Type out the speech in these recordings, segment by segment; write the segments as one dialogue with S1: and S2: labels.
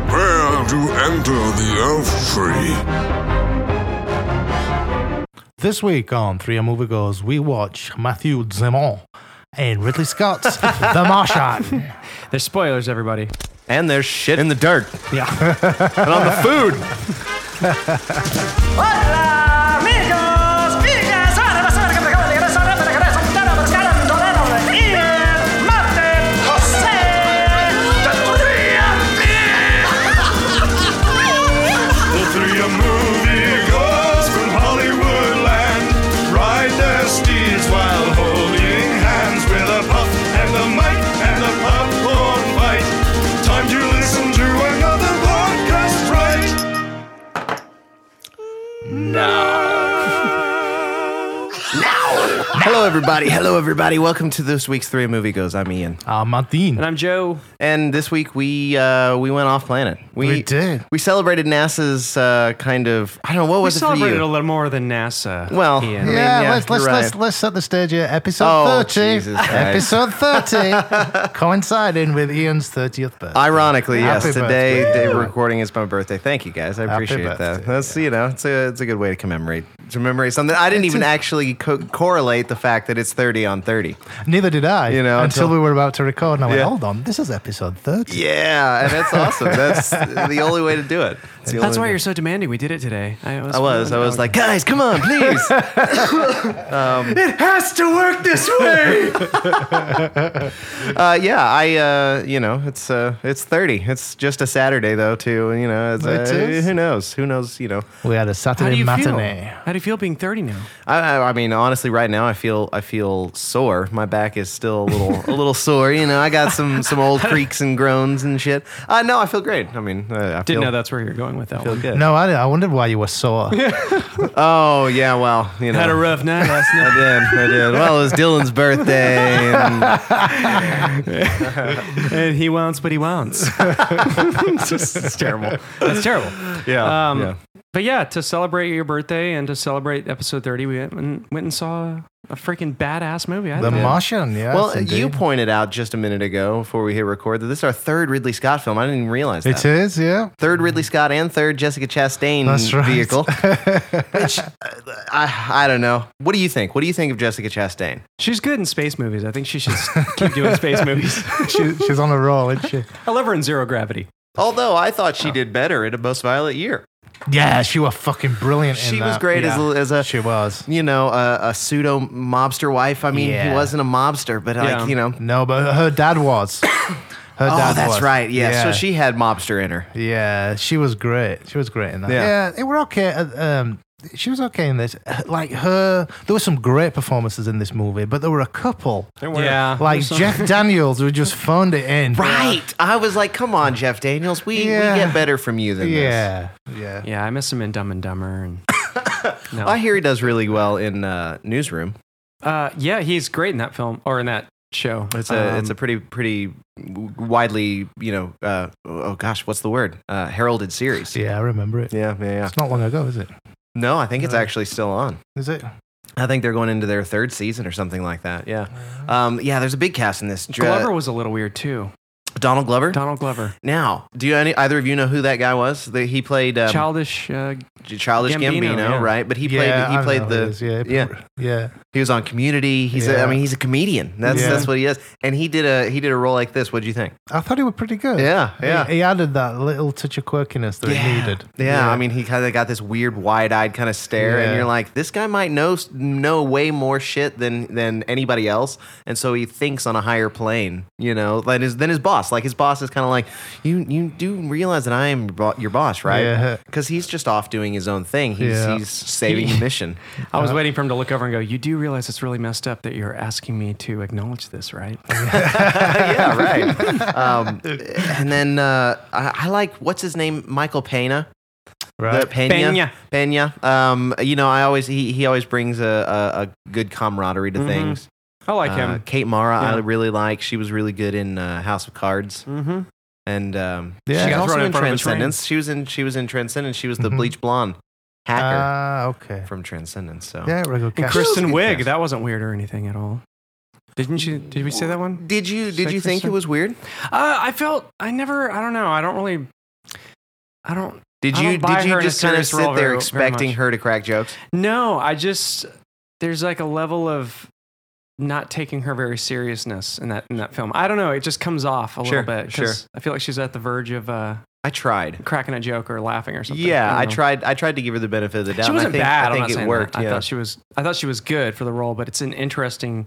S1: how to enter the elf tree.
S2: This week on Three A Movie Goes, we watch Matthew Zemon in Ridley Scott's The Martian.
S3: There's spoilers, everybody.
S4: And there's shit in the dirt
S2: Yeah.
S4: and on the food.
S5: Hola amigos, villas árabes, ahora que me acaban de llegar, ahora para que veas un plano, buscaron Dorado y el mate José de tu día.
S1: The three a movie goes from Hollywood land. Ride their steeds while holding hands with a puff and a mic and a popcorn bite. Time to listen to another podcast, right?
S4: Hello, everybody. Hello, everybody. Welcome to this week's Three Movie Goes. I'm Ian,
S2: Ah, Martin.
S3: And I'm Joe.
S4: and this week we uh, we went off planet.
S2: We did.
S4: We celebrated NASA's uh, kind of I don't know what
S3: We
S4: was it for
S3: celebrated a
S4: you.
S3: little more than NASA.
S4: Well,
S3: Ian.
S4: yeah.
S2: Yeah,
S4: yeah,
S2: let's let's,
S4: you're right.
S2: let's let's set the stage here. Episode
S4: Oh,
S2: thirty.
S4: Jesus Christ.
S2: episode thirty, coinciding with Ian's thirtieth birthday.
S4: Ironically, yes,
S2: Happy
S4: today
S2: birthday.
S4: day recording is my birthday. Thank you guys. I
S2: Happy
S4: appreciate that.
S2: birthday,
S4: That's you know, it's a it's a good way to commemorate to commemorate something. I didn't even actually co- correlate the fact that it's 30 on 30.
S2: Neither did I.
S4: You know,
S2: until,
S4: until-
S2: we were about to record, and I went,
S4: Yeah.
S2: "Hold on, this is episode 30.
S4: Yeah, and that's awesome. That's the only way to do it. It's the
S3: That's
S4: only
S3: why
S4: way
S3: you're
S4: to-
S3: so demanding. We did it today. I was.
S4: I was. I was like, guys, come on, please.
S3: it has to work this way.
S4: Uh, yeah, I uh, you know it's uh, it's thirty. It's just a Saturday though too. You know, it's,
S2: It
S4: uh,
S2: is.
S4: who knows? Who knows? You know,
S2: We had a
S3: How do
S2: Saturday
S3: you
S2: matinee.
S3: feel? How do you feel being 30 now?
S4: I, I, I mean, honestly, right now I feel I feel sore. My back is still a little a little sore. You know, I got some some old creaks and groans and shit. Uh, no, I feel great. I mean, uh, I
S3: Didn't
S4: feel,
S3: know that's where you were going with that
S4: Feel
S3: one.
S4: good.
S2: No, I, I wondered why you were sore.
S4: Oh yeah. Well, you know.
S3: Had a rough night last night.
S4: I did. I did. Well, it was Dylan's birthday. And
S3: and he wants what he wants. it's, just- it's terrible. It's terrible.
S4: yeah.
S3: Um,
S4: yeah.
S3: But yeah, to celebrate your birthday and to celebrate episode 30, we went and, went and saw a freaking badass movie. I
S2: The
S3: thought.
S2: Martian. Yeah.
S4: Well, uh, you pointed out just a minute ago before we hit record that this is our third Ridley Scott film. I didn't even realize
S2: It
S4: that.
S2: is. Yeah.
S4: third Ridley Scott and third Jessica Chastain
S2: That's right.
S4: vehicle. Which uh, I, I don't know. What do you think? What do you think of Jessica Chastain?
S3: She's good in space movies. I think she should keep doing space movies.
S2: she, she's on a roll, isn't she?
S3: I love her in Zero Gravity.
S4: Although I thought she did better in a Most Violent Year.
S2: Yeah, she was fucking brilliant. in
S4: She was
S2: that.
S4: great as
S2: Yeah.
S4: a- as a-
S2: She was.
S4: You know, a, a pseudo mobster wife. I mean,
S2: Yeah.
S4: he wasn't a mobster, but like
S3: Yeah.
S4: you know.
S2: No, but her dad was. Her
S4: Oh,
S2: dad
S4: that's
S2: was.
S4: right. Yeah. So she had mobster in her.
S2: Yeah, she was great. She was great in that. Yeah,
S4: Yeah.
S2: it were okay. uh, Um, she was okay in this. Like her, there were some great performances in this movie, but there were a couple.
S3: Yeah.
S2: Like Jeff Daniels, who just phoned it in.
S4: Right. I was like, come on, Jeff Daniels. We,
S2: Yeah.
S4: we get better from you than this.
S2: Yeah, yeah.
S3: Yeah, I miss him in Dumb and Dumber. And no.
S4: I hear he does really well in uh, Newsroom.
S3: uh, yeah, he's great in that film or in that show.
S4: It's a
S3: Um,
S4: it's a pretty pretty widely you know uh, oh gosh what's the word uh, heralded series.
S2: Yeah, I remember it.
S4: yeah, yeah. yeah.
S2: It's not long ago, is it?
S4: No, I think it's
S2: Uh,
S4: actually still on.
S2: Is it?
S4: I think they're going into their third season or something like that. Yeah, um, yeah. There's a big cast in this. Dra-
S3: Glover was a little weird too.
S4: Donald Glover.
S3: Donald Glover,
S4: now, do you, any either of you know who that guy was? That he played um,
S3: childish. Uh,
S4: Childish Gambino,
S3: Gambino, yeah.
S4: right? But he played
S2: yeah, I
S4: he played
S2: know
S4: the
S2: it is, yeah,
S4: yeah.
S2: yeah.
S4: he was on Community. He's a,
S2: Yeah.
S4: I mean he's a comedian. That's
S2: Yeah.
S4: that's what he is. And he did a he did a role like this. What do you think?
S2: I thought he was pretty good.
S4: Yeah, yeah.
S2: He, he added that little touch of quirkiness that it needed.
S4: Yeah, I mean, he kind of got this weird, wide-eyed kind of stare,
S2: Yeah.
S4: and you're like, this guy might know know way more shit than than anybody else, and so he thinks on a higher plane, you know, than his than his boss. Like his boss is kind of like, you you do realize that I am your bo- your boss,
S2: Yeah.
S4: right? Because he's just off doing his own thing. He's
S2: Yeah.
S4: he's saving the mission.
S3: I was waiting for him to look over and go, "You do realize it's really messed up that you're asking me to acknowledge this, right?"
S4: yeah, right. Um, and then uh, I, I like what's his name, Michael Pena.
S2: right.
S4: The Pena.
S3: Peña.
S4: Pena. Um, you know, I always he, he always brings a, a, a good camaraderie to
S3: Mhm.
S4: things.
S3: I like
S4: Uh,
S3: him.
S4: Kate Mara, I
S3: Yeah.
S4: really like. She was really good in uh, House of Cards,
S3: Mm-hmm.
S4: and um,
S2: Yeah.
S4: she
S2: She
S4: got
S2: got
S4: also
S3: thrown in
S4: in
S3: front of a train. Mm-hmm.
S4: Transcendence. She was in she was in Transcendence. She was the
S2: Mhm.
S4: bleach blonde hacker
S2: Ah,
S3: Uh,
S2: okay.
S4: from Transcendence. So
S2: Yeah, we're a good
S3: And
S2: cast.
S3: Kristen
S4: Good
S3: Wiig,
S4: cast.
S3: that wasn't weird or anything at all. Didn't you? Did we say that one?
S4: Did you did
S3: Sexy
S4: you think it
S3: stuff.
S4: was weird?
S3: Uh, I felt I never. I don't know. I don't really. I don't.
S4: Did
S3: I
S4: you
S3: don't buy her
S4: did you
S3: in a
S4: just kind of
S3: serious role
S4: sit there
S3: very- very
S4: expecting
S3: much.
S4: her to crack jokes?
S3: No, I just there's like a level of not taking her very seriousness in that in that film. I don't know. It just comes off a
S4: Sure,
S3: little bit. 'cause
S4: sure.
S3: I feel like she's at the verge of uh,
S4: I tried.
S3: cracking a joke or laughing or something.
S4: Yeah,
S3: don't
S4: I
S3: know.
S4: tried. I tried to give her the benefit of the doubt.
S3: She
S4: and
S3: wasn't
S4: I think,
S3: bad.
S4: I
S3: I'm
S4: think
S3: not
S4: it
S3: saying
S4: worked.
S3: That. I
S4: Yeah.
S3: thought she was. I thought she was good for the role, but it's an interesting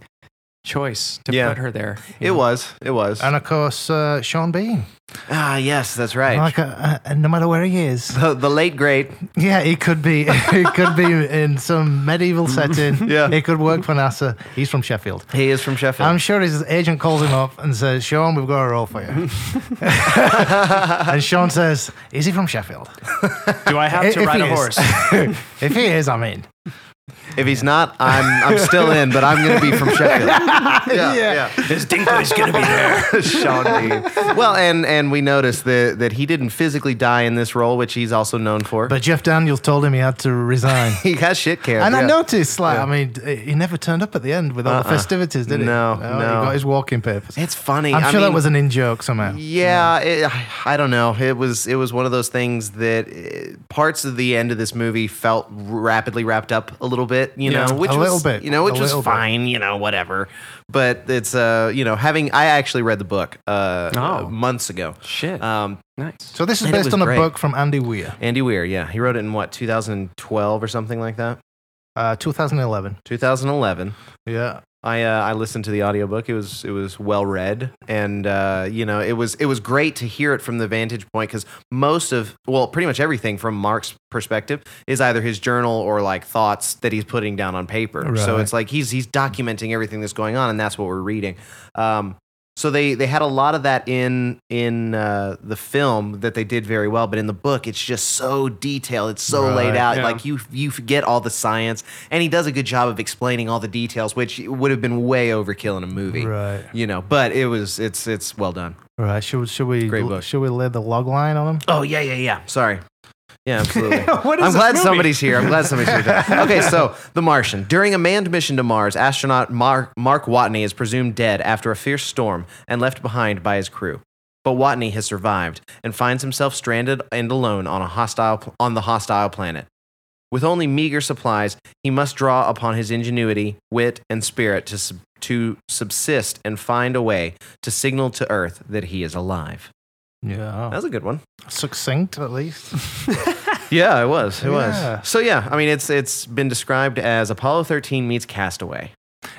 S3: choice to
S4: Yeah.
S3: put her there. you
S4: It
S3: know?
S4: was. It was.
S2: And of course, uh, Sean Bean.
S4: Ah, yes, that's right.
S2: Like, uh, uh, no matter where he is,
S4: the, the late great.
S2: yeah, it could be, it could be in some medieval setting.
S4: Yeah.
S2: it could work for NASA. He's from Sheffield.
S4: He is from Sheffield.
S2: I'm sure his agent calls him up and says, Sean, we've got a role for you. and Sean says, Is he from Sheffield?
S3: Do I have
S2: If-
S3: to
S2: if he
S3: ride a
S2: is.
S3: horse?
S2: If he is, I'm in.
S4: if he's not, I'm I'm still in, but I'm gonna be from Sheffield. yeah, yeah.
S3: this dingo's gonna be there.
S4: Sean Bean. Well, and and we noticed that that he didn't physically die in this role, which he's also known for.
S2: But Jeff Daniels told him he had to resign.
S4: he got shit canned.
S2: And I
S4: yeah.
S2: noticed, like, I mean, he never turned up at the end with all the
S4: Uh-uh.
S2: festivities, did he? Oh,
S4: No,
S2: He
S4: no.
S2: got his walking papers.
S4: it's funny.
S2: I'm
S4: I
S2: sure that
S4: mean,
S2: was an in joke somehow.
S4: Yeah, it, I don't know. It was it was one of those things that eh, parts of the end of this movie felt rapidly wrapped up a little bit, you
S3: Yeah.
S4: know, which
S2: A
S4: was,
S2: little bit.
S4: you know,
S2: A
S4: which was
S2: little bit.
S4: fine, you know, whatever. But it's uh, you know, having I actually read the book uh,
S3: Oh.
S4: uh, months ago.
S3: Shit.
S4: Um,
S3: nice.
S2: So this is
S4: And it
S2: based
S4: was
S2: on a
S4: great.
S2: book from Andy Weir,
S4: Andy Weir, yeah, he wrote it in what 2012 or something like that.
S2: uh, 2011.
S4: 2011.
S2: Yeah.
S4: I uh, I listened to the audiobook. It was it was well read, and uh, you know it was it was great to hear it from the vantage point because most of well pretty much everything from Mark's perspective is either his journal or like thoughts that he's putting down on paper. So
S2: Right.
S4: it's like he's he's documenting everything that's going on, and that's what we're reading. Um, so they they had a lot of that in in uh, the film that they did very well, but in the book it's just so detailed. It's so laid
S2: Right.
S4: out.
S3: Yeah.
S4: Like you you forget all the science, and he does a good job of explaining all the details, which would have been way overkill in a movie.
S2: Right.
S4: You know, but it was it's it's well done.
S2: Right. Should, we- should we
S4: Great book.
S2: should we lay the log line on him?
S4: Oh yeah yeah yeah. Sorry. Yeah, absolutely.
S3: What is
S4: I'm
S3: this
S4: glad
S3: movie?
S4: somebody's here. I'm glad somebody's here. Okay, so The Martian. During a manned mission to Mars, astronaut Mark, Mark Watney is presumed dead after a fierce storm and left behind by his crew. But Watney has survived and finds himself stranded and alone on, a hostile, on the hostile planet. With only meager supplies, he must draw upon his ingenuity, wit, and spirit to, sub- to subsist and find a way to signal to Earth that he is alive. That
S2: Yeah.
S4: was a good one.
S2: Oh, Succinct, at least.
S4: Yeah, it was. It
S2: Yeah.
S4: was. So yeah, I mean, it's it's been described as Apollo 13 meets Castaway.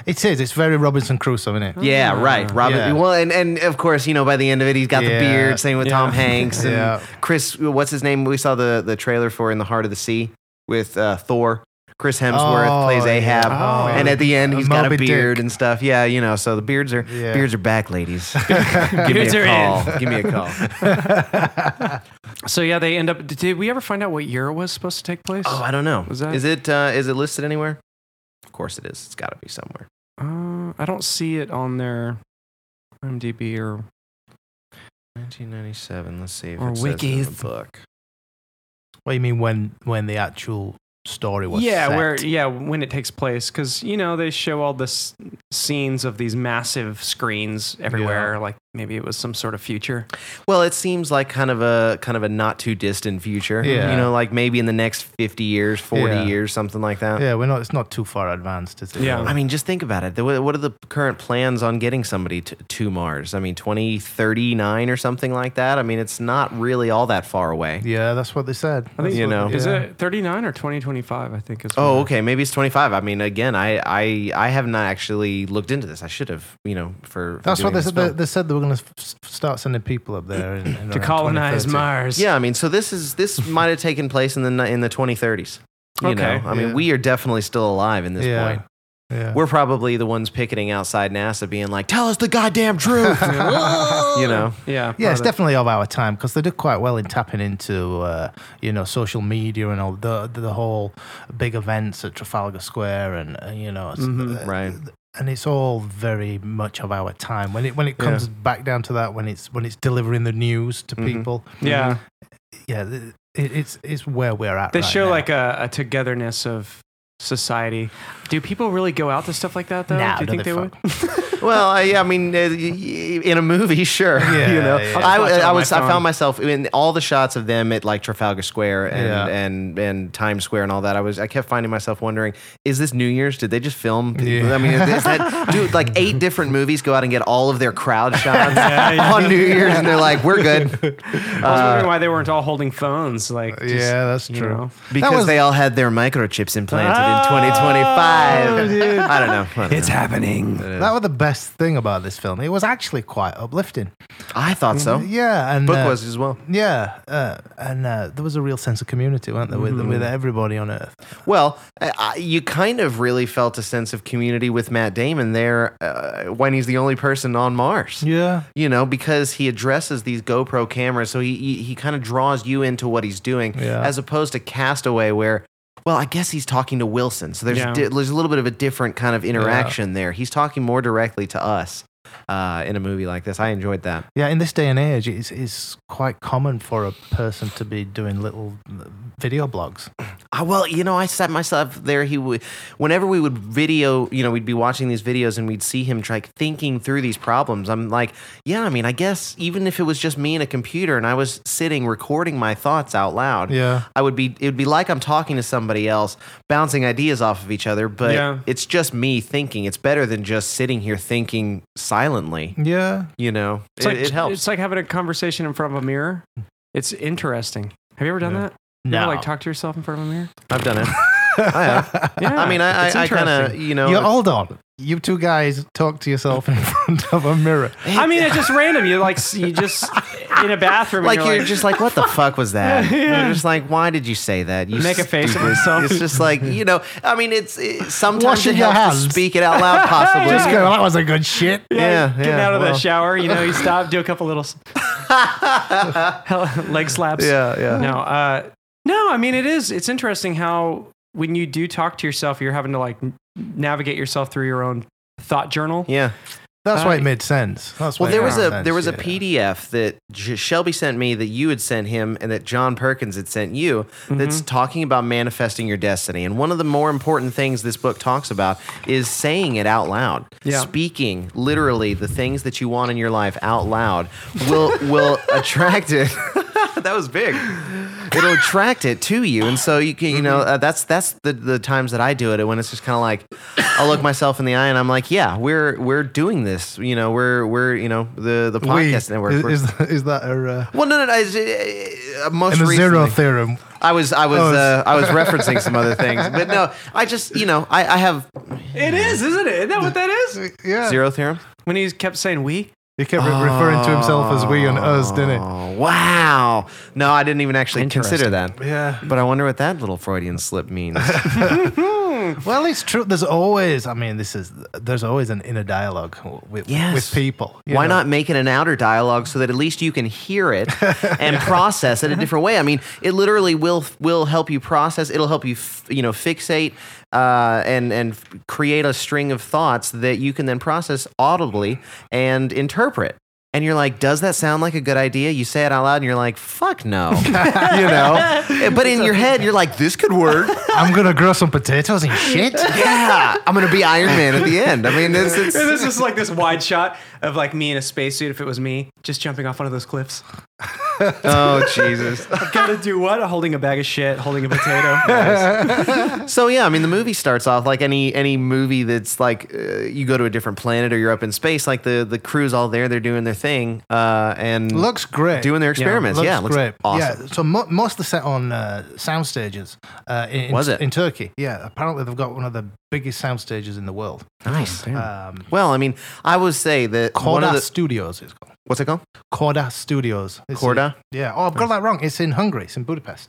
S2: it is. It's very Robinson Crusoe, isn't it?
S4: Yeah, right. Robin.
S2: Ah, Yeah.
S4: Well, and, and of course, you know, by the end of it, he's got
S2: Yeah.
S4: the beard. Same with
S3: Yeah.
S4: Tom Hanks and
S2: Yeah.
S4: Chris. What's his name? We saw the the trailer for In the Heart of the Sea with uh, Thor. Chris Hemsworth
S2: Oh,
S4: plays Ahab,
S2: yeah.
S3: Oh,
S4: and
S2: yeah.
S4: at the end,
S2: Uh,
S4: he's got a
S2: Moby Dick.
S4: beard and stuff. Yeah, you know. So the beards are
S2: Yeah.
S4: beards are back, ladies. Give me
S3: Beards are
S4: a
S3: in.
S4: call. Give me a call.
S3: So yeah, they end up. Did we ever find out what year it was supposed to take place?
S4: Oh, I don't know.
S3: Was that-
S4: Is it uh, is it listed anywhere? Of course it is. It's got to be somewhere.
S3: Uh, I don't see it on their IMDb or
S4: 1997. Let's see if
S3: Or
S4: it says it in the
S3: Wikis.
S4: book.
S2: What do you mean when when the actual story was
S3: yeah,
S2: set?
S3: where yeah when it takes place because you know they show all the s- scenes of these massive screens everywhere. Like maybe it was some sort of future.
S4: Well, it seems like kind of a kind of a not too distant future.
S2: Yeah.
S4: You know, like maybe in the next 50 years, 40
S2: Yeah.
S4: years, something like that.
S2: Yeah, we're not. It's not too far advanced, is it?
S3: Yeah.
S4: I mean, just think about it. The- What are the current plans on getting somebody to, to Mars? I mean, 2039 or something like that. I mean, it's not really all that far away.
S2: Yeah, that's what they said.
S3: I think
S4: You know.
S3: is
S2: Yeah.
S3: it thirty nine or twenty twenty five? I think is.
S4: Oh,
S3: when-
S4: okay. Maybe it's 25. I mean, again, I I, I have not actually looked into this. I should have, you know, for, for
S2: That's what
S4: doing
S2: they
S4: this
S2: said. They,
S4: film.
S2: they said they were going to f- start sending people up there in, in
S3: To
S2: around
S3: colonize
S2: 2030.
S3: Mars.
S4: Yeah, I mean, so this is this might have taken place in the ni- in the 2030s. You
S3: Okay.
S4: know, I mean,
S2: Yeah.
S4: we are definitely still alive in this
S2: Yeah.
S4: point.
S2: Yeah.
S4: We're probably the ones picketing outside NASA, being like, "Tell us the goddamn truth," you know.
S3: Yeah.
S2: yeah, it's
S3: probably.
S2: definitely of our time because they do quite well in tapping into, uh, you know, social media and all the the whole big events at Trafalgar Square and uh, you know, it's,
S3: Mhm.
S2: uh,
S4: Right.
S2: and it's all very much of our time. When it when it comes back down to that, when it's when it's delivering the news to
S4: Mhm.
S2: people,
S3: Yeah.
S2: yeah, th- it, it's it's where we're at.
S3: They
S2: mm-hmm. right
S3: show
S2: now.
S3: like a, a togetherness of society. Do people really go out to stuff like that though?
S2: Nah,
S3: Do you
S2: don't
S3: think
S2: they
S3: they would?
S4: Well, I, I mean, uh, y- y- in a movie, sure.
S2: Yeah,
S4: you know,
S2: yeah. I'll just
S4: I,
S3: watch it
S4: I
S3: on
S4: was,
S3: my
S4: I
S3: phone.
S4: found myself in all the shots of them at like Trafalgar Square and,
S2: Yeah.
S4: and and Times Square and all that. I was, I kept finding myself wondering, is this New Year's? Did they just film?
S2: Yeah.
S4: I mean, is that, dude, like eight different movies go out and get all of their crowd shots
S3: yeah.
S4: on New Year's, and they're like, we're good
S3: I was wondering why they weren't all holding phones. Like, just,
S2: yeah, that's
S3: you
S2: true.
S3: know.
S4: because
S2: was-
S4: they all had their microchips implanted
S3: Oh,
S4: in 2025. I don't know. I don't know.
S3: happening.
S2: That was the best thing about this film. It was actually quite uplifting.
S4: I thought
S3: Oh.
S4: so.
S2: Yeah, and
S4: Book
S2: uh,
S4: was as well.
S2: Yeah, uh, and uh, there was a real sense of community, weren't there, with,
S3: Mm-hmm.
S2: with everybody on Earth?
S4: Well, I, I- you kind of really felt a sense of community with Matt Damon there uh, when he's the only person on Mars.
S2: Yeah,
S4: You know, because he addresses these GoPro cameras, so he he, he kind of draws you into what he's doing,
S2: Yeah.
S4: as opposed to Castaway, where. Well, I guess he's talking to Wilson, so there's
S3: Yeah.
S4: di- there's a little bit of a different kind of interaction there. He's talking more directly to us uh, in a movie like this. I enjoyed that.
S2: yeah. In this day and age, it's, it's quite common for a person to be doing little uh, video blogs.
S4: Uh, well, you know, I set myself there. He would, whenever we would video, you know, we'd be watching these videos and we'd see him like thinking through these problems. I'm like, yeah, I mean, I guess even if it was just me and a computer and I was sitting recording my thoughts out loud,
S2: Yeah.
S4: I would be. It would be like I'm talking to somebody else, bouncing ideas off of each other. But
S3: Yeah.
S4: it's just me thinking. It's better than just sitting here thinking silently.
S2: Yeah,
S4: You know,
S3: It's
S4: it,
S3: like,
S4: it helps.
S3: It's like having a conversation in front of a mirror. It's interesting. Have you ever done
S2: Yeah.
S3: that? You
S2: no,
S3: ever, like talk to yourself in front of a mirror?
S4: I've done it. I, have.
S3: Yeah.
S4: I mean, I,
S3: it's
S4: I, I kind of,
S3: interesting.
S4: you know,
S2: You're hold on. You two guys talk to yourself in front of a mirror.
S3: I mean, it's just random. You like, s- you just in a bathroom.
S4: like
S3: and
S4: you're,
S3: you're,
S4: just like, what the fuck was that?
S3: Yeah.
S4: You're just like, why did you say that? You
S3: Make a face at
S4: stupid-"
S3: yourself.
S4: It's just like you know. I mean, it's it, sometimes
S2: Washing
S4: it
S2: your
S4: helps to
S2: hands.
S4: speak it out loud, possibly.
S2: Just go. That was a good shit.
S4: yeah,
S3: getting
S4: yeah,
S3: out of
S4: well.
S3: the shower. You know, you stop, do a couple little s- hell- leg slaps.
S4: Yeah, yeah.
S3: No, uh, no. I mean, it is. It's interesting how when you do talk to yourself, you're having to like n- navigate yourself through your own thought journal.
S4: Yeah.
S2: That's why
S3: Uh,
S2: it made sense. That's why
S4: Well,
S2: it
S4: there was
S2: made
S4: a
S2: sense,
S4: there was a
S2: yeah.
S4: PDF that J- Shelby sent me that you had sent him and that John Perkins had sent you
S2: Mm-hmm.
S4: that's talking about manifesting your destiny. And one of the more important things this book talks about is saying it out loud.
S3: Yeah.
S4: Speaking literally the things that you want in your life out loud will will attract it. that was big. It'll attract it to you, and so you can, you know, uh, that's that's the the times that I do it, and when it's just kind of like, I'll look myself in the eye, and I'm like, yeah, we're we're doing this, you know, we're we're you know the the
S2: We-
S4: podcast network.
S2: Is,
S4: We're-
S2: is, that- is that a uh,
S4: well, no, no, no. it's, uh, most
S2: in the zero
S4: recently-
S2: theorem?
S4: I was, I was,
S2: Oh,
S4: uh,
S2: it's-
S4: I was referencing some other things, but no, I just, you know, I, I have
S3: It is, isn't it? Isn't that what that is?
S2: Yeah,
S4: zero theorem.
S3: When he kept saying we.
S2: he kept re- referring to himself as we and us, didn't he?
S4: Oh wow! No, I didn't even actually consider
S3: Interesting.
S4: that.
S2: Yeah.
S4: But I wonder what that little Freudian slip means.
S2: Well, it's true. There's always, I mean, this is there's always an inner dialogue with
S4: Yes.
S2: with people. you
S4: Why
S2: know.
S4: not make it an outer dialogue so that at least you can hear it and process
S2: Uh-huh.
S4: it a different way? I mean, it literally will will help you process. It'll help you, f- you know, fixate uh, and and f- create a string of thoughts that you can then process audibly and interpret. And you're like, does that sound like a good idea? You say it out loud, and you're like, fuck no, you know. But in your head, you're like, this could work.
S2: I'm gonna grow some potatoes and shit.
S4: Yeah, I'm gonna be Iron Man at the end. I mean, it's, it's
S3: And this is like this wide shot of like me in a spacesuit. If it was me, just jumping off one of those cliffs.
S4: oh Jesus.
S3: I've got to do what? Holding a bag of shit, holding a potato.
S4: So yeah, I mean, the movie starts off like any any movie that's like uh, you go to a different planet or you're up in space. Like the the crew's all there, they're doing their thing, uh, and
S2: Looks great.
S4: doing their experiments. Yeah,
S2: looks
S4: looks
S2: great.
S4: awesome.
S2: Yeah, so mo- mostly set on uh, sound stages. Uh, in,
S4: Was it?
S2: in Turkey? Yeah, apparently they've got one of the biggest sound stages in the world.
S4: Nice. Uh,
S2: Um,
S4: well, I mean, I would say that one
S2: Korda
S4: of the
S2: Studios. It's called
S4: what's it called?
S2: Korda Studios. It's in-
S4: Korda.
S2: yeah. Oh, I've got that wrong. It's in Hungary. It's in Budapest.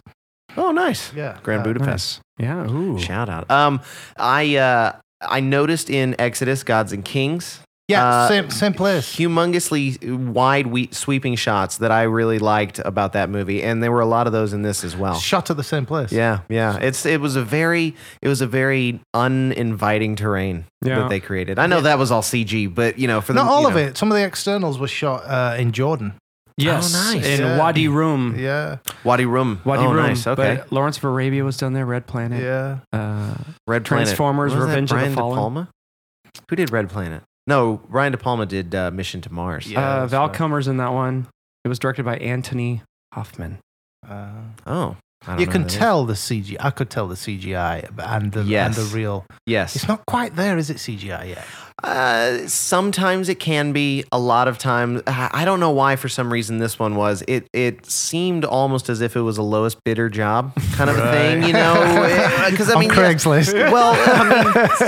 S4: Oh, nice.
S2: Yeah.
S4: Grand
S2: Uh,
S4: Budapest.
S3: yeah. Ooh.
S4: Shout out. Um, I uh, I noticed in Exodus, Gods and Kings,
S2: Yeah.
S4: Uh,
S2: same same place.
S4: humongously wide, we- sweeping shots that I really liked about that movie, and there were a lot of those in this as well.
S2: Shot at the same place.
S4: oh. Yeah, yeah. It's it was a very it was a very uninviting terrain
S3: Yeah.
S4: that they created. I know that was all CG, but you know for the
S2: Not all
S4: you
S2: of
S4: know-
S2: it. Some of the externals were shot uh, in Jordan.
S3: Yes.
S4: Oh, nice.
S3: In
S2: Yeah.
S3: Wadi
S4: Hmm.
S3: Rum.
S2: Yeah.
S4: Wadi Rum.
S3: Wadi
S4: oh,
S3: Rum.
S4: nice. Okay.
S3: But Lawrence of Arabia was done there. Red Planet.
S2: Yeah.
S3: Uh,
S4: Red Planet.
S3: Transformers,
S4: Wasn't that
S3: Revenge of the
S4: Brian De
S3: Fallen?
S4: Palma? Who did Red Planet? No, Ryan De Palma did uh, Mission to Mars.
S2: Yeah,
S3: uh,
S2: that's
S3: Val
S2: right.
S3: Kilmer's in that one. It was directed by Anthony Hoffman.
S2: Uh,
S4: Oh, I don't
S2: you
S4: know
S2: can
S4: who that is.
S2: tell the CGI. I could tell the CGI and the
S4: Yes.
S2: and the real.
S4: Yes.
S2: It's not quite there, is it? CGI yet?
S4: Uh, sometimes it can be. A lot of times, I I don't know why. For some reason, this one was. It it seemed almost as if it was a lowest bidder job kind of a thing, you know? Because I mean,
S2: On
S4: yeah,
S2: Craigslist.
S4: well,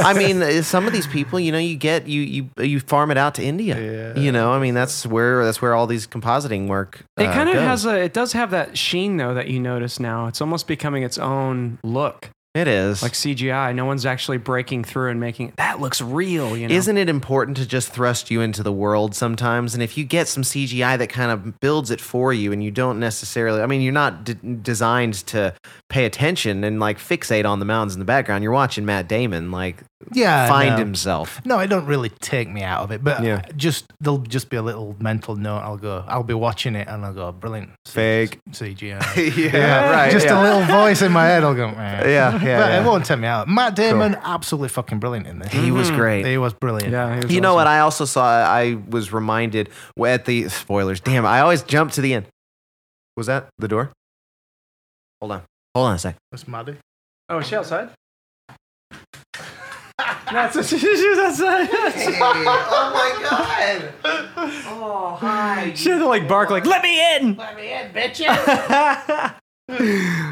S4: I mean, I mean, some of these people, you know, you get you you you farm it out to India. You know, I mean, that's where that's where all these compositing work.
S3: It
S4: uh,
S3: kind of
S4: goes.
S3: has a. It does have that sheen though that you notice now. It's almost becoming its own look,
S4: It is.
S3: like CGI. No one's actually breaking through and making that looks real. You know,
S4: Isn't it important to just thrust you into the world sometimes? And if you get some CGI that kind of builds it for you and you don't necessarily, I mean, you're not d- designed to pay attention and like fixate on the mountains in the background. You're watching Matt Damon like
S2: yeah.
S4: find
S2: no.
S4: himself.
S2: No, it don't really take me out of it, but
S4: Yeah.
S2: just there'll just be a little mental note. I'll go. I'll be watching it and I'll go. Brilliant.
S4: Fake.
S2: CGI.
S4: yeah, right.
S2: Just
S4: yeah.
S2: a little voice in my head. I'll go. "Meh."
S4: Yeah, yeah,
S2: But
S4: yeah.
S2: it won't take me out. Matt Damon, absolutely fucking brilliant in this.
S4: He was
S3: Mm-hmm.
S4: great.
S2: He was brilliant.
S3: Yeah, it was
S4: You know
S3: awesome.
S4: what? I also saw. I was reminded at the spoilers. Damn! I always jump to the end. Was that the door? Hold on. Hold on a sec.
S2: That's Maddie.
S3: Oh, is she outside? That's what she, she's outside.
S4: oh my god! Oh,
S3: she had to like bark like, "Let me in!" Let me in, bitches.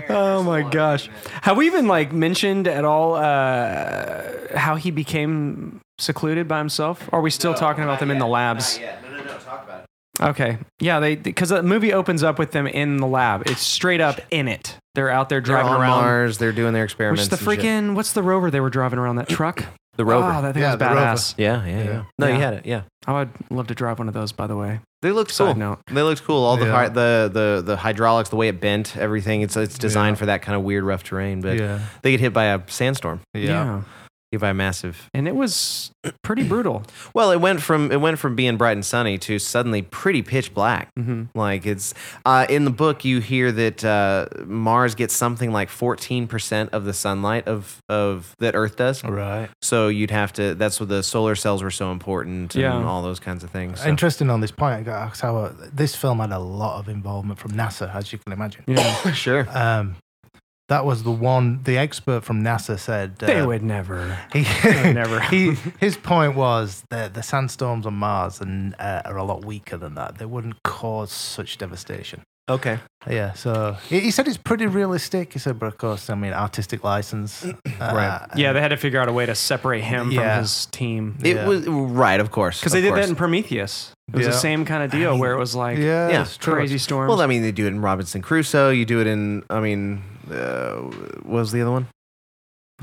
S3: oh my gosh! Have we even like mentioned at all uh, how he became secluded by himself? Are we still talking about them in the labs?
S4: Yeah, no, no, no. Talk about it.
S3: Okay, yeah, they because the movie opens up with them in the lab. It's straight up in it. They're out there
S4: They're
S3: driving
S4: on
S3: around.
S4: Mars. They're doing their experiments.
S3: Which the
S4: and shit.
S3: freaking what's the rover they were driving around that truck?
S4: the rover.
S3: Oh, that thing
S2: Yeah,
S3: was
S2: the rover.
S3: badass.
S4: yeah, yeah, yeah,
S2: Yeah.
S4: No, you
S3: Yeah.
S4: had it. Yeah,
S3: I would love to drive one of those, by the way.
S4: they looked
S3: Side
S4: cool.
S3: note.
S4: They looked cool. All the
S2: Yeah.
S4: hy- the the the hydraulics, the way it bent, everything. It's it's designed for that kind of weird, rough terrain. But
S2: Yeah.
S4: they get hit by a sandstorm.
S2: Yeah.
S4: Hit by a massive
S3: And it was pretty brutal.
S4: Well, it went from it went from being bright and sunny to suddenly pretty pitch black. Like it's uh, in the book, you hear that uh, Mars gets something like fourteen percent of the sunlight of of that Earth does.
S2: Right.
S4: So you'd have to. That's what the solar cells were so important, and
S3: Yeah.
S4: all those kinds of things. so.
S2: Interesting on this point, guys, how uh, this film had a lot of involvement from NASA, as you can imagine.
S3: Yeah.
S4: sure.
S2: Um, that was the one. The expert from NASA said uh,
S3: they would never.
S2: He,
S3: never.
S2: he, his point was that the sandstorms on Mars and uh, are a lot weaker than that. They wouldn't cause such devastation.
S4: Okay.
S2: Yeah, so he, he said it's pretty realistic. He said, but of course, I mean, artistic license. Uh,
S4: Right.
S3: Yeah, they had to figure out a way to separate him
S2: Yeah.
S3: from his team.
S4: It
S2: Yeah.
S4: was right, of course.
S3: Because they did that in Prometheus. It was
S2: Yeah.
S3: the same kind of deal where it was like
S2: Yeah,
S4: Yeah,
S2: it's true.
S3: crazy storms.
S4: Well, I mean, they do it in Robinson Crusoe. You do it in. I mean, uh, what was the other one?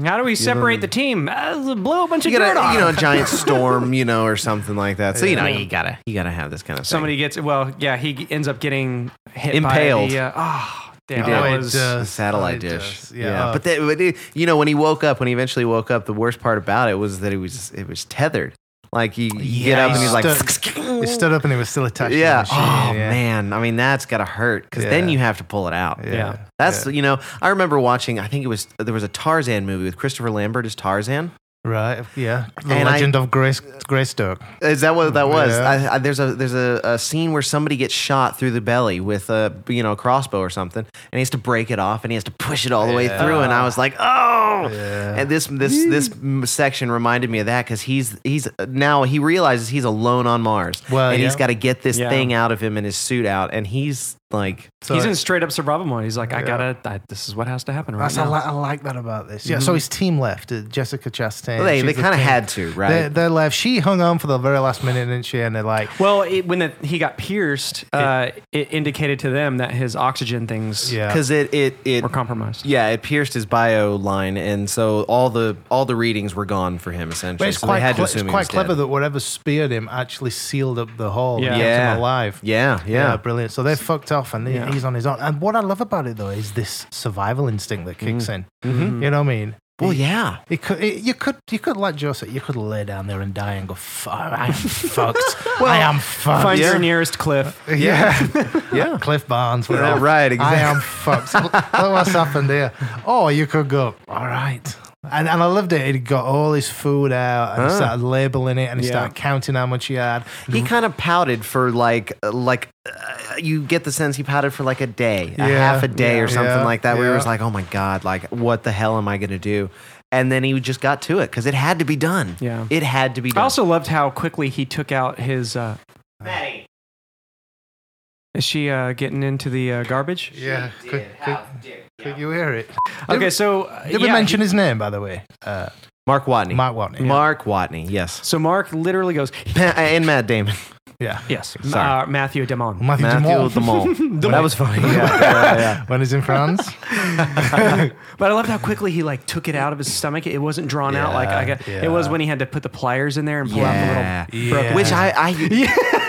S3: How do we separate the team? Uh, blow a bunch of dirt
S4: you
S3: off.
S4: know, a giant storm, you know, or something like that. So you know,
S2: Yeah.
S4: you gotta, you gotta have this kind of
S3: Somebody gets well. Yeah, he g- ends up getting hit
S4: Impaled.
S3: By the, uh, oh, damn!
S4: He
S3: That
S4: did. uh,
S3: was,
S2: Oh, it
S4: thing. The
S2: does.
S4: satellite
S2: Oh, it
S4: dish.
S2: does.
S4: Yeah,
S2: Yeah.
S4: but that, but it- you know, when he woke up, when he eventually woke up, the worst part about it was that it was, it was tethered. Like you, you get
S2: Yeah,
S4: up and he's like,
S2: He stood up and he was still attached.
S4: yeah.
S2: To the machine,
S4: Oh man, I mean that's gotta hurt because then
S2: Yeah.
S4: you have to pull it out.
S3: Yeah.
S4: That's you know, I remember watching. I think it was there was a Tarzan movie with Christopher Lambert as Tarzan.
S2: Right. Yeah. The
S4: And I-
S2: legend of Grace Greystoke.
S4: Is that what that was?
S2: Yeah.
S4: I, I, there's a there's a, a scene where somebody gets shot through the belly with a you know a crossbow or something, and he has to break it off and he has to push it all the way
S2: Yeah.
S4: through. And I was like, oh.
S2: Yeah.
S4: And this this this m- section reminded me of that because he's he's now he realizes he's alone on Mars,
S2: Well,
S4: and
S2: yeah.
S4: he's got to get this
S3: Yeah.
S4: thing out of him and his suit out, and he's like,
S2: So
S3: he's in straight up survival mode. He's like, I
S2: Yeah.
S3: gotta. I, this is what has to happen right
S2: that's I,
S3: now.
S2: li- I like that about this. Yeah. So his team left. uh, Jessica Chastain.
S4: Mm-hmm. they
S2: she's
S4: they
S2: the
S4: kind of
S2: team.
S4: had to, right?
S2: They, they left. She hung on for the very last minute, didn't she? And they're like,
S3: Well, it, when the, he got pierced, uh, it indicated to them that his oxygen things
S2: yeah.
S4: because it it it
S3: were compromised.
S4: Yeah, it pierced his bio line, and so all the all the readings were gone for him essentially.
S2: But it's
S4: so
S2: quite,
S4: they had
S2: cle-
S4: to assume
S2: it's
S4: he
S2: quite
S4: was
S2: clever
S4: dead.
S2: that whatever speared him actually sealed up the hole
S3: Yeah.
S2: and kept
S4: yeah,
S2: him alive.
S4: Yeah, yeah.
S2: brilliant. So they fucked off, and he-
S3: Yeah.
S2: he's on his own. And what I love about it though is this survival instinct that kicks
S4: Mm-hmm.
S2: in. You know what I mean?
S4: well, yeah.
S2: It could, it, you could, you could like Joe said, you could lay down there and die and go, "Fuck, I'm fucked. I am fucked."
S3: Find
S4: Yeah.
S3: your nearest cliff.
S2: Yeah. yeah. Cliff Barnes. we're
S4: Yeah,
S2: all-
S4: right,
S2: Oh, I am fucked. Look what's happened here. Or you could go, all right, And, and I loved it. He got all his food out and he
S4: Huh.
S2: started labeling it and he
S3: Yeah.
S2: started counting how much he had.
S4: He kind of pouted for like uh, like uh, you get the sense he pouted for like a day, a
S2: Yeah,
S4: half a day or
S2: yeah,
S4: something
S2: yeah,
S4: like that. Where he
S2: yeah.
S4: was like, "Oh my god, like what the hell am I gonna do?" And then he just got to it because it had to be done.
S3: Yeah.
S4: it had to be
S3: I
S4: done.
S3: also loved how quickly he took out his. Uh, Is she uh, getting into the uh, garbage?
S2: Yeah. Could, could, could you hear it?
S3: Okay, so uh,
S2: Did we
S3: yeah,
S2: mention his name, by the way? Uh,
S4: Mark Watney.
S2: Mark Watney.
S4: Mark Watney.
S3: he-
S4: Yes, uh,
S3: So Mark literally goes,
S4: and Matt Damon.
S2: Yeah.
S3: yes,
S4: Sorry.
S3: uh, Matthew Damon.
S2: Matthew,
S4: Matthew
S2: Damon.
S4: Damon. that was funny. Yeah, yeah, yeah.
S2: when he's in France.
S3: But I loved how quickly he like took it out of his stomach. It wasn't drawn out like I got,
S2: Yeah,
S3: it was
S2: yeah.
S3: when he had to put the pliers in there and pull
S4: Yeah.
S3: out the little broken.
S2: Yeah.
S4: Which I, I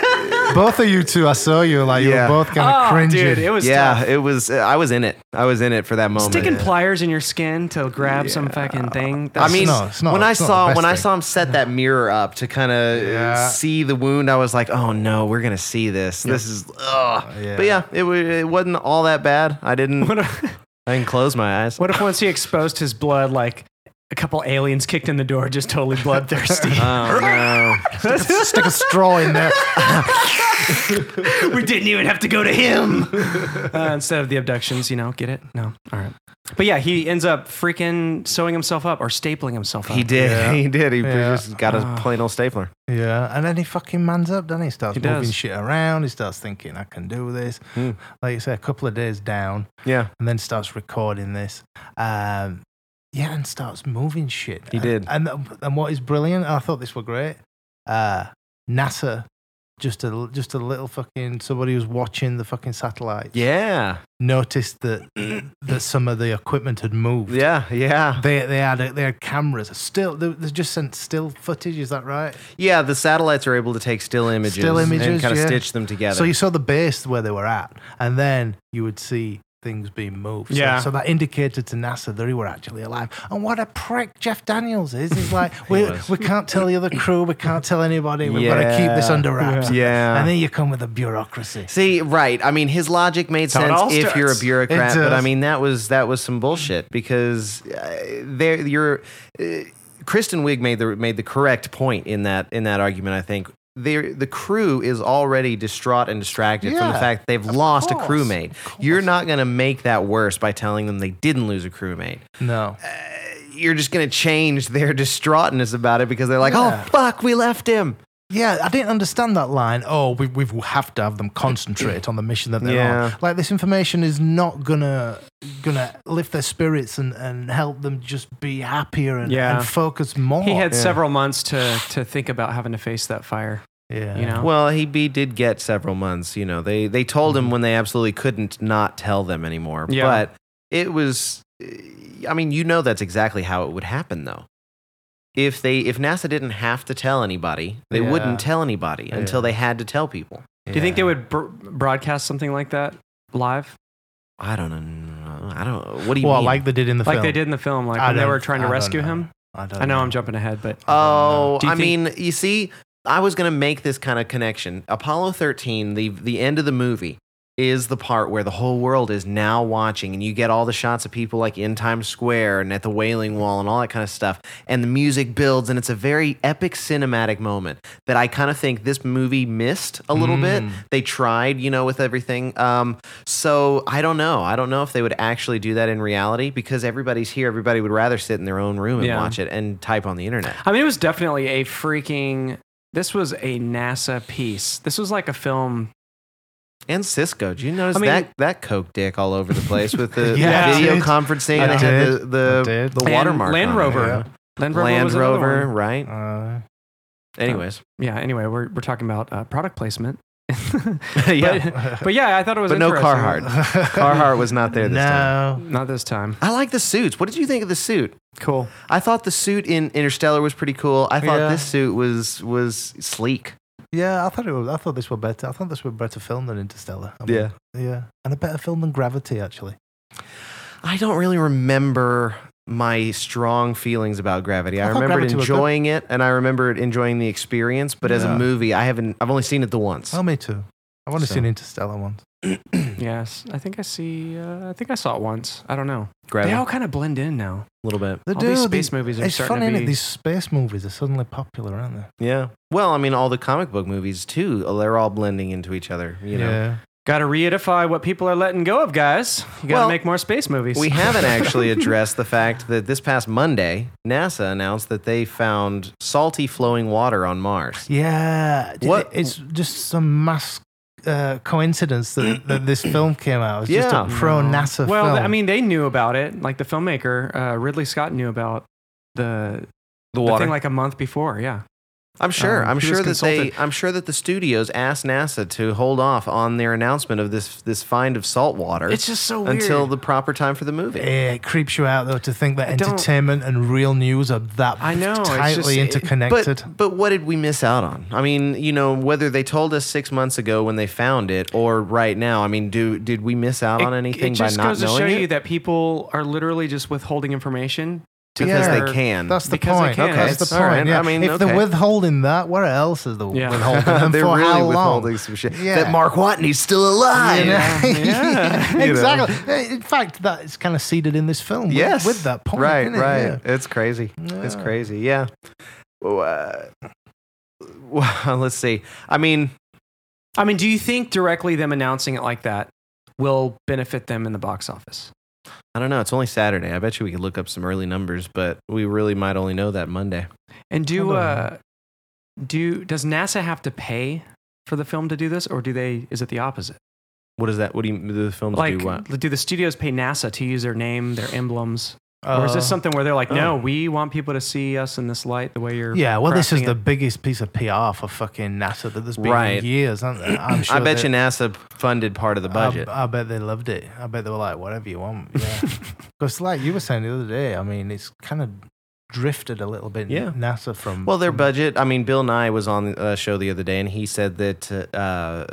S2: both of you two, I saw you like
S4: Yeah.
S2: you were both kind of
S3: Oh,
S2: cringing.
S3: dude, it was
S4: yeah,
S3: tough.
S4: it was. uh, I was in it. I was in it for that
S2: Oh
S4: moment.
S3: Sticking pliers in your skin to grab some fucking thing.
S4: I
S3: That's
S4: mean,
S2: no, it's not-
S4: when I
S2: it's not
S4: saw
S2: the best
S4: when I
S2: thing.
S4: saw him set that mirror up to kind of
S2: Yeah.
S4: see the wound, I was like, "Oh no, we're gonna see this. This is." Ugh.
S2: Uh, Yeah.
S4: But yeah, it, wa- it wasn't all that bad. I didn't.
S3: what if,
S4: I didn't close my eyes.
S3: what if once he exposed his blood, like a couple aliens kicked in the door, just totally bloodthirsty?
S2: Uh-huh.
S4: Oh no!
S2: Stick a straw in there.
S3: we didn't even have to go to him uh, instead of the abductions you know get it no all right but yeah he ends up freaking sewing himself up or stapling himself up
S4: He did.
S2: Yeah.
S4: He did. He
S2: Yeah. Ah.
S4: just got a plain old stapler.
S2: Yeah, and then he fucking mans up, doesn't he? Starts
S3: He
S2: moving
S3: does.
S2: shit around. He starts thinking, I can do this.
S4: Hmm.
S2: Like you say, a couple of days down,
S4: Yeah.
S2: and then starts recording this. Um, yeah, and starts moving shit.
S4: He
S2: And-
S4: did.
S2: And um, and what is brilliant, and I thought this were great. Uh, NASA, just a just a little fucking somebody who's watching the fucking satellite.
S4: Yeah.
S2: noticed that that some of the equipment had moved.
S4: Yeah. Yeah.
S2: They, they had they had cameras still they, they just sent still footage is that right
S4: Yeah. The satellites are able to take still images,
S2: Still
S4: and
S2: images,
S4: kind of
S2: yeah.
S4: stitch them together.
S2: so you saw the base where they were at and then you would see things being moved So-
S3: Yeah.
S2: so, that indicated to NASA that they were actually alive and what a prick Jeff Daniels is it's like we,
S4: was.
S2: we can't tell the other crew we can't tell anybody we've got to keep this
S4: Yeah.
S2: under wraps
S4: Yeah.
S2: and then you come with the bureaucracy
S4: See, right. I mean, his logic made
S3: how it all
S4: sense if you're a
S3: starts.
S4: bureaucrat,
S2: It
S4: but I
S2: does.
S4: mean, that was that was some bullshit because uh, there you're. Uh, Kristen Wiig made the made the correct point in that in that argument. I think the the crew is already distraught and distracted from the
S2: Yeah,
S4: fact that they've lost a
S2: course,
S4: crewmate. You're not going to make that worse by telling them they didn't lose a crewmate.
S2: no
S4: You're just going to change their distraughtness about it because they're like,
S2: Yeah.
S4: "Oh fuck, we left him."
S2: Yeah, I didn't understand that line. Oh, we we have to have them concentrate on the mission that they're
S4: Yeah.
S2: on. Like this information is not gonna gonna lift their spirits and, and help them just be happier and,
S3: Yeah.
S2: and focus more.
S3: he had
S4: Yeah.
S3: several months to to think about having to face that fire
S2: yeah.
S3: you know
S4: Well, he be, did get several months. You know, they they told
S2: Mm-hmm.
S4: him when they absolutely couldn't not tell them anymore.
S3: Yeah.
S4: But it was, I mean, you know, that's exactly how it would happen, though. If they if NASA didn't have to tell anybody, they
S2: Yeah.
S4: wouldn't tell anybody until
S2: Yeah.
S4: they had to tell people.
S3: do you think they would br- broadcast something like that live
S4: I don't know. I don't. What do you
S2: Well,
S4: mean?
S2: like they did in the
S3: like
S2: film.
S3: they did in the film like
S2: I
S3: when they
S2: don't-
S3: were trying to
S2: I don't
S3: rescue
S2: know.
S3: him
S2: I, don't
S3: i know i'm jumping ahead but
S4: Oh,
S3: Do you
S4: I
S3: think-
S4: mean, you see, I was going to make this kind of connection. Apollo 13, the the end of the movie is the part where the whole world is now watching and you get all the shots of people like in Times Square and at the Wailing Wall and all that kind of stuff and the music builds and it's a very epic cinematic moment that I kind of think this movie missed a little
S3: Mm.
S4: bit. They tried, you know, with everything. Um so I don't know. I don't know if they would actually do that in reality because everybody's here, everybody would rather sit in their own room and
S3: Yeah.
S4: watch it and type on the internet.
S3: I mean, it was definitely a freaking. This was a NASA piece. This was like a film.
S4: And Cisco, did you notice
S3: I mean-
S4: that that Coke dick all over the place with the
S2: Yeah,
S4: video
S2: I did.
S4: conferencing
S2: I
S4: that had the
S2: did. I
S4: the,
S2: did.
S4: the
S3: And
S4: watermark?
S3: Land
S4: on it.
S3: Rover.
S2: Yeah.
S3: Land Rover.
S4: Land
S3: was another
S4: Rover,
S3: one.
S4: right?
S2: Uh,
S4: Anyways,
S3: Yeah. Anyway, we're we're talking about uh, product placement.
S4: yeah,
S3: But, but yeah, I thought it was.
S4: but no
S3: interesting.
S4: Carhartt. Carhartt was not there this time.
S2: no.
S3: Not this time.
S4: I like the suits. What did you think of the suit?
S3: Cool.
S4: I thought the suit in Interstellar was pretty cool. I thought
S2: Yeah.
S4: this suit was was sleek.
S2: Yeah, I thought it was, I thought this were better. I thought this were a better film than Interstellar. I mean,
S4: Yeah.
S2: yeah, and a better film than Gravity actually.
S4: I don't really remember my strong feelings about gravity. I,
S2: I thought
S4: remembered
S2: Gravity was good.
S4: enjoying it and I remembered enjoying the experience, but as a
S2: Yeah.
S4: movie, I haven't I've only seen it the once.
S2: Oh, me too. I've only
S4: So-
S2: seen Interstellar once.
S3: Yes, I think I see. Uh, I think I saw it once. I don't know.
S4: Gravity,
S3: They
S4: a
S3: all kind of blend in now.
S4: little bit.
S2: They
S3: all these
S2: they-
S3: space movies are
S2: It's
S3: starting
S2: funny
S3: to
S2: that
S3: be-
S2: these space movies are suddenly popular, aren't they?
S4: Yeah. Well, I mean, all the comic book movies too. They're all blending into each other. You know.
S2: yeah.
S3: Got to reedify what people are letting go of, guys. You got to
S4: Well,
S3: make more space movies.
S4: We haven't actually addressed the fact that this past Monday, NASA announced that they found salty flowing water on Mars.
S2: Yeah. d-
S4: What-
S2: It's just some mass uh, coincidence that, that this film came out. It's
S4: Yeah.
S2: just a pro NASA
S3: well,
S2: film.
S3: I mean, they knew about it. Like the filmmaker uh, Ridley Scott knew about the,
S4: The
S3: the
S4: water.
S3: thing like a month before. Yeah.
S4: I'm sure.
S3: um,
S4: I'm
S3: he
S4: sure that
S3: was
S4: they. I'm sure that the studios asked NASA to hold off on their announcement of this this find of salt water
S3: It's just so weird.
S4: until the proper time for the movie.
S2: Eh, it creeps you out though to think that
S3: I don't-
S2: entertainment and real news are that
S3: I know, it's
S2: tightly
S3: just- it-
S2: interconnected.
S4: But but what did we miss out on? I mean, you know, whether they told us six months ago when they found it or right now. I mean, do did we miss out on anything
S3: it
S4: by
S3: just
S4: not
S3: goes to
S4: knowing
S3: show
S4: it?
S3: you that people are literally just withholding information to
S4: because
S3: their-
S4: they can.
S2: that's the
S3: because they
S2: point.
S3: can.
S2: That's
S4: It's-
S2: the
S4: all
S2: point.
S4: right.
S2: Yeah.
S4: I mean,
S2: if
S4: okay.
S2: they're withholding that, where else is the
S3: Yeah.
S2: withholding them
S4: They're
S2: for
S4: really
S2: how long?
S4: withholding some shit.
S2: Yeah.
S4: That Mark Watney's still alive.
S2: You know?
S3: Yeah. You know.
S2: exactly. Eh, In fact, that is kind of seeded in this film. with-
S4: Yes,
S2: with, that point,
S4: Right,
S2: isn't it?
S4: right.
S2: Yeah.
S4: It's crazy. It's
S2: Yeah.
S4: crazy. Yeah. Well, uh, well, let's see. I mean,
S3: I mean, do you think directly them announcing it like that will benefit them in the box office?
S4: I don't know. It's only Saturday. I bet you we could look up some early numbers, but we really might only know that Monday.
S3: And do
S2: Hold on.
S3: uh, do does NASA have to pay for the film to do this, or do they? Is it the opposite?
S4: What is that? What do you the films
S3: Like,
S4: do? What?
S3: do the studios pay NASA to use their name, their emblems, or is this
S2: Uh,
S3: something where they're like, no,
S4: oh.
S3: we want people to see us in this light, the way you're?
S2: Yeah, well, this is
S3: crafting
S2: the
S3: it?
S2: biggest piece of PR for fucking NASA that there's been
S4: Right.
S2: in years, aren't there? I'm sure
S4: I bet
S2: that-
S4: you NASA funded part of the budget.
S2: I, I bet they loved it. I bet they were like, whatever you want. Yeah. Because, like you were saying the other day, I mean, it's kind of drifted a little bit.
S4: Yeah.
S2: NASA from.
S4: well, their
S2: from-
S4: budget. I mean, Bill Nye was on a show the other day, and he said that uh,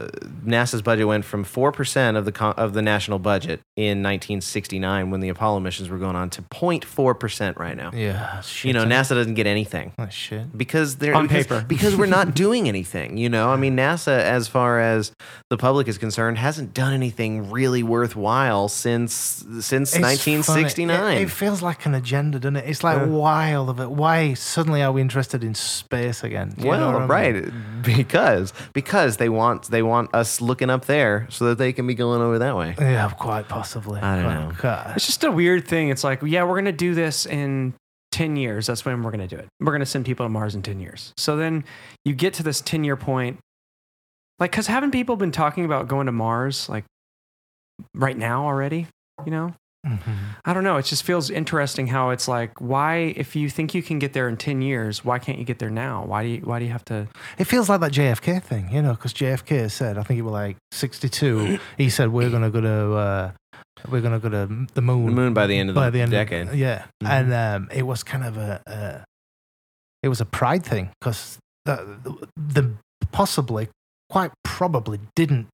S4: NASA's budget went from four percent of the co- of the national budget in 1969 when the Apollo missions were going on to 04 percent right now.
S2: Yeah. Shit,
S4: You know,
S2: I-
S4: NASA doesn't get anything.
S2: that shit.
S4: because they're
S3: On
S4: because,
S3: paper.
S4: because we're not doing anything you know i mean nasa as far as the public is concerned hasn't done anything really worthwhile since since
S2: It's
S4: 1969
S2: funny. It, it feels like an agenda, doesn't it? It's like, why all of it? Why suddenly are we interested in space again? Do you know
S4: well
S2: what I mean?
S4: right because because they want they want us looking up there so that they can be going over that way
S2: Yeah, quite possibly.
S4: I don't know.
S2: God.
S3: It's just a weird thing. It's like, yeah, we're gonna do this in ten years. That's when we're gonna do it. We're gonna send people to Mars in ten years. So then you get to this ten year point, like, cause haven't people been talking about going to Mars like right now already? You know,
S2: Mhm.
S3: I don't know. It just feels interesting how it's like, why if you think you can get there in ten years, why can't you get there now? Why do you why do you have to?
S2: It feels like that JFK thing, you know, because JFK said, I think it was like 62, he said, we're going to go to. Uh, we're gonna go to the
S4: the
S2: moon
S4: moon by the end of the,
S2: by the end
S4: decade
S2: Of, yeah,
S4: Mhm.
S2: and um, it was kind of a, a it was a pride thing because the, the possibly quite probably didn't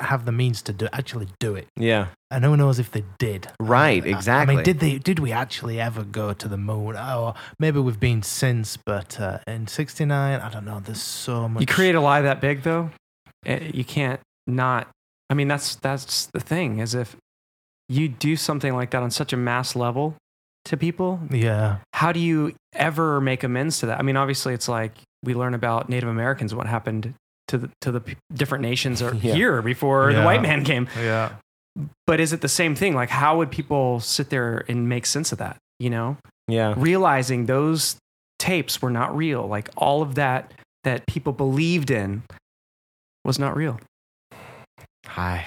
S2: have the means to do actually do it,
S4: yeah
S2: and who knows if they did.
S4: right
S2: I-
S4: exactly
S2: I mean, did they? Did we actually ever go to the moon? Oh, maybe we've been since, but uh, in '69, I don't know. There's so much.
S3: You create a lie that big though, eh, you can't not. I mean, that's that's the thing. Is if you do something like that on such a mass level to people,
S2: yeah,
S3: how do you ever make amends to that? I mean, obviously, it's like we learn about Native Americans what happened to the, to the p- different nations or
S4: Yeah.
S3: here before the
S2: Yeah.
S3: white man came.
S2: yeah.
S3: But is it the same thing? Like, how would people sit there and make sense of that? You know,
S4: yeah
S3: realizing those tapes were not real. Like all of that that people believed in was not real.
S4: hi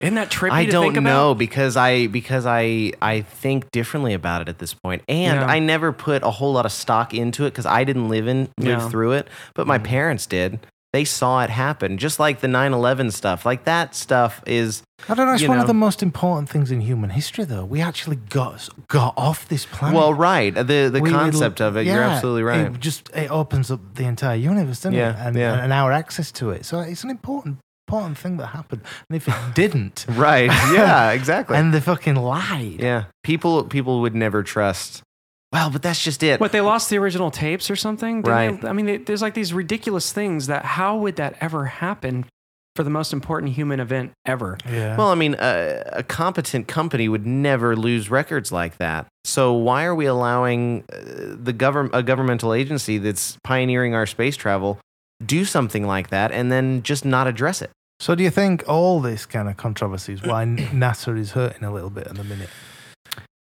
S3: Isn't that trippy?
S4: I
S3: to
S4: don't
S3: think about?
S4: know because I because I I think differently about it at this point, and
S3: Yeah.
S4: I never put a whole lot of stock into it because I didn't live in live
S3: Yeah.
S4: through it, but
S2: Mm-hmm.
S4: my parents did. They saw it happen, just like the 9-11 stuff. Like that stuff is
S2: I don't know. It's
S4: You
S2: one
S4: know.
S2: of the most important things in human history, though. We actually got got off this planet.
S4: well, right. The
S2: we
S4: the
S2: would-
S4: concept of it. you're
S2: yeah,
S4: absolutely right.
S2: It just it opens up the entire universe, doesn't it?
S4: Yeah,
S2: And,
S4: yeah.
S2: and our access to it. So it's an important important thing that happened. And if it didn't,
S4: right. Yeah. Exactly.
S2: and they fucking lied.
S4: yeah. People people would never trust. Well, but that's just it.
S3: What they lost the original tapes or something, Didn't
S4: Right.
S3: they- I mean, they, there's like these ridiculous things that how would that ever happen for the most important human event ever.
S2: Yeah.
S4: Well, I mean, a, a competent company would never lose records like that. So why are we allowing uh, the government, a governmental agency that's pioneering our space travel, do something like that and then just not address it?
S2: so do you think all this kind of controversy is why NASA is hurting a little bit at the minute?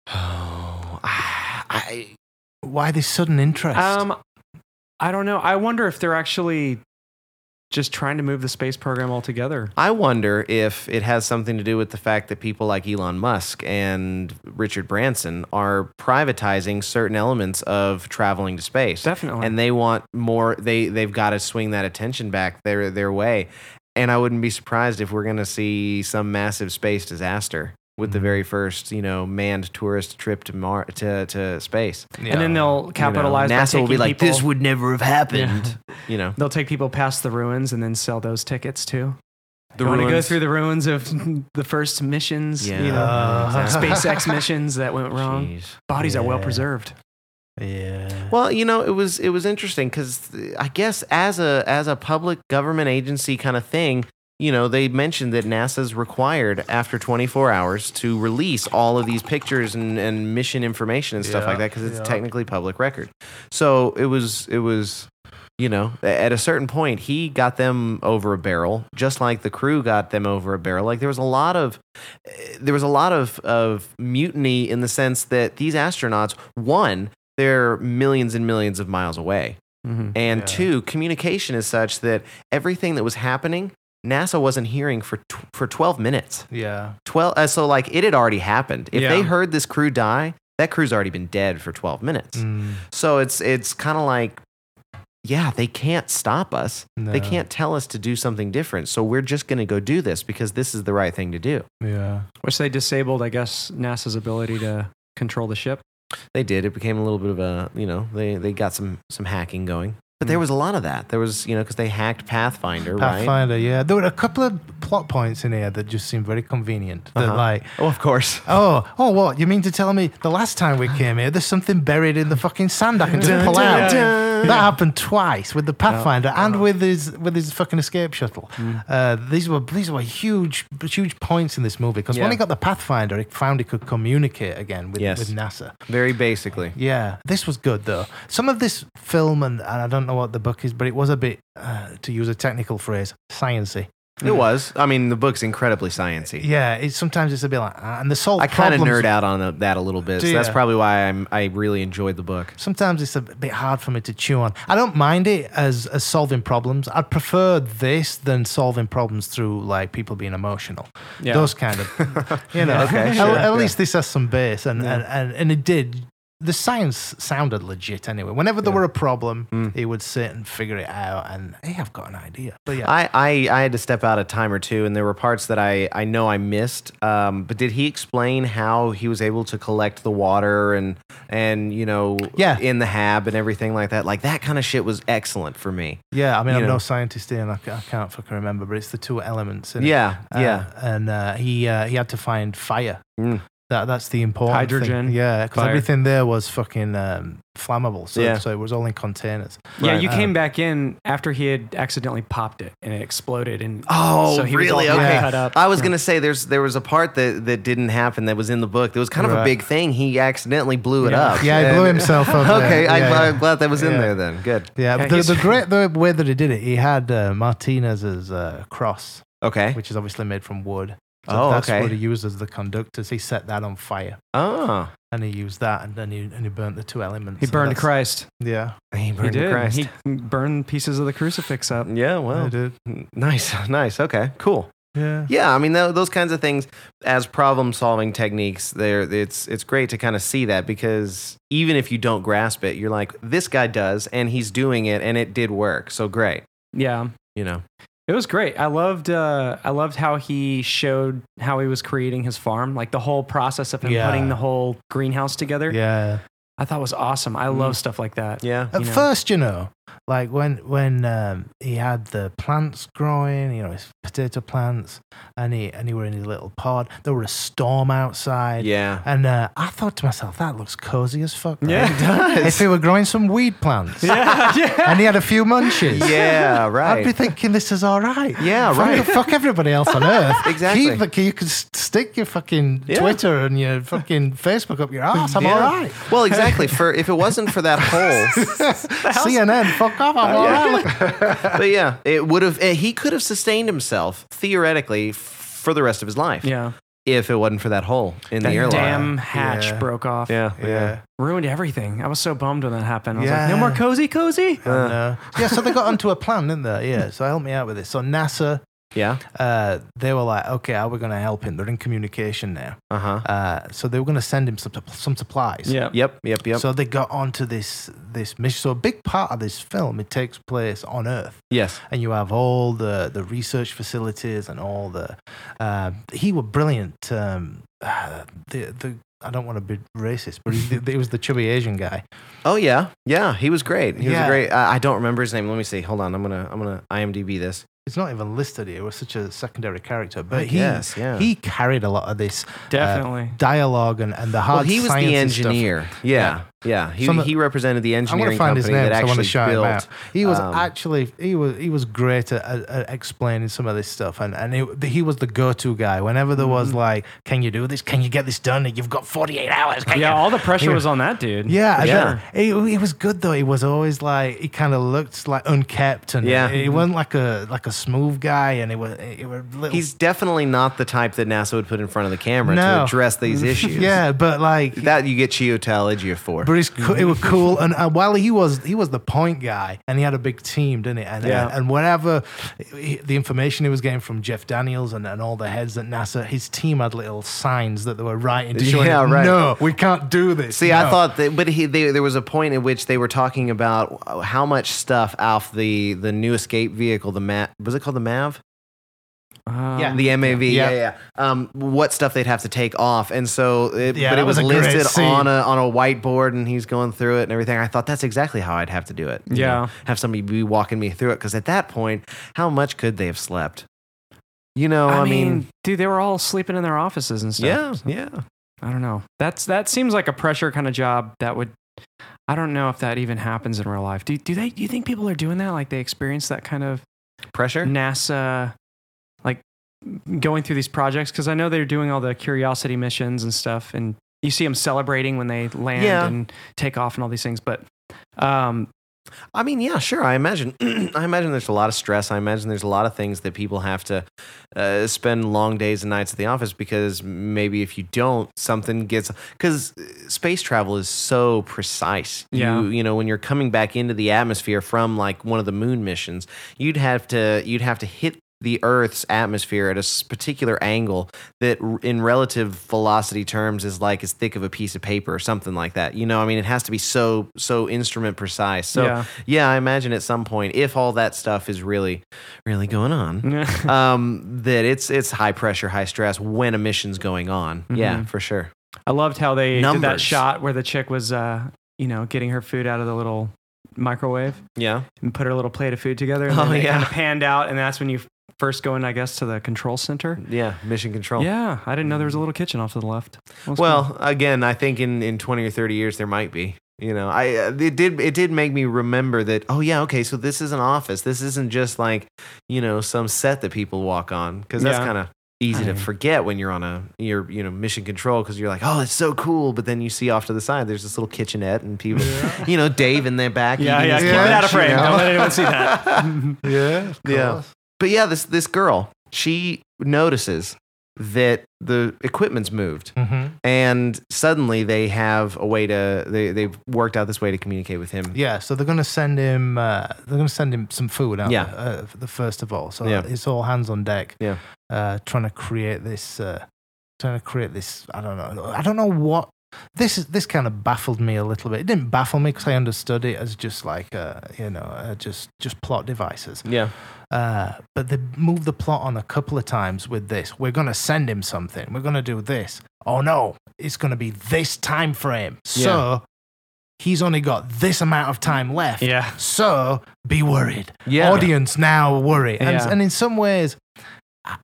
S4: Oh, I,
S2: Why this sudden interest?
S3: Um, I don't know. I wonder if they're actually just trying to move the space program altogether.
S4: I wonder if it has something to do with the fact that people like Elon Musk and Richard Branson are privatizing certain elements of traveling to space.
S3: Definitely.
S4: and they want more they they've got to swing that attention back their their way and i wouldn't be surprised if we're going to see some massive space disaster with
S3: Mm-hmm.
S4: the very first you know manned tourist trip to Mar- to, to space
S2: Yeah.
S3: And then they'll capitalize.
S4: you know,
S3: by
S4: nasa will be
S3: taking
S4: like
S3: people-
S4: this would never have happened you know
S3: They'll take people past the ruins and then sell those tickets too.
S4: the
S3: you want to go
S4: ruins.
S3: through the ruins of the first missions,
S4: yeah
S3: you know,
S2: Uh,
S4: exactly.
S3: SpaceX missions that went wrong.
S4: Jeez.
S3: Bodies are well
S2: Yeah.
S3: preserved.
S2: yeah.
S4: Well, you know, it was it was interesting because I guess as a as a public government agency kind of thing, you know, they mentioned that NASA's required after 24 hours to release all of these pictures and, and mission information and stuff
S2: Yeah,
S4: like that because it's
S2: yeah.
S4: technically public record. So it was it was. You know, a- at a certain point, he got them over a barrel, just like the crew got them over a barrel. Like there was a lot of eh, there was a lot of, of mutiny in the sense that these astronauts, one, they're millions and millions of miles away.
S3: Mhm.
S4: And
S2: Yeah.
S4: two, communication is such that everything that was happening, NASA wasn't hearing for, tw- for 12 minutes.
S2: yeah.
S4: 12, uh, so, like, it had already happened. If they
S3: Yeah.
S4: heard this crew die, that crew's already been dead for 12 minutes.
S2: Mm,
S4: So it's, it's kind of like, yeah, they can't stop us. They
S2: no.
S4: can't tell us to do something different. So we're just going to go do this because this is the right thing to do.
S2: Yeah.
S3: Which they disabled, I guess, NASA's ability to control the ship.
S4: they did. It became a little bit of a you know they they got some some hacking going. But there was a lot of that. There was you know because they hacked Pathfinder, right?
S2: Hmm. Pathfinder, yeah. There were a couple of plot points in here that just seemed very convenient. That
S4: Uh-huh.
S2: like,
S4: Oh, of course.
S2: oh, oh, what? You mean to tell me the last time we came here, there's something buried in the fucking sand I can just pull out? That happened twice with the Pathfinder
S4: Uh-huh.
S2: and with his with his fucking escape shuttle.
S4: Mm.
S2: Uh, these were these were huge huge points in this movie because
S4: Yeah.
S2: when he got the Pathfinder, he found he could communicate again with,
S4: Yes.
S2: with NASA.
S4: Very basically.
S2: Yeah, this was good though. Some of this film, and, and I don't know what the book is, but it was a bit, uh, to use a technical phrase, sciency.
S4: It was. I mean, the book's incredibly sciency.
S2: Hmm. Yeah, it, sometimes it's a bit like, ah, and the solve
S4: I kind of
S2: problems-
S4: nerd out on uh, that a little bit. So
S2: Do
S4: that's
S2: ya?
S4: probably why I'm, I really enjoyed the book.
S2: Sometimes it's a bit hard for me to chew on. I don't mind it as, as solving problems. I'd prefer this than solving problems through like people being emotional.
S3: Yeah.
S2: Those kind of, you know.
S4: Okay,
S2: at,
S4: sure,
S2: at
S4: yeah.
S2: least this has some base, and, and, and, and it did. The science sounded legit anyway. Whenever there were a problem,
S4: Hmm.
S2: he would sit and figure it out, and hey, I've got an idea. But yeah,
S4: I, I, I had to step out a time or two, and there were parts that I, I know I missed. Um, but did he explain how he was able to collect the water and and you know
S2: Yeah.
S4: in the hab and everything like that? Like that kind of shit was excellent for me.
S2: yeah. I mean,
S4: you
S2: I'm
S4: know.
S2: no scientist here, and I, ca- I can't fucking remember. But it's the two elements. innit?
S4: Yeah,
S2: Uh,
S4: yeah.
S2: And uh, he uh, he had to find fire.
S4: Mm.
S2: That, that's the important
S3: Hydrogen,
S2: Thing. Yeah, because
S3: fire.
S2: everything there was fucking um, flammable. So,
S4: Yeah.
S2: so it was all in containers.
S3: Yeah,
S4: Right. Uh-huh.
S3: you came back in after he had accidentally popped it and it exploded. And
S4: Oh,
S3: so he was
S4: really?
S3: all
S4: Okay.
S3: cut up.
S4: I was gonna say there's there was a part that, that didn't happen that was in the book. That was kind of a
S2: Right.
S4: big thing. He accidentally blew it
S3: Yeah.
S4: up.
S2: Yeah, he blew
S4: And-
S2: himself up. there.
S4: Oh, Okay, I,
S2: Yeah, yeah.
S4: I'm glad that was in
S2: Yeah.
S4: there then. Good.
S2: Yeah,
S3: Yeah,
S2: the,
S3: he's-
S2: the great the way that he did it, he had uh, Martinez's uh, cross,
S4: Okay.
S2: which is obviously made from wood. So
S4: Eh. Oh,
S2: that's
S4: okay.
S2: what he used as the conductors. He set that on fire,
S4: Oh,
S2: and he used that, and then he and he burnt the two elements.
S3: he
S2: and
S3: burned
S2: that's-
S3: Christ.
S2: Yeah,
S4: he
S3: He
S4: burned
S3: did.
S4: Christ.
S3: He burned pieces of the crucifix up.
S4: yeah. Well.
S2: he did.
S4: Nice. Nice. Okay. Cool.
S2: Yeah,
S4: Yeah, I mean tho- those kinds of things as problem solving techniques. There, it's it's great to kind of see that because even if you don't grasp it, you're like, this guy does, and he's doing it, and it did work. So great,
S3: Yeah.
S4: you know.
S3: It was great. I loved uh, I loved how he showed how he was creating his farm, like the whole process of him
S2: Yeah.
S3: putting the whole greenhouse together.
S2: yeah.
S3: I thought was awesome. I love stuff like that.
S4: Yeah.
S2: At
S3: You know.
S2: first, you know, Like when when um, he had the plants growing, you know, his potato plants, and he and he were in his little pod. There were a storm outside.
S4: Yeah.
S2: And uh, I thought to myself, that looks cozy as fuck. man.
S3: Yeah, it
S2: If he were growing some weed plants
S3: yeah, yeah.
S2: and he had a few munchies.
S4: Yeah, right.
S2: I'd be thinking this is all right.
S4: Yeah,
S2: fuck
S4: right.
S2: Fuck everybody else on earth.
S4: Exactly.
S2: Keep the, you can s- stick your fucking
S4: Yeah.
S2: Twitter and your fucking Facebook up your ass. I'm all
S4: Yeah.
S2: right.
S4: Well, exactly. For if it wasn't for that hole,
S2: CNN, fuck off. I'm all right.
S4: but yeah, it would have. eh, He could have sustained himself theoretically f- for the rest of his life.
S3: yeah.
S4: If it wasn't for that hole in
S3: That
S4: the airline.
S3: damn hatch
S2: Yeah.
S3: broke off.
S4: Yeah. Yeah.
S3: ruined everything. I was so bummed when that happened. I was
S2: Yeah.
S3: like, no more cozy, cozy.
S2: And, uh, yeah, so they got onto a plan, didn't they? Yeah, so help me out with this. So NASA,
S4: Yeah.
S2: uh, they were like, okay, how are we going to help him? They're in communication now.
S4: Uh huh.
S2: Uh, so they were going to send him some, some supplies.
S3: Yeah.
S4: Yep. Yep. Yep.
S2: So they got onto this this mission. So a big part of this film it takes place on Earth,
S4: yes.
S2: and you have all the the research facilities and all the. Uh, he were brilliant. Um, uh, the the. I don't want to be racist, but he, he was the chubby Asian guy.
S4: Oh yeah. Yeah. He was great. He was
S2: Yeah.
S4: a great. Uh, I don't remember his name. Let me see. Hold on. I'm gonna. I'm gonna IMDb this.
S2: It's not even listed here. It was such a secondary character, but he
S4: guess, yeah.
S2: he carried a lot of this uh,
S3: Definitely.
S2: dialogue and, and the hard.
S4: Well, he was the
S2: science and stuff.
S4: engineer. Yeah. Yeah. He,
S2: Some of-
S4: he represented the
S2: I'm going to
S4: engineering
S2: find
S4: company
S2: his name.
S4: that
S2: So I want to
S4: actually
S2: shout
S4: built.
S2: him out. He was
S4: um,
S2: actually he was he was great at, at, at explaining some of this stuff, and and it, he was the go-to guy whenever there was
S4: Mm-hmm.
S2: like, "Can you do this? Can you get this done? You've got 48 hours." Can
S3: Yeah,
S2: you?
S3: all the pressure
S2: Uh, Yeah.
S3: was on that dude.
S2: Yeah,
S4: Yeah.
S2: yeah. He, he was good though. He was always like he kind of looked like unkept, and
S4: Yeah.
S2: he wasn't like a like a smooth guy, and he was he was little.
S4: He's definitely not the type that NASA would put in front of the camera to
S2: No.
S4: address these issues.
S2: yeah, but like
S4: That you get Chiotalgia for.
S2: But he's co- it was cool, and uh, while he was he was the point guy, and he had a big team, didn't he? And
S3: Yeah.
S2: and, and whatever he- the information he was getting from Jeff Daniels and, and all the heads at NASA, his team had little signs that they were writing to show
S4: Yeah,
S2: him,
S4: right.
S2: no, we can't do this.
S4: See, I
S2: No."
S4: thought that, but he, they, there was a point at which they were talking about how much stuff off the the new escape vehicle, the Mav, was it called the Mav?
S3: Um,
S2: Yeah.
S4: The MAV, yeah,
S2: Yeah.
S4: yeah. Um, what stuff they'd have to take off, and so it,
S2: Yeah,
S4: but
S2: that
S4: it was,
S2: was a great
S4: listed
S2: scene.
S4: on a on a whiteboard, and he's going through it and everything. I thought that's exactly how I'd have to do it. you
S3: Yeah.
S4: know, have somebody be walking me through it because at that point, how much could they have slept? You know,
S3: I,
S4: I,
S3: mean, dude, they were all sleeping in their offices and stuff.
S4: yeah, yeah.
S3: I don't know. That's that seems like a pressure kind of job that would. I don't know if that even happens in real life. Do do they? Do you think people are doing that? Like they experience that kind of
S4: Pressure.
S3: NASA, like going through these projects? Because I know they're doing all the Curiosity missions and stuff, and you see them celebrating when they land
S4: Yeah.
S3: and take off and all these things. But um,
S4: I mean, yeah, sure. I imagine. I imagine there's a lot of stress. I imagine there's a lot of things that people have to uh, spend long days and nights at the office because maybe if you don't, something gets. Because space travel is so precise.
S3: Yeah.
S4: You, you know, when you're coming back into the atmosphere from like one of the moon missions, you'd have to you'd have to hit the Earth's atmosphere at a s- particular angle that, r- in relative velocity terms, is like as thick of a piece of paper or something like that. You know, I mean, it has to be so so instrument precise. So
S3: Yeah.
S4: yeah, I imagine at some point, if all that stuff is really, really going on,
S3: yeah,
S4: um, that it's it's high pressure, high stress when a mission's going on. Yeah, for sure.
S3: I loved how they did that
S4: Numbers.
S3: shot where the chick was, uh, you know, getting her food out of the little microwave
S4: Yeah,
S3: and put her little plate of food together. And
S4: Oh,
S3: then they
S4: yeah.
S3: kind of panned out, and that's when you first go in, I guess, to the control center.
S4: yeah, mission control.
S3: Yeah, I didn't know there was a little kitchen off to the left. That was cool.
S4: Well, again, I think in in twenty or thirty years there might be. You know, I uh, it did it did make me remember that. Oh yeah, okay. So this is an office. This isn't just like you know some set that people walk on because that's
S3: Yeah.
S4: kind of easy to
S3: Right.
S4: forget when you're on a your you know mission control because you're like oh it's so cool but then you see off to the side there's this little kitchenette and people you know Dave in their back
S3: yeah,
S4: eating
S3: yeah,
S4: his
S3: keep
S2: Yeah,
S3: it out of
S2: she-
S3: frame.
S2: yeah.
S3: Don't let anyone see that.
S2: yeah, of
S4: Yeah.
S2: course.
S4: But yeah, this this girl, she notices that the equipment's moved,
S2: Mhm.
S4: and suddenly they have a way to they they've worked out this way to communicate with him.
S2: Yeah, so they're gonna send him. Uh, they're gonna send him some food. Aren't
S4: Yeah.
S2: they? Uh, the first of all, so
S4: Yeah.
S2: it's all hands on deck.
S4: Yeah.
S2: Uh, trying to create this. Uh, trying to create this. I don't know. I don't know what. This is this kind of baffled me a little bit. It didn't baffle me because I understood it as just like uh, you know uh, just just plot devices.
S4: Yeah,
S2: Uh, but they moved the plot on a couple of times with this. We're gonna send him something. We're gonna do this. Oh no, it's gonna be this time frame. So he's only got this amount of time left.
S3: Yeah.
S2: So be worried.
S4: Yeah.
S2: Audience now worry. And,
S3: Yeah.
S2: and in some ways,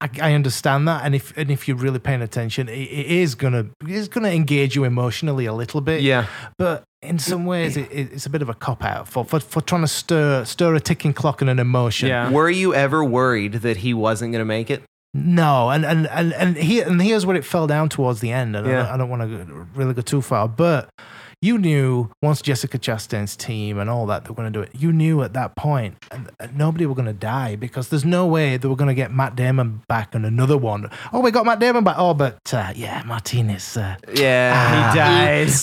S2: I, I understand that. And if and if you're really paying attention, it, it is gonna it's gonna engage you emotionally a little bit.
S4: Yeah.
S2: But in some ways, it, it- it's a bit of a cop out for, for for trying to stir stir a ticking clock and an emotion.
S3: Yeah.
S4: Were you ever worried that he wasn't going to make it?
S2: No, and and and and, he, and here's where it fell down towards the end. And I
S4: Yeah.
S2: don't- I don't, want to really go too far, but you knew once Jessica Chastain's team and all that they were going to do it. You knew at that point and, and nobody were going to die because there's no way they were going to get Matt Damon back and another one. Oh, we got Matt Damon back. Oh, but uh, yeah, Martinez. Uh,
S4: Yeah.
S2: Ah.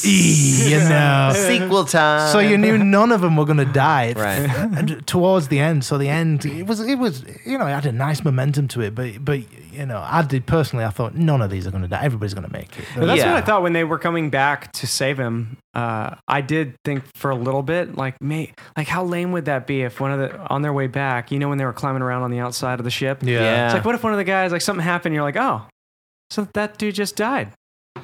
S2: e, you know.
S4: Sequel time.
S2: So you knew none of them were going to die,
S4: Um, Right.
S2: And towards the end, so the end it was it was you know it had a nice momentum to it, but but you know I did personally I thought none of these are going to die. Everybody's going to make it.
S3: But that's
S4: Yeah.
S3: what I thought when they were coming back to save him. Uh, I did think for a little bit, like, mate, like how lame would that be if one of the on their way back, you know, when they were climbing around on the outside of the ship,
S4: Yeah.
S3: it's like, what if one of the guys, like, something happened? You're like, oh, so that dude just died.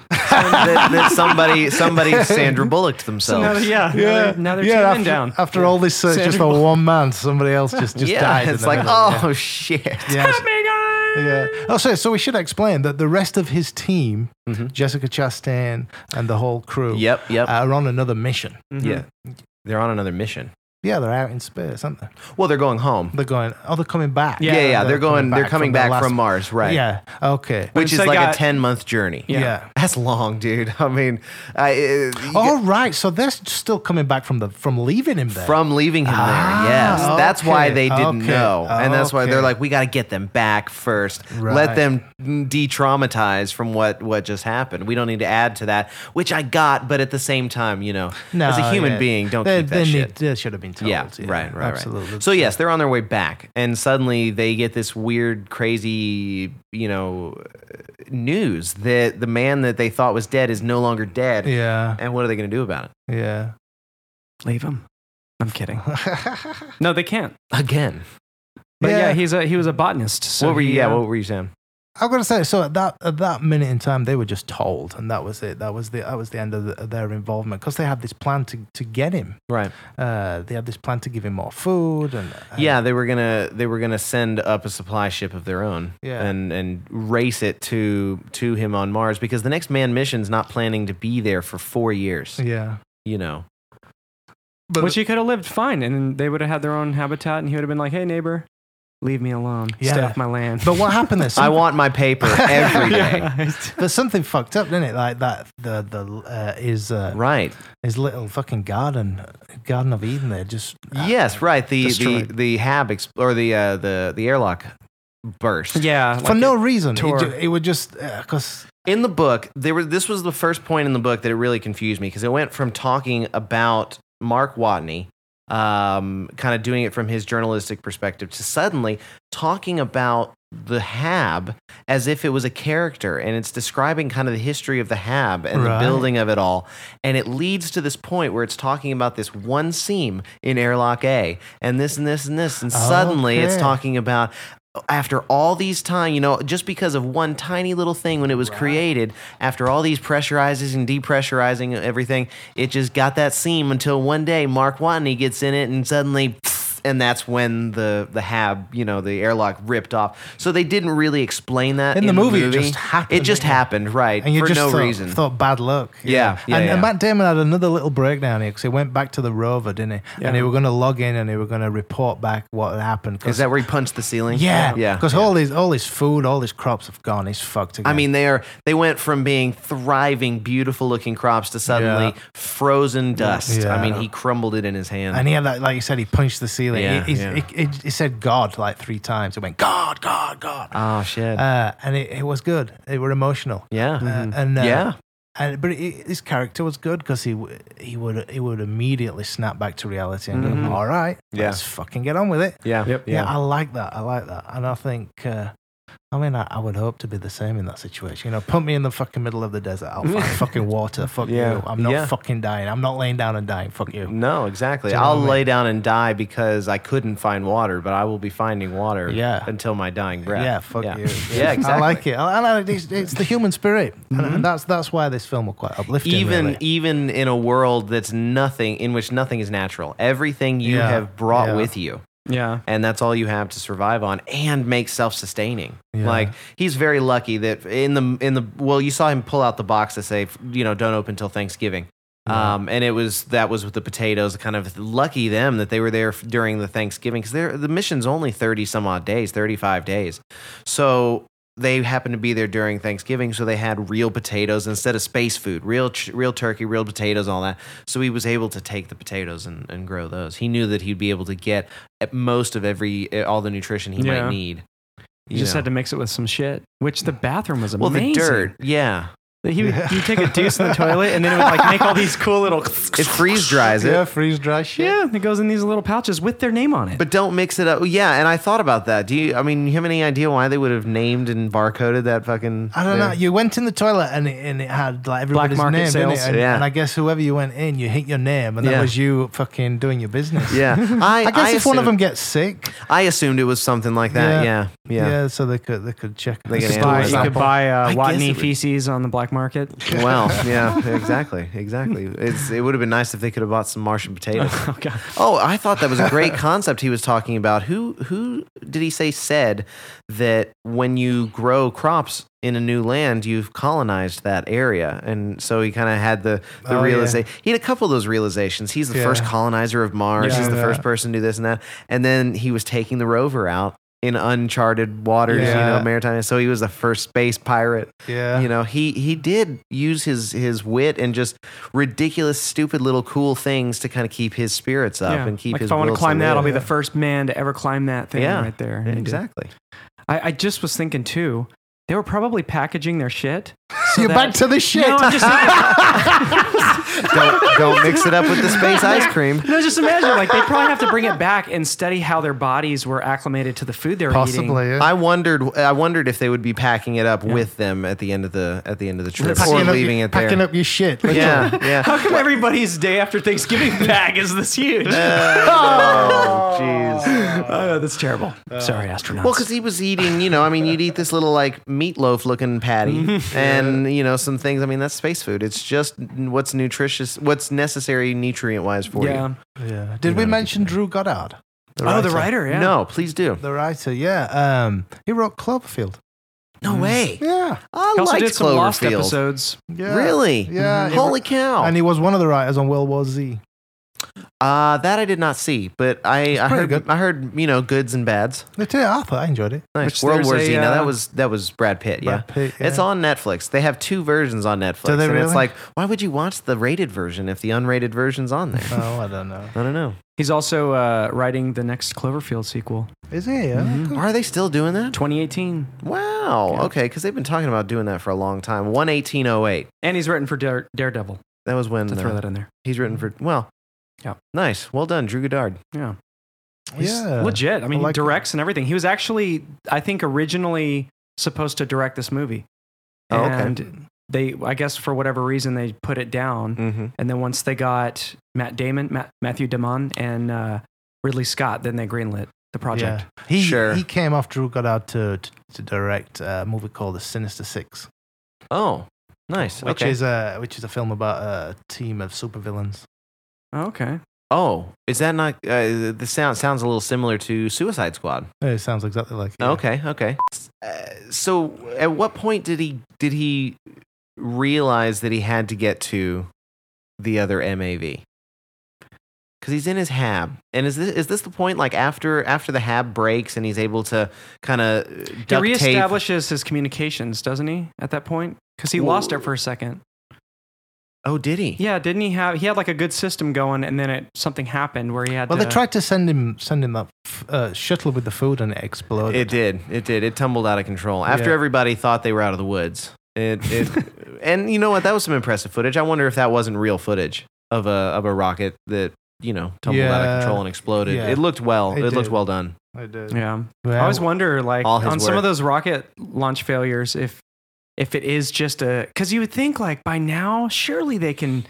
S4: that, that somebody, somebody Sandra Bullocked
S3: So now,
S4: themselves.
S3: they're- yeah, now they're, now they're two men
S2: after,
S3: down.
S2: After all this search just for one man, somebody else just just
S4: yeah,
S2: died.
S4: It's
S2: and
S4: like,
S2: everything.
S4: oh shit.
S2: Yeah.
S3: Help me, guys!
S2: Yeah. Oh, so so we should explain that the rest of his team,
S4: Mhm.
S2: Jessica Chastain and the whole crew,
S4: Yep, yep.
S2: are on another mission.
S3: Mhm.
S4: yeah. They're on another mission.
S2: Yeah, they're out in space, aren't they?
S4: Well, they're going home.
S2: They're going. Oh, they're coming back.
S4: Yeah,
S3: Yeah,
S4: yeah. they're going. They're coming back,
S2: their
S4: from,
S2: last-
S4: Mars, right?
S2: Yeah. Okay.
S4: Which is
S3: It's like
S4: like a
S3: I-
S4: ten month journey.
S3: Yeah.
S2: yeah.
S4: That's long, dude. I mean, I, uh,
S2: All right, so they're still coming back from the from leaving him there.
S4: from leaving him
S2: Ah,
S4: there. Yes, that's why
S2: okay,
S4: they didn't
S2: okay,
S4: know, and that's why they're
S2: okay.
S4: like, we got to get them back first.
S2: Right.
S4: Let them de-traumatize from what what just happened. We don't need to add to that, which I got, but at the same time, you know, as a human
S2: yeah.
S4: being, don't
S2: they,
S4: keep that
S2: they
S4: shit.
S2: Need, they should have been told.
S4: yeah, right, right,
S2: absolutely.
S4: right. So yes, they're on their way back, and suddenly they get this weird, crazy, you know, news that the man that they thought was dead is no longer dead.
S2: yeah,
S4: And what are they going to do about it?
S2: yeah.
S3: Leave him. I'm kidding. No, they can't.
S4: Again,
S3: But yeah,
S2: Yeah.
S3: he's a he was a botanist. So
S4: what were you?
S3: he,
S4: Yeah,
S3: uh,
S4: what were you saying?
S2: I've got to say, so at that at that minute in time, they were just told, and that was it. That was the that was the end of, the, of their involvement because they had this plan to to get him.
S4: Right.
S2: Uh, they had this plan to give him more food and, and
S4: yeah, they were gonna they were gonna send up a supply ship of their own,
S2: Yeah.
S4: and and race it to to him on Mars because the next manned mission's not planning to be there for four years.
S2: yeah.
S4: You know,
S2: But
S3: Which he could have lived fine, and then they would have had their own habitat, and he would have been like, "Hey, neighbor, leave me alone.
S2: Yeah.
S3: Stay off my land."
S2: but what happened there?
S4: I
S2: Some-
S4: want my paper every day.
S3: Yeah.
S2: but something fucked up, didn't it? Like that the the uh, is uh,
S4: Right.
S2: his little fucking garden, Garden of Eden. There just uh,
S4: yes. Right. The the
S2: destroyed.
S4: the hab exp- or the uh, the the airlock burst.
S3: yeah,
S2: for
S3: like
S2: no reason. It,
S3: tore-
S2: ju- it would just uh, because
S4: in the book there were this was the first point in the book that it really confused me because it went from talking about mark watney um, kind of doing it from his journalistic perspective to suddenly talking about the hab as if it was a character and it's describing kind of the history of the hab and
S2: Right.
S4: the building of it all and it leads to this point where it's talking about this one seam in airlock a and this and this and this and suddenly it's
S2: Okay.
S4: talking about after all these time, you know, just because of one tiny little thing when it was created, after all these pressurizes and depressurizing and everything, it just got that seam until one day Mark Watney gets in it and suddenly and that's when the the hab, you know, the airlock ripped off. So they didn't really explain that
S2: In
S4: in,
S2: the movie, it just happened,
S4: It just
S2: yeah.
S4: happened, right?
S2: and you
S4: for
S2: just
S4: no
S2: thought,
S4: reason.
S2: thought bad luck.
S4: Yeah, yeah,
S2: and, and
S4: yeah.
S2: Matt Damon had another little breakdown here because he went back to the rover, didn't he? And they were going to log in and they were going to report back what had happened. 'cause-
S4: Is that where he punched the ceiling?
S2: yeah,
S4: yeah.
S2: Because all his all his food, all his crops have gone. He's fucked again.
S4: I mean, they are they went from being thriving, beautiful looking crops to suddenly
S2: Yeah. Mm,
S4: frozen dust.
S2: Yeah.
S4: I mean, he crumbled it in his hand.
S2: and he had that, like you said, he punched the ceiling.
S4: Yeah,
S2: he, he's-
S4: yeah.
S2: he- he- he said God like three times. It went God, God, God.
S4: oh shit!
S2: uh, and it, it was good. It were emotional.
S4: yeah,
S2: Uh, and uh,
S4: Mm-hmm. yeah,
S2: and but it, his character was good because he w- he would he would immediately snap back to reality and go, "All right,
S4: Mm-hmm. Yeah.
S2: let's fucking get on with it."
S4: yeah,
S3: Yep.
S2: Yeah. I like that. I like that, and I think uh, I mean, I, I would hope to be the same in that situation. You know, put me in the fucking middle of the desert. I'll find fucking water. Fuck
S4: Yeah.
S2: you. I'm not
S4: Yeah.
S2: fucking dying. I'm not laying down and dying. Fuck you.
S4: No, exactly.
S2: Do you know
S4: I'll
S2: what I
S4: lay
S2: mean?
S4: down and die because I couldn't find water, but I will be finding water
S2: Yeah.
S4: until my dying breath.
S2: Yeah, fuck you.
S4: Yeah, exactly. Mm-hmm.
S2: I like it. I, I like it. It's, it's the human spirit, and, and that's that's why this film was quite uplifting.
S4: even
S2: really.
S4: even in a world that's nothing in which nothing is natural. Everything you
S2: Yeah,
S4: have brought
S2: yeah.
S4: with you.
S3: Yeah.
S4: and that's all you have to survive on and make self-sustaining
S2: Yeah.
S4: like he's very lucky that in the in the well you saw him pull out the box that say you know don't open till thanksgiving um, and it was that was with the potatoes kind of lucky them that they were there f- during the thanksgiving because the mission's only 30 some odd days 35 days so they happened to be there during Thanksgiving, so they had real potatoes instead of space food, real ch- real turkey, real potatoes, all that. So he was able to take the potatoes and, and grow those. He knew that he'd be able to get at most of every eh, all the nutrition he
S3: Yeah.
S4: might need.
S3: You just had to mix it with some shit, which the bathroom was
S4: well
S3: amazing.
S4: the dirt, yeah,
S3: He would, he'd take a deuce in the toilet, and then it would like make all these cool little.
S4: it freeze dries it.
S2: yeah, freeze dry shit.
S3: Yeah, it goes in these little pouches with their name on it.
S4: But don't mix it up. Oh, Yeah, and I thought about that. Do you? I mean, you have any idea why they would have named and barcoded that fucking?
S2: I don't
S4: yeah.
S2: know. You went in the toilet and it, and it had like everybody's
S3: market
S2: name, didn't it?
S3: sales.
S2: And,
S4: Yeah.
S2: and I guess whoever you went in, you hit your name, and that
S4: Yeah.
S2: was you fucking doing your business.
S4: Yeah, I,
S2: I guess if one of
S4: assumed-
S2: them gets sick,
S4: I assumed it was something like that. Yeah, yeah.
S2: yeah. so they could they could check.
S4: They
S2: the
S4: could
S2: stool
S4: analyze
S3: buy, you could
S2: sample.
S3: buy uh,
S4: I guess
S3: Watney
S4: it would-
S3: feces on the black market.
S4: Well, yeah, exactly, exactly. It's, it would have been nice if they could have bought some Martian potatoes.
S3: oh god.
S4: Oh, I thought that was a great concept he was talking about. Who who did he say said that when you grow crops in a new land, you've colonized that area, and so he kind of had the the
S2: Oh, yeah.
S4: realization. He had a couple of those realizations. He's the
S2: Yeah.
S4: first colonizer of Mars.
S2: Yeah.
S4: He's the
S2: Yeah.
S4: first person to do this and that. And then he was taking the rover out in uncharted waters, you
S2: Yeah.
S4: know, maritime. So he was the first space pirate
S2: Yeah,
S4: you know he he did use his his wit and just ridiculous stupid little cool things to kind of keep his spirits up
S3: Yeah.
S4: and keep
S3: like
S4: his
S3: if I want
S4: will
S3: to climb that, I'll be
S4: live.
S3: the first man to ever climb that thing
S4: Yeah.
S3: right there.
S4: Yeah, exactly
S3: I, I just was thinking too. They were probably packaging their shit. so
S2: you're
S3: that-
S2: back to the shit.
S3: No, I'm just, thinking-
S4: don't don't mix it up with the space ice cream
S3: no, just imagine. Like they probably have to bring it back and study how their bodies were acclimated to the food they were
S2: Possibly.
S3: eating.
S2: Yeah.
S4: I wondered. I wondered if they would be packing it up with them at the end of the at the end of the trip,
S2: Packing
S4: or
S2: up your-
S4: leaving it there.
S2: Packing up your shit.
S4: Yeah, yeah.
S3: How come everybody's day after Thanksgiving bag is this huge?
S4: oh, jeez.
S3: Uh, that's terrible. Sorry, astronauts.
S4: Well, because he was eating, you know, I mean, you'd eat this little like meatloaf looking patty and, you know, some things. I mean, that's space food. It's just what's nutritious, what's necessary nutrient wise for
S3: yeah.
S4: you.
S2: Yeah. Did we mention Drew Goddard,
S3: oh, the writer. Yeah.
S4: No, please do.
S2: the writer? Yeah. Um, he wrote Cloverfield.
S4: No way.
S2: Yeah.
S4: Mm-hmm. I
S3: He also
S4: liked
S3: did some lost
S4: Cloverfield.
S3: episodes.
S2: Yeah.
S4: Really? Mm-hmm.
S2: Yeah. he
S4: Holy
S2: wrote-
S4: cow.
S2: And he was one of the writers on World War Z.
S4: uh, that I did not see, but I, I
S2: pretty
S4: heard
S2: good.
S4: I heard, you know, goods and bads.
S2: They tell you, I thought I enjoyed it.
S4: Nice.
S3: Which
S4: World
S3: there's
S4: War
S3: a,
S4: Z. now
S3: uh,
S4: that was that was Brad Pitt, yeah.
S2: Brad Pitt,
S4: It's
S2: yeah.
S4: on Netflix. They have two versions on Netflix.
S2: Do they
S4: and it's
S2: really?
S4: like, why would you watch the rated version if the unrated version's on there?
S3: Uh,
S2: Oh, I don't know.
S4: I don't know.
S3: He's also uh, writing the next Cloverfield sequel, Mm-hmm.
S2: Is he? Yeah.
S4: Are they still doing that?
S3: 2018,
S4: Wow. Okay, because they've been talking about doing that for a long time. One eighteen oh eight.
S3: and he's written for Dare- Daredevil.
S4: That was when
S3: To
S4: uh,
S3: throw that in there,
S4: he's written for. Well,
S3: Yeah.
S4: Nice. Well done, Drew Goddard.
S3: yeah,
S2: He's Yeah.
S3: legit. I mean,
S2: I like
S3: he directs and everything. He was actually, I think, originally supposed to direct this movie,
S4: Oh, okay.
S3: and they, I guess, for whatever reason, they put it down.
S4: Mm-hmm.
S3: And then once they got Matt Damon, Matt, Matthew Damon, and uh, Ridley Scott, then they greenlit the project.
S2: Yeah. He,
S4: Sure.
S2: he came off Drew Goddard to, to, to direct a movie called The Sinister Six,
S4: Oh, nice.
S2: which
S4: okay.
S2: is a which is a film about a team of supervillains.
S3: Oh, okay,
S4: Oh, is that not? Uh, the sound sounds a little similar to Suicide Squad.
S2: It sounds exactly like it.
S4: Okay, okay. Uh, so, at what point did he did he realize that he had to get to the other MAV? Because he's in his hab, and is this is this the point? Like after after the hab breaks, and he's able to kind of
S3: he
S4: duct tape.
S3: reestablishes his communications, doesn't he? At that point, because he lost it for a second.
S4: Oh, did he?
S3: Yeah, didn't he have? He had like a good system going, and then it something happened where he had.
S2: Well,
S3: to,
S2: they tried to send him send him that f- uh, shuttle with the food, and it exploded.
S4: It did. It did. It tumbled out of control after
S2: Yeah.
S4: everybody thought they were out of the woods. It, it and you know what? That was some impressive footage. I wonder if that wasn't real footage of a of a rocket that you know tumbled out of
S2: Yeah.
S4: control and exploded.
S2: Yeah.
S4: It looked well. It,
S2: It
S4: looked
S2: did.
S4: well done.
S2: It did.
S3: Yeah.
S2: Well,
S3: I always wonder, like,
S4: all his
S3: on some
S4: work.
S3: of those rocket launch failures, if if it is just a because you would think like by now surely they can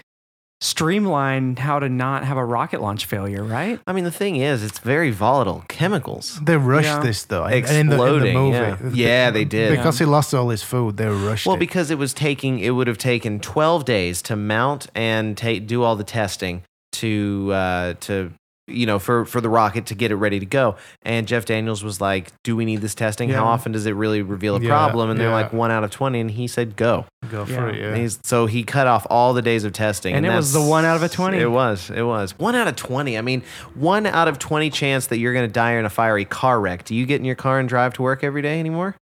S3: streamline how to not have a rocket launch failure, right?
S4: I mean, the thing is, it's very volatile. Chemicals.
S2: They rushed
S3: Yeah.
S2: this though. in- in the- in the,
S4: Exploding. yeah.
S2: movie.
S4: Yeah, they did.
S2: Because he lost all his food, they rushed
S4: Well,
S2: it.
S4: because it was taking, it would have taken 12 days to mount and ta- do all the testing to, uh, to, you know, for, for the rocket to get it ready to go. And Jeff Daniels was like, Do we need this testing?
S2: Yeah.
S4: How often does it really reveal a
S2: Yeah,
S4: problem? And they're
S2: yeah.
S4: like, One out of 20. And he said, Go.
S2: Go for
S3: Yeah.
S2: it,
S4: And
S2: yeah.
S4: he's, so he cut off all the days of testing.
S3: And it was
S4: that's-
S3: the one out of a 20.
S4: It was. It was. One out of 20. I mean, one out of 20 chance that you're going to die in a fiery car wreck. Do you get in your car and drive to work every day anymore?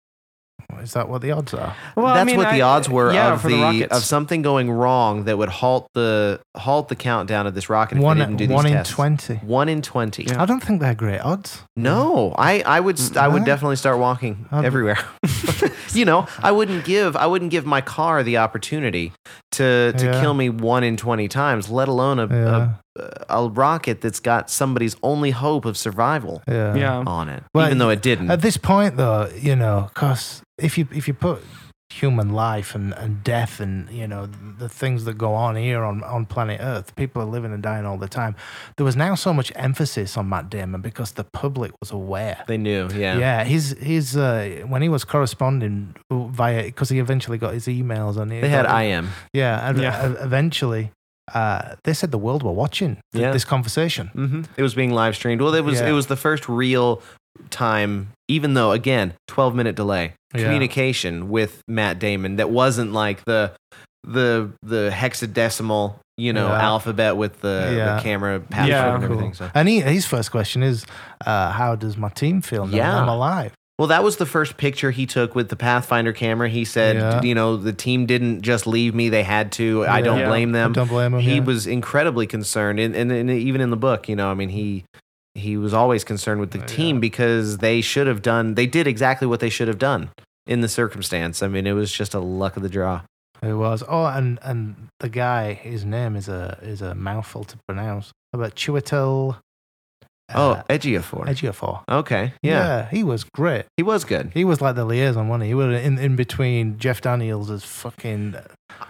S2: Is that what the odds are?
S3: Well,
S4: that's what the odds were
S3: yeah,
S4: of
S3: for
S4: the,
S3: rockets.
S4: of something going wrong that would halt the halt the countdown of this rocket. If
S2: One,
S4: they didn't do
S2: one
S4: these
S2: in
S4: tests.
S2: 20.
S4: One in twenty.
S2: I don't think they're great odds.
S4: No, I, I would st- I would
S2: Huh?
S4: definitely start walking
S2: I'd-
S4: everywhere. you know, I wouldn't give I wouldn't give my car the opportunity to to
S2: Yeah.
S4: kill me one in twenty times, let alone a,
S2: Yeah.
S4: a a rocket that's got somebody's only hope of survival
S2: Yeah.
S3: yeah.
S4: on it,
S2: Well,
S4: even though it didn't.
S2: At this point, though, you know, because if you if you put human life and, and death and you know the things that go on here on, on planet Earth, people are living and dying all the time. There was now so much emphasis on Matt Damon because the public was aware.
S4: they knew, yeah.
S2: Yeah, his his uh, when he was corresponding via because he eventually got his emails and he
S4: They had
S2: got-
S4: I am.
S2: yeah, and
S3: Yeah.
S2: e- eventually. Uh, they said the world were watching th-
S4: Yeah.
S2: this conversation.
S4: Mm-hmm. It was being live streamed. Well, it was
S2: Yeah.
S4: it was the first real time, even though again, twelve minute delay
S2: Yeah.
S4: communication with Matt Damon that wasn't like the the the hexadecimal you know
S2: Yeah.
S4: alphabet with the,
S2: Yeah.
S4: the camera pattern
S3: Yeah.
S4: and
S2: Oh, Cool.
S4: everything. So.
S2: And he, his first question is, uh, "How does my team feel now
S4: Yeah.
S2: I'm alive?"
S4: Well, that was the first picture he took with the Pathfinder camera. He said,
S2: Yeah.
S4: you know, the team didn't just leave me; they had to. I
S2: Yeah.
S4: don't
S3: Yeah.
S4: blame
S2: I
S4: them.
S2: don't blame him.
S4: Um, he
S2: yeah.
S4: was incredibly concerned and, and, and even in the book you know i mean he he was always concerned with the
S2: Oh, Yeah.
S4: team because they should have done they did exactly what they should have done in the circumstance i mean it was just a luck of the draw
S2: It was. Oh, and and the guy, his name is a is a mouthful to pronounce. How About Chiwetel. Uh,
S4: oh edgeofor
S2: Ejiofor.
S4: okay yeah.
S2: he was great.
S4: he was good
S2: He was like the liaison, wasn't he? He was in, in between Jeff Daniels' fucking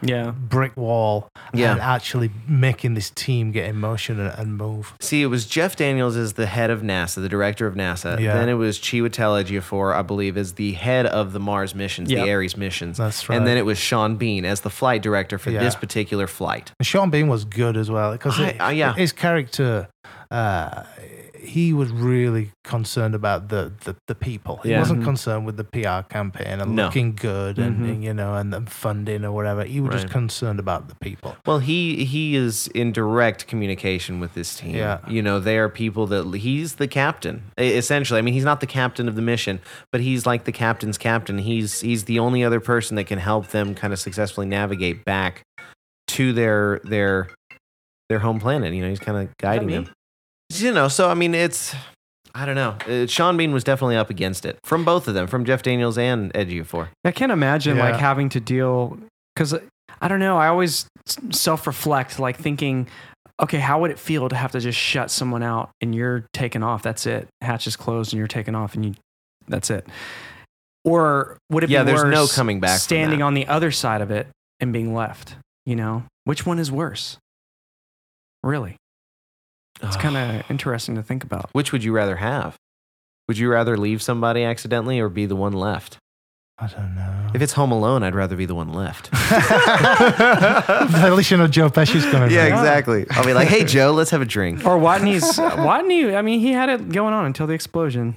S3: Yeah.
S2: brick wall
S4: Yeah.
S2: and actually making this team get in motion and, and move.
S4: see it was jeff daniels is the head of nasa the director of nasa
S2: Yeah.
S4: then it was chiwetel ejiofor i believe is the head of the mars missions
S3: Yeah.
S4: the ares missions
S2: That's right.
S4: and then it was sean bean as the flight director for
S2: Yeah.
S4: this particular flight
S2: And Sean Bean was good as well because
S4: I- I- yeah.
S2: his character, uh, he was really concerned about the the, the people. He
S4: Yeah.
S2: wasn't concerned with the PR campaign and
S4: No.
S2: looking good and,
S3: Mhm.
S2: and, you know and, and funding or whatever. He was just
S4: Right.
S2: concerned about the people.
S4: Well, he he is in direct communication with this team.
S2: Yeah.
S4: You know, they are people that he's the captain e- essentially. I mean, he's not the captain of the mission, but he's like the captain's captain. He's he's the only other person that can help them kind of successfully navigate back to their their their home planet. You know, he's kind of guiding
S3: me?
S4: them. You know, so I mean, it's I don't know. Uh, Sean Bean was definitely up against it from both of them, from Jeff Daniels and Ed Ufor.
S3: I can't imagine
S2: Yeah.
S3: like having to deal because I don't know. I always self reflect, like thinking, okay, how would it feel to have to just shut someone out and you're taken off? That's it. Hatch is closed and you're taken off and you, that's it. Or would it
S4: Yeah,
S3: be
S4: there's no
S3: worse
S4: coming back from
S3: standing
S4: that.
S3: on the other side of it and being left? You know, which one is worse? Really, it's kind of interesting to think about.
S4: Which would you rather have? Would you rather leave somebody accidentally or be the one left?
S2: I don't know.
S4: If it's Home Alone, I'd rather be the one left.
S2: At least you know Joe Pesci's coming. back.
S4: exactly. I'll be like, hey, Joe, let's have a drink.
S3: Or Watney's, Watney, I mean, he had it going on until the explosion.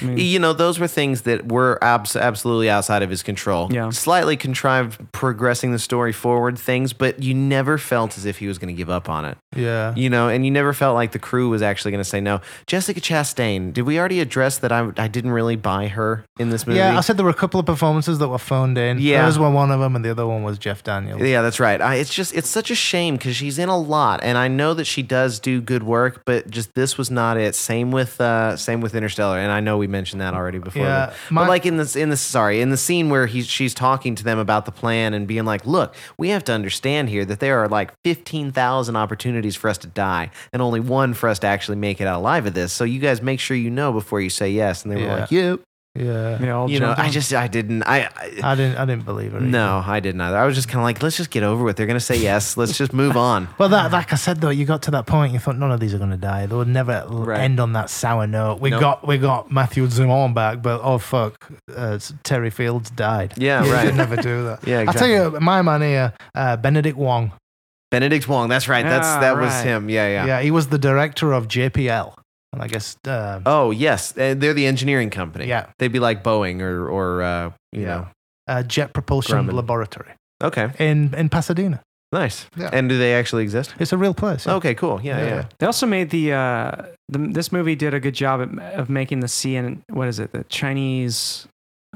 S3: I mean-
S4: You know, those were things that were abs- absolutely outside of his control.
S3: Yeah.
S4: Slightly contrived progressing the story forward things, but you never felt as if he was going to give up on it.
S2: Yeah.
S4: You know, and you never felt like the crew was actually going to say no. Jessica Chastain, did we already address that I, I didn't really buy her in this movie?
S2: Yeah, I said there were a couple of performances that were phoned in.
S4: Yeah.
S2: Those were one of them, and the other one was Jeff Daniels.
S4: Yeah, that's right. I, it's just it's such a shame because she's in a lot, and I know that she does do good work, but just this was not it. Same with uh, same with Interstellar, and I know know we mentioned that already before.
S2: Yeah,
S4: but-
S2: my-
S4: but like in this, in this, sorry, in the scene where he's she's talking to them about the plan and being like, "Look, we have to understand here that there are like fifteen thousand opportunities for us to die, and only one for us to actually make it out alive of this. So you guys make sure you know before you say yes." And they were
S2: Yeah.
S4: like, "Yep."
S2: Yeah.
S3: They all
S4: You know,
S3: jumped
S4: I
S3: on.
S4: just, I didn't, I. I
S2: I didn't. I didn't believe it. either.
S4: no, I didn't either. I was just kind of like, let's just get over with. They're gonna say yes. Let's just move on.
S2: Well, that, like I said though, you got to that point. You thought none of these are going to die. They would never l-
S4: Right.
S2: end on that sour note. We
S4: Nope.
S2: got we got Matthew Zimon back, but oh fuck, uh, Terry Fields died.
S4: Yeah,
S2: You
S4: right.
S2: could never do that.
S4: Yeah,
S2: I tell you, my man here, uh, Benedict Wong.
S4: Benedict Wong. That's right. That's
S3: Ah,
S4: that was
S3: right.
S4: him. Yeah, yeah.
S2: Yeah. he was the director of JPL, and I guess um,
S4: Oh yes, Uh, they're the engineering company.
S2: Yeah.
S4: they'd be like Boeing or or uh, you
S2: Yeah.
S4: know.
S2: uh, Jet Propulsion
S4: Grumman.
S2: Laboratory
S4: Okay,
S2: in in Pasadena.
S4: nice.
S2: Yeah.
S4: And do they actually exist?
S2: It's a real place.
S4: Okay, cool. Yeah,
S2: Yeah,
S4: yeah.
S2: yeah.
S3: They also made the, uh, the this movie did a good job at, of making the CN what is it the Chinese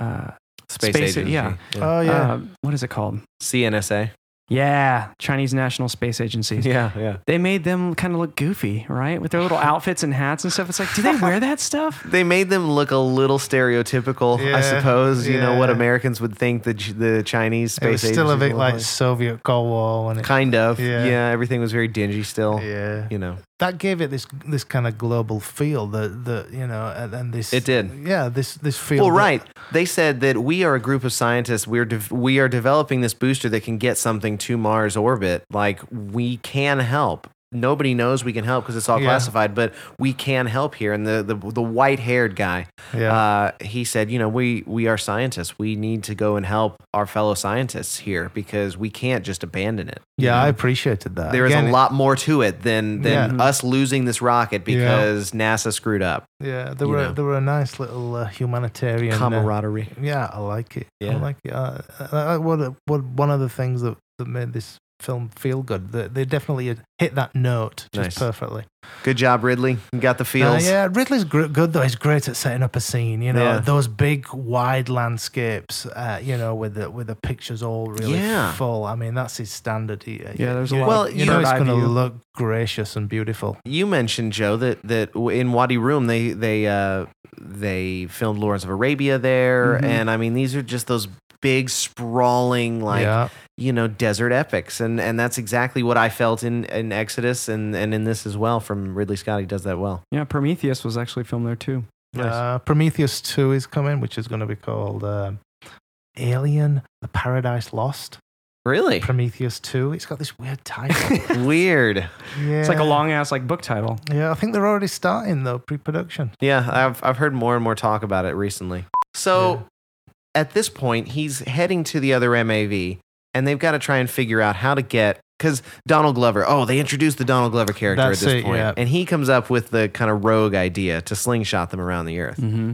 S3: uh,
S4: Space,
S3: Space-
S4: agency.
S3: yeah.
S2: Oh yeah.
S3: uh, what is it called?
S4: CNSA.
S3: Yeah, Chinese National Space Agency.
S4: Yeah, yeah.
S3: They made them kind of look goofy, right? With their little outfits and hats and stuff. It's like, do they wear that stuff?
S4: They made them look a little stereotypical,
S2: Yeah,
S4: I suppose. You know what
S2: yeah.
S4: Americans would think the Ch- the Chinese space
S2: it was still a
S4: agency
S2: bit
S4: looked
S2: like Soviet Cold War when it.
S4: kind of.
S2: Yeah.
S4: Yeah. everything was very dingy still.
S2: yeah.
S4: You know.
S2: that gave it this this kind of global feel that that you know and, and this
S4: It did.
S2: yeah this this feel
S4: Well,
S2: that-
S4: right. They said that we are a group of scientists. We're de- we are developing this booster that can get something to Mars orbit. Like we can help. Nobody knows we can help because it's all
S2: Yeah.
S4: classified, but we can help here. And the the, the white haired guy,
S2: yeah
S4: uh, he said, you know, we we are scientists. We need to go and help our fellow scientists here because we can't just abandon it.
S2: yeah I appreciated that
S4: There is
S2: Again, Mm-hmm.
S4: a
S2: it-
S4: lot more to it than than us losing this rocket because NASA screwed up.
S2: yeah there
S4: you
S2: were
S4: know.
S2: there were a nice little uh, humanitarian uh,
S4: Camaraderie.
S2: yeah I like it I
S4: Yeah.
S2: like it uh, uh, what what one of the things that that made this film feel good that they definitely had hit that note just
S4: Nice.
S2: perfectly
S4: Good job, Ridley. You got the
S2: Uh,
S4: feels.
S2: yeah, Ridley's gr- good though. He's great at setting up a scene. You know,
S4: Yeah.
S2: those big wide landscapes. Uh, you know, with the with the pictures all really
S4: Yeah.
S2: full. I mean, that's his standard here.
S3: Yeah, there's a
S2: you,
S3: lot.
S4: Well,
S3: of
S2: You know,
S3: bird
S2: it's
S3: eye
S2: going to
S3: view.
S2: look gracious and beautiful.
S4: You mentioned Joe that that w- in Wadi Rum they they uh, they filmed Lawrence of Arabia there,
S3: Mhm.
S4: and I mean these are just those big sprawling like
S2: yeah,
S4: you know desert epics, and and that's exactly what I felt in in Exodus and and in this as well. From Ridley Scott, he does that well.
S3: Yeah, Prometheus was actually filmed there too.
S2: uh, Prometheus Two is coming, which is going to be called um, Alien: The Paradise Lost.
S4: Really
S2: Prometheus Two. It's got this weird title.
S4: weird.
S2: yeah.
S3: It's like a long ass like book title.
S2: Yeah, I think they're already starting though pre-production.
S4: Yeah, I've I've heard more and more talk about it recently. So at this point, he's heading to the other MAV, and they've got to try and figure out how to get because Donald Glover. Oh, they introduced the Donald Glover character
S2: That's
S4: at this
S2: it,
S4: point,
S2: yeah.
S4: and he comes up with the kind of rogue idea to slingshot them around the Earth.
S3: Mm-hmm.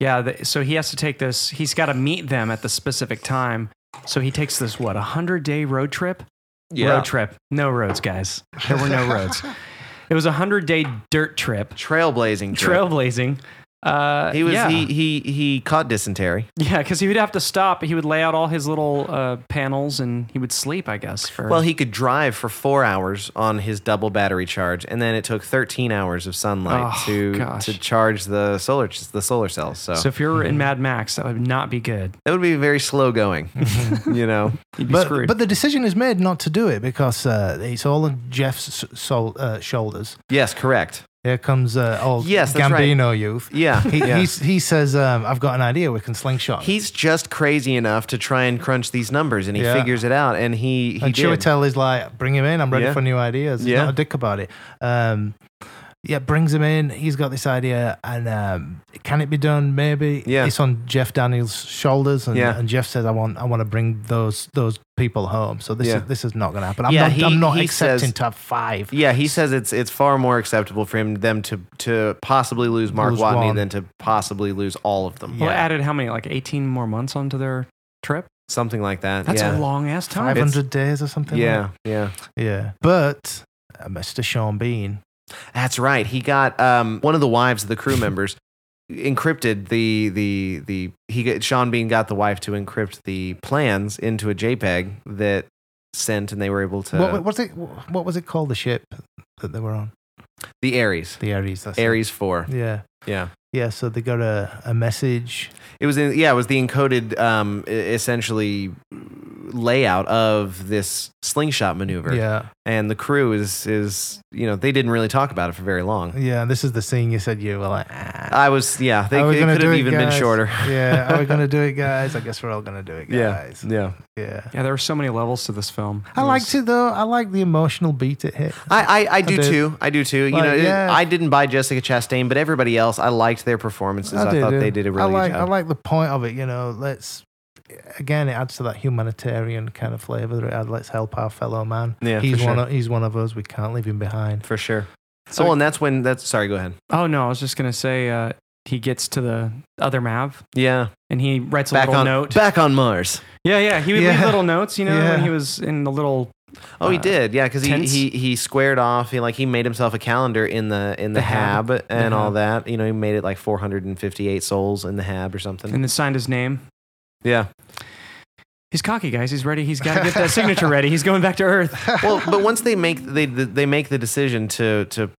S3: Yeah, th so he has to take this. He's got to meet them at the specific time. So he takes this what a hundred day road trip. Road trip. No roads, guys. There were no roads. It was a hundred day dirt trip,
S4: trailblazing. trip.
S3: trailblazing. Uh,
S4: He was
S3: yeah.
S4: he he he caught dysentery.
S3: Yeah, because he would have to stop. He would lay out all his little uh, panels, and he would sleep, I guess. For
S4: Well, he could drive for four hours on his double battery charge, and then it took thirteen hours of sunlight
S3: Oh,
S4: to
S3: gosh.
S4: to charge the solar the solar cells.
S3: so if you're
S4: Mm-hmm.
S3: in Mad Max, that would not be good.
S4: That would be very slow going, you know.
S3: You'd be
S2: but,
S3: screwed.
S2: But the decision is made not to do it because uh, it's all on Jeff's s- sol- uh, shoulders.
S4: Yes, correct.
S2: Here comes uh, old
S4: Yes, that's right.
S2: Gambino youth.
S4: Yeah,
S2: He,
S4: yeah.
S2: he's, he says, um, I've got an idea. We can slingshot.
S4: he's just crazy enough to try and crunch these numbers, and he
S2: Yeah.
S4: figures it out, and he he
S2: and
S4: did.
S2: Chiwetel is like, bring him in. I'm ready
S4: Yeah.
S2: for new ideas. He's
S4: Yeah.
S2: not a dick about it. Um, yeah, brings him in. He's got this idea. And um, can it be done? Maybe.
S4: Yeah.
S2: It's on Jeff Daniels' shoulders. And,
S4: Yeah.
S2: and Jeff says, I want I want to bring those those people home. So this, is,
S4: Yeah.
S2: this is not going to happen. I'm
S4: Yeah,
S2: not,
S4: he-
S2: I'm not
S4: he
S2: accepting
S4: says-
S2: to have five.
S4: yeah, he says it's it's far more acceptable for him them to to possibly lose Mark
S2: Lose
S4: Watney
S2: one.
S4: than to possibly lose all of them,
S3: well,
S2: yeah.
S3: added how many? Like 18 more months onto their trip.
S4: something like that.
S3: That's
S4: yeah.
S3: a long ass time.
S2: Five
S4: It's-
S2: hundred days or something. like
S4: Yeah, yeah.
S2: that. yeah. But uh, Mr. Sean Bean,
S4: That's right. He got um, one of the wives of the crew members encrypted the the the he got, Sean Bean got the wife to encrypt the plans into a JPEG that sent, and they were able to
S2: what was it? What was it called? The ship that they were on,
S4: the Aries
S2: the Aries. That's it.
S4: Aries four.
S2: Yeah.
S4: Yeah.
S2: Yeah, so they got a, a message.
S4: It was in, yeah, it was the encoded um, e- essentially layout of this slingshot maneuver.
S2: Yeah.
S4: And the crew is is you know they didn't really talk about it for very long.
S2: Yeah, this is the scene you said you were like, ah.
S4: I was yeah, they,
S2: Are we
S4: it
S2: gonna
S4: could have
S2: do it,
S4: even been
S2: guys?
S4: shorter.
S2: yeah, are we going to do it, guys? I guess we're all going to do it,
S4: Yeah,
S2: guys.
S4: yeah.
S2: Yeah.
S3: Yeah, there were so many levels to this film.
S2: I liked it, though. I like the emotional beat it hit.
S4: I, I, I do
S2: did.
S4: too. I do too. You
S2: Like,
S4: know, it-
S2: yeah.
S4: I didn't buy Jessica Chastain, but everybody else, I liked their performances. I, thought
S2: yeah.
S4: they did a really
S2: I like,
S4: good
S2: I
S4: job.
S2: like the point of it, you know. Let's, again, it adds to that humanitarian kind of flavor that it had. Let's help our fellow man.
S4: Yeah, for
S2: he's, one
S4: sure.
S2: of, he's one of us. We can't leave him behind.
S4: for sure.
S3: So-
S4: oh, and that's when that's sorry. Go ahead.
S3: Oh no, I was just gonna say uh, he gets to the other Mav
S4: Yeah,
S3: and he writes a
S4: back
S3: little
S4: on
S3: note.
S4: back on Mars.
S3: yeah, yeah, he would leave
S2: Yeah.
S3: little notes. You know, when
S2: Yeah.
S3: he was in the little
S4: Oh, he
S3: uh,
S4: did. Yeah, because he,
S3: tents?
S4: he he squared off. He like he made himself a calendar in the in the,
S3: The
S4: hab,
S3: Hab.
S4: and
S3: The
S4: all that. You know, he made it like 458 souls in the hab or something.
S3: and it signed his name.
S4: yeah.
S3: He's cocky, guys. He's ready. He's got to get that signature ready. He's going back to Earth.
S4: Well, but once they make they they make the decision to to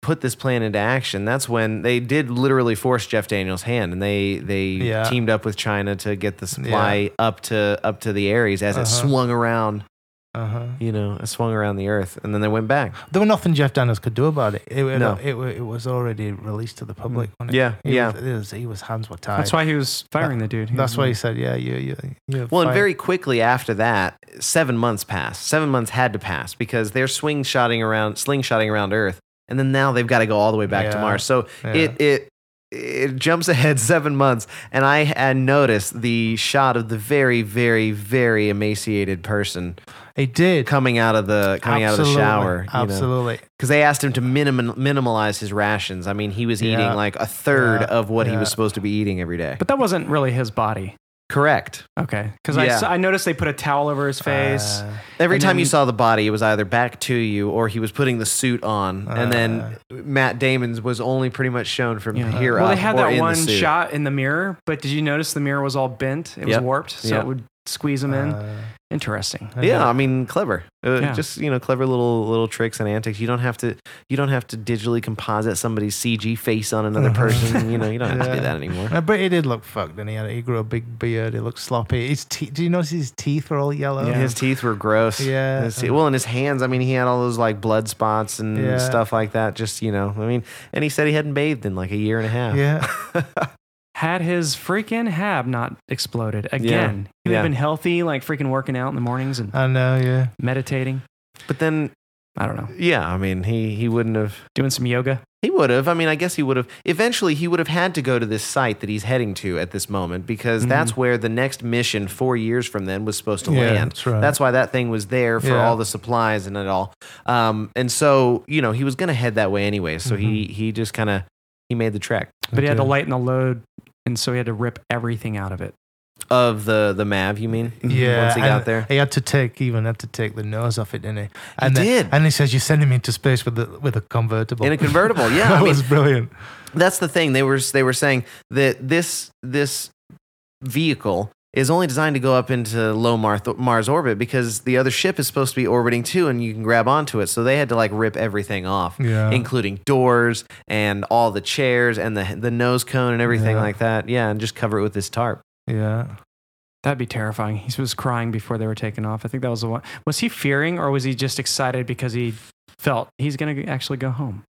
S4: put this plan into action, that's when they did literally force Jeff Daniels' hand, and they they
S2: Yeah.
S4: teamed up with China to get the supply up to up to the Aries as it
S2: Uh-huh.
S4: swung around.
S2: Uh-huh.
S4: You know, it swung around the Earth, and then they went back.
S2: There was nothing Jeff Daniels could do about it. It, it,
S4: No.
S2: it, wa- it was already released to the public. wasn't it?
S4: Yeah,
S2: He
S4: yeah.
S2: Was, it was, he was hands were tied.
S3: That's why he was firing the dude. He
S2: That's
S3: was-
S2: why he said, "Yeah, you, you, you."
S4: Well,
S2: fight.
S4: and very quickly after that, seven months passed. Seven months had to pass because they're swing shotting around, slingshotting around Earth, and then now they've got to go all the way back to
S2: Yeah.
S4: Mars. So
S2: Yeah.
S4: it it it jumps ahead seven months, and I had noticed the shot of the very, very, very emaciated person
S2: he did
S4: coming out of the coming
S2: Absolutely.
S4: out of the shower.
S2: Absolutely,
S4: because they asked him to minim- minimalize his rations. I mean, he was eating
S2: Yeah.
S4: like a third
S2: Yeah.
S4: of what he
S2: Yeah.
S4: was supposed to be eating every day.
S3: But that wasn't really his body.
S4: Correct.
S3: Okay, because
S4: Yeah.
S3: I, noticed they put a towel over his face.
S2: Uh,
S4: Every
S3: And
S4: time
S3: then-
S4: you saw the body, it was either back to you or he was putting the suit on. and then
S2: Uh.
S4: Matt Damon's was only pretty much shown from
S3: Yeah.
S4: here
S3: well,
S4: up.
S3: they had
S4: or in
S3: that
S4: the
S3: one
S4: suit.
S3: shot in the mirror, but did you notice the mirror was all bent? It was
S4: Yep.
S3: warped, so
S4: Yep.
S3: it would squeeze him in.
S2: uh,
S3: Interesting.
S2: I
S4: Yeah,
S2: know.
S4: I mean, clever. Uh,
S3: Yeah.
S4: Just you know, clever little little tricks and antics. You don't have to. You don't have to digitally composite somebody's CG face on another
S2: Mhm.
S4: person. You know, you don't have to do
S2: Yeah.
S4: that anymore.
S2: Uh, but he did look fucked, and he had he grew a big beard. He looked sloppy. His te- do you notice his teeth were all yellow?
S3: Yeah.
S4: His teeth were gross.
S2: Yeah.
S4: His te- well, and his hands. I mean, he had all those like blood spots and
S2: Yeah.
S4: stuff like that. Just you know, I mean, and he said he hadn't bathed in like a year and a half.
S2: Yeah.
S3: Had his freaking hab not exploded again, he would
S4: Yeah.
S3: have been healthy, like freaking working out in the mornings and
S2: I know. Yeah,
S3: meditating.
S4: But then,
S3: I don't know,
S4: yeah, I mean, he he wouldn't have.
S3: doing some yoga.
S4: He would have. I mean, I guess he would have. Eventually, he would have had to go to this site that he's heading to at this moment
S2: Mm-hmm.
S4: because that's where the next mission four years from then was supposed to
S2: Yeah,
S4: land.
S2: that's right.
S4: why that thing was there for
S2: Yeah.
S4: all the supplies and it all. Um, and so, you know, he was going to head that way anyway. So he
S2: Mm-hmm.
S4: he just kind of he made the trek
S3: But he had to
S2: Okay.
S3: lighten the load, and so he had to rip everything out of it.
S4: of the the Mav. You mean?
S2: yeah.
S4: Once he got
S2: and
S4: there.
S2: he had to take he even had to take the nose off it, didn't he? And then-
S4: did.
S2: And he says, "You're sending me into space with the with a convertible."
S4: In a convertible, yeah.
S2: that
S4: I mean,
S2: was brilliant.
S4: that's the thing they were they were saying that this this vehicle is only designed to go up into low Mars, Mars orbit because the other ship is supposed to be orbiting too, and you can grab onto it. So they had to like rip everything off,
S2: Yeah.
S4: including doors and all the chairs and the the nose cone and everything
S2: Yeah.
S4: like that. Yeah, and just cover it with this tarp.
S2: Yeah.
S3: That'd be terrifying. He was crying before they were taking off. I think that was the one. Was he fearing, or was he just excited because he felt he's going to actually go home?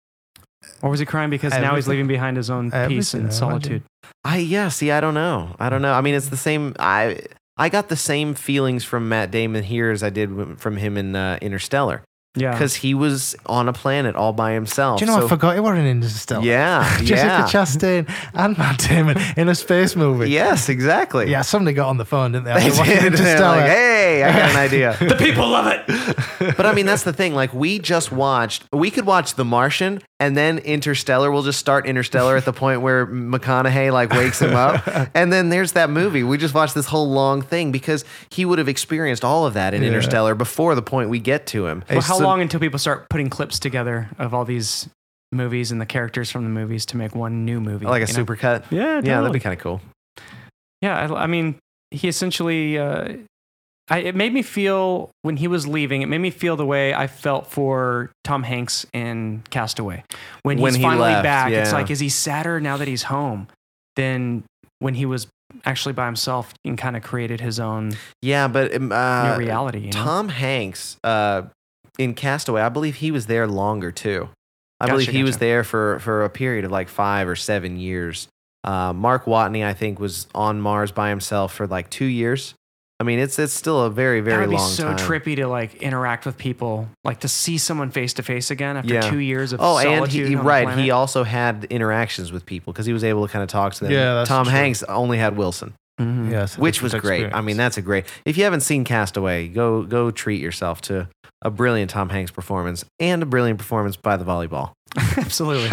S3: Or was he crying because now he's
S2: Everything.
S3: leaving behind his own peace
S2: Everything, I
S3: and solitude?
S4: I yeah, see, I don't know. I don't know. I mean, it's the same. I I got the same feelings from Matt Damon here as I did w- from him in uh, Interstellar
S3: Yeah.
S4: because he was on a planet all by himself.
S2: Do you know
S4: So-
S2: I forgot it were an Interstellar?
S4: Yeah, yeah.
S2: Jessica Chastain and Matt Damon in a space movie.
S4: Yes, exactly.
S2: Yeah, somebody got on the phone, didn't they?
S4: They
S2: after watching
S4: did. They're
S2: Interstellar.
S4: like, hey, I got an idea.
S3: the people love it.
S4: but I mean, that's the thing. Like, we just watched, we could watch The Martian and then Interstellar. We'll just start Interstellar at the point where McConaughey, like, wakes him up. And then there's that movie. We just watched this whole long thing because he would have experienced all of that in Interstellar before the point we get to him.
S3: Well, how
S4: So-
S3: long until people start putting clips together of all these movies and the characters from the movies to make one new movie?
S4: Like a
S3: you know?
S4: supercut.
S3: Yeah,
S4: Yeah, that'd
S3: totally.
S4: be kind of cool.
S3: Yeah, I, I mean, he essentially uh, I, it made me feel when he was leaving. It made me feel the way I felt for Tom Hanks in Castaway when,
S4: When
S3: he's
S4: he
S3: finally
S4: left,
S3: back. It's
S4: yeah.
S3: like, is he sadder now that he's home than when he was actually by himself and kind of created his own
S4: Yeah, but um,
S3: new
S4: uh,
S3: reality? You know?
S4: Tom Hanks uh, in Castaway, I believe he was there longer too. I
S3: Gotcha,
S4: believe he was
S3: gotcha.
S4: there for for a period of like five or seven years. Uh, Mark Watney, I think, was on Mars by himself for like two years. I mean, it's it's still a very very
S3: that would be
S4: long
S3: so
S4: time.
S3: trippy to like interact with people, like to see someone face to face again after
S4: Yeah.
S3: two years of
S4: Oh, and
S3: solitude.
S4: he, he-
S3: on the
S4: right, he
S3: planet.
S4: also had interactions with people because he was able to kind of talk to them.
S2: Yeah, that's
S4: Tom
S2: true.
S4: Hanks only had Wilson,
S3: Mhm.
S2: Yes, a
S4: which was
S2: different
S4: great. I mean,
S2: experience.
S4: that's a great. If you haven't seen Castaway, go go treat yourself to a brilliant Tom Hanks performance and a brilliant performance by the volleyball.
S3: absolutely.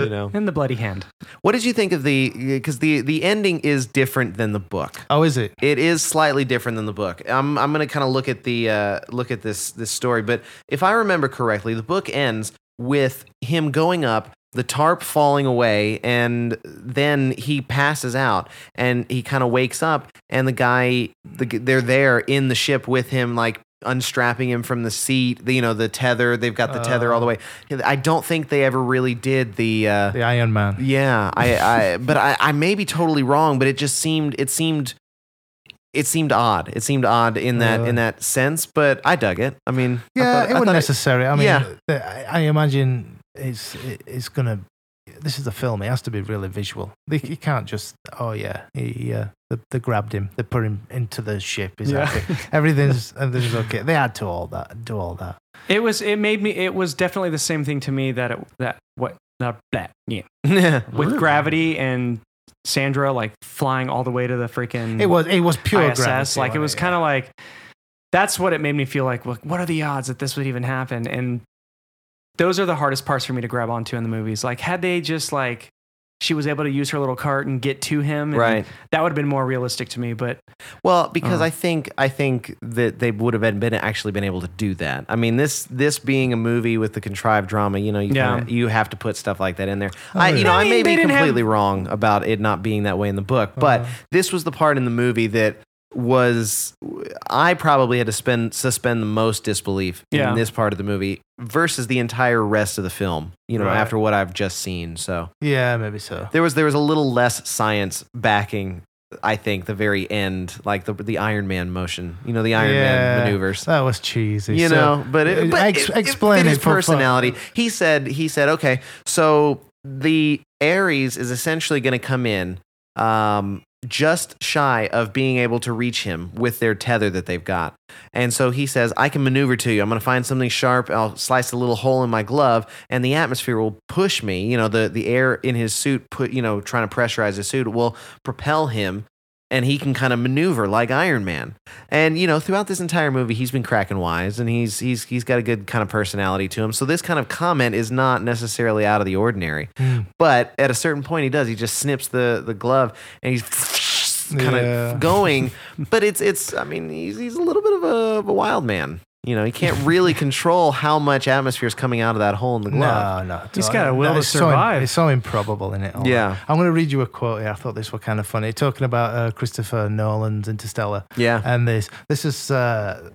S4: You know,
S3: And the bloody hand.
S4: what did you think of the? Because the the ending is different than the book.
S2: Oh, is it?
S4: It is slightly different than the book. I'm I'm gonna kind of look at the uh, look at this this story, but if I remember correctly, the book ends with him going up, the tarp falling away, and then he passes out, and he kind of wakes up, and the guy, the, g- they're there in the ship with him, like unstrapping him from the seat. The, you know, the tether. They've got the tether all the way. I don't think they ever really did the. Uh,
S2: The Iron Man.
S4: yeah, I, I but I, I may be totally wrong, but it just seemed it seemed it seemed odd. It seemed odd in that in that sense, but I dug it. I mean, I
S2: Yeah,
S4: thought-
S2: it
S4: I
S2: wasn't
S4: thought
S2: necessary. I mean,
S4: yeah.
S2: the- I, I imagine it's it, it's gonna. This is a film. It has to be really visual. They, you can't just. Oh yeah, he uh, they, they grabbed him. They put him into the ship. He's
S3: Yeah.
S2: happy. Everything's everything's okay. They had to all that. Do all that.
S3: It was. It made me. It was definitely the same thing to me that it, that what that that yeah
S4: yeah.
S3: with gravity and Sandra like flying all the way to the freaking
S2: It was it was pure
S3: ISS.
S2: gravity,
S3: like it
S2: wasn't
S3: was kind of like that's what it made me feel like. Like, what are the odds that this would even happen? And those are the hardest parts for me to grab onto in the movies. Like had they just like she was able to use her little cart and get to him, and
S4: Right.
S3: That would have been more realistic to me. But
S4: Well, because
S3: Uh.
S4: I think I think that they would have been, been actually been able to do that. I mean, this this being a movie with the contrived drama, you know, you
S3: Yeah.
S4: kinda, you have to put stuff like that in there. I you
S2: yeah.
S4: know,
S3: I
S4: I,
S3: mean,
S4: may
S3: they
S4: be
S3: didn't have- Uh-huh.
S4: completely wrong about it not being that way in the book, but this was the part in the movie that was I probably had to spend suspend the most disbelief
S3: Yeah.
S4: in this part of the movie versus the entire rest of the film. You know,
S2: Right.
S4: after what I've just seen, so
S2: Yeah, maybe so.
S4: there was there was a little less science backing I think the very end, like the the Iron Man motion, you know, the Iron Man
S2: Yeah.
S4: maneuvers.
S2: That was cheesy.
S4: You
S2: so-
S4: know, but, it, but
S2: ex-
S4: it- it
S2: explain
S4: fit his
S2: it for fun.
S4: personality. He said he said, okay, so the Ares is essentially going to come in um, just shy of being able to reach him with their tether that they've got. And so he says, I can maneuver to you. I'm going to find something sharp. I'll slice a little hole in my glove, and the atmosphere will push me. You know, the, the air in his suit, put, you know, trying to pressurize his suit will propel him. And he can kind of maneuver like Iron Man, and you know throughout this entire movie he's been cracking wise, and he's he's he's got a good kind of personality to him. So this kind of comment is not necessarily out of the ordinary. But at a certain point, he does. He just snips the the glove, and he's kind of
S2: Yeah.
S4: going. But it's it's. I mean, he's he's a little bit of a, of a wild man. You know, he can't really control how much atmosphere is coming out of that hole in the glove.
S2: No, no.
S3: He's
S2: don't.
S3: got a will
S2: No,
S3: to
S2: it's so
S3: survive.
S2: it's so improbable in it. all.
S4: Yeah.
S2: I'm going to read you a quote here. I thought this was kind of funny. Talking about uh, Christopher Nolan's Interstellar.
S4: Yeah.
S2: And this, this is. Uh,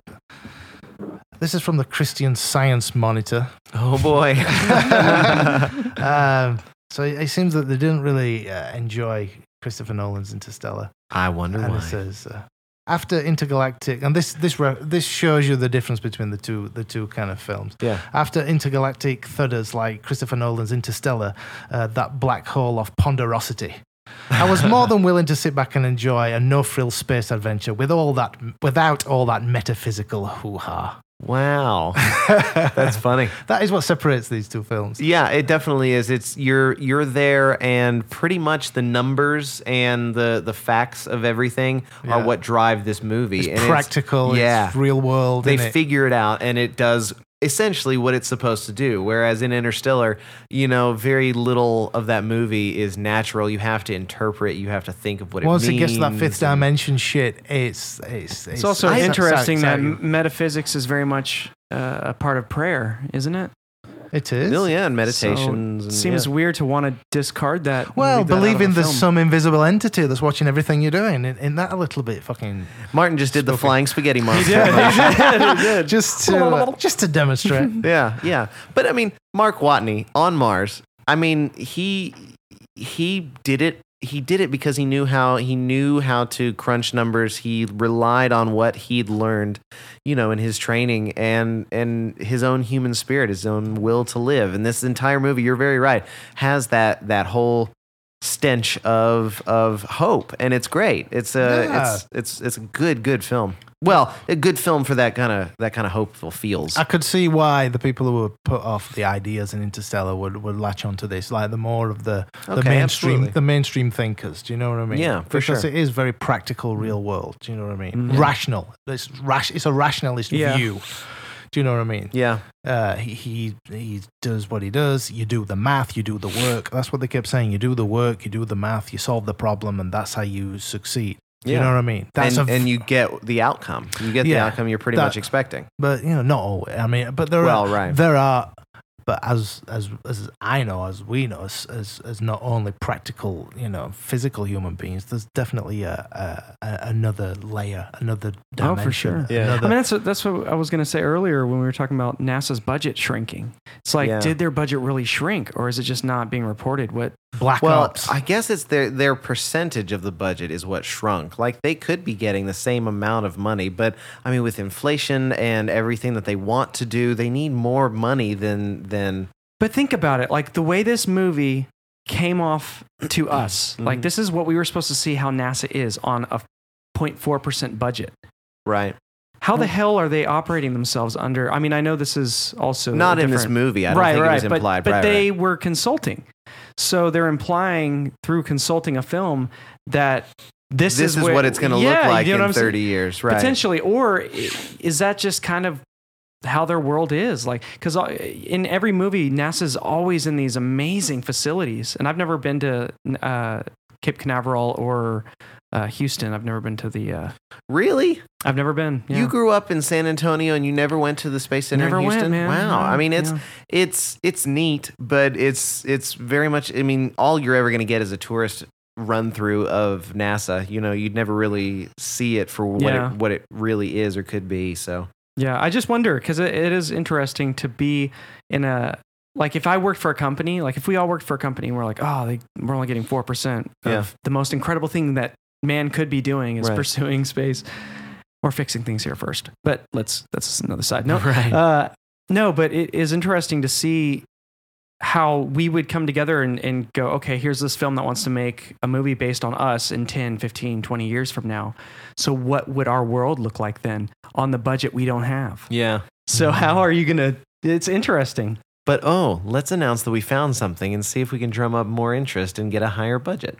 S2: this is from the Christian Science Monitor.
S4: Oh boy.
S2: Um, so it it seems that they didn't really uh, enjoy Christopher Nolan's Interstellar.
S4: I wonder
S2: And it
S4: why.
S2: says, uh, after intergalactic, and this this re- this shows you the difference between the two the two kind of films.
S4: Yeah.
S2: After intergalactic thudders like Christopher Nolan's Interstellar, uh, that black hole of ponderosity. I was more than willing to sit back and enjoy a no frill space adventure with all that, without all that metaphysical hoo ha.
S4: Wow. That's funny.
S2: That is what separates these two films.
S4: Yeah, it definitely is. It's you're you're there, and pretty much the numbers and the the facts of everything are
S2: Yeah.
S4: what drive this movie.
S2: It's
S4: and
S2: practical, it's,
S4: yeah.
S2: real world.
S4: they
S2: innit?
S4: figure it out and it does essentially what it's supposed to do whereas in interstellar you know very little of that movie is natural you have to interpret you have to think of what
S2: Once
S4: it
S2: it
S4: means
S2: gets to that fifth
S4: and-
S2: dimension shit, it's it's it's,
S3: it's also interesting that
S2: that
S3: metaphysics is very much uh, a part of prayer, isn't it?
S2: It is.
S4: Well, yeah, and
S3: So,
S4: meditations. and,
S3: seems
S4: yeah.
S3: weird to want to discard that. and
S2: Well,
S3: leave that out of
S2: believing
S3: a
S2: there's
S3: film.
S2: some invisible entity that's watching everything you're doing, in, in that a little bit fucking
S4: Martin just did the flying spaghetti monster.
S2: just to uh, just to demonstrate.
S4: yeah, yeah. But I mean, Mark Watney on Mars. I mean, he he did it. He did it because he knew how he knew how to crunch numbers. He relied on what he'd learned, you know, in his training and and his own human spirit, his own will to live. And this entire movie, you're very right, has that that whole stench of of hope and it's great it's a it's it's it's a good good film well a good film for that kind of that kind of hopeful feels
S2: I could see why the people who were put off the ideas in Interstellar would, would latch onto this, like the more of the, the
S4: Okay,
S2: mainstream
S4: absolutely.
S2: the mainstream thinkers. Do you know what I mean?
S4: Yeah, for
S2: because
S4: sure. Mm-hmm.
S2: it is very practical, real world. Do you know what I mean? Rational. It's rash. It's a rationalist
S3: Yeah.
S2: view. Do you know what I mean?
S4: yeah
S2: Uh, he, he he does what he does. You do the math. You do the work. That's what they kept saying. You do the work. You do the math. You solve the problem, and that's how you succeed. Do You
S4: Yeah.
S2: know what I mean? That's
S4: and,
S2: a,
S4: and you get the outcome. You get the
S2: Yeah,
S4: outcome you're pretty
S2: that-
S4: much expecting.
S2: but you know not always. I mean, but there
S4: Well,
S2: are
S4: right.
S2: there are, but as as as I know, as we know, as as, as not only practical, you know, physical human beings, there's definitely a, a, a another layer, another
S3: Oh,
S2: dimension.
S3: for sure.
S4: Yeah.
S3: I
S2: another-
S3: mean, that's what, that's what I was going to say earlier when we were talking about NASA's budget shrinking. It's like,
S4: Yeah.
S3: did their budget really shrink, or is it just not being reported? What?
S2: black
S4: Well,
S2: ops.
S4: I guess it's their their percentage of the budget is what shrunk. Like they could be getting the same amount of money, but I mean with inflation and everything that they want to do, they need more money than than
S3: But think about it. Like the way this movie came off to us. Like this is what we were supposed to see how NASA is on a 0.4 percent budget.
S4: right.
S3: How the hell are they operating themselves under? I mean, I know this is also
S4: Not in this
S3: different-
S4: movie. I don't think it was implied.
S3: But, but
S4: right,
S3: they
S4: right.
S3: were consulting. So they're implying through consulting a film that this,
S4: this, is,
S3: where-
S4: what it's going to
S3: Yeah,
S4: look like
S3: you know what
S4: in
S3: I'm saying?
S4: 30 years, right?
S3: Potentially. Or i- is that just kind of how their world is? Like, because in every movie, NASA's always in these amazing facilities. And I've never been to uh, Cape Canaveral or uh, Houston. I've never been to the. Uh,
S4: Really?
S3: I've never been. Yeah.
S4: You grew up in San Antonio and you never went to the Space Center
S3: Never
S4: in
S3: went,
S4: Houston.
S3: man.
S4: Wow.
S3: No,
S4: I mean, it's
S3: yeah.
S4: it's it's neat, but it's it's very much. I mean, all you're ever going to get is a tourist run through of NASA. You know, you'd never really see it for what
S3: Yeah.
S4: it, what it really is or could be. So
S3: Yeah, I just wonder because it, it is interesting to be in a like if I worked for a company, like if we all worked for a company, and we're like, oh, they, we're only getting four percent of
S4: Yeah.
S3: the most incredible thing that man could be doing is
S4: Right.
S3: pursuing space or fixing things here first. But let's that's another side note.
S4: Right.
S3: Uh, no, but it is interesting to see how we would come together and, and go, okay, here's this film that wants to make a movie based on us in 10, 15, 20 years from now. So what would our world look like then on the budget we don't have?
S4: yeah.
S3: So how are you going to, it's interesting.
S4: But oh, let's announce that we found something and see if we can drum up more interest and get a higher budget.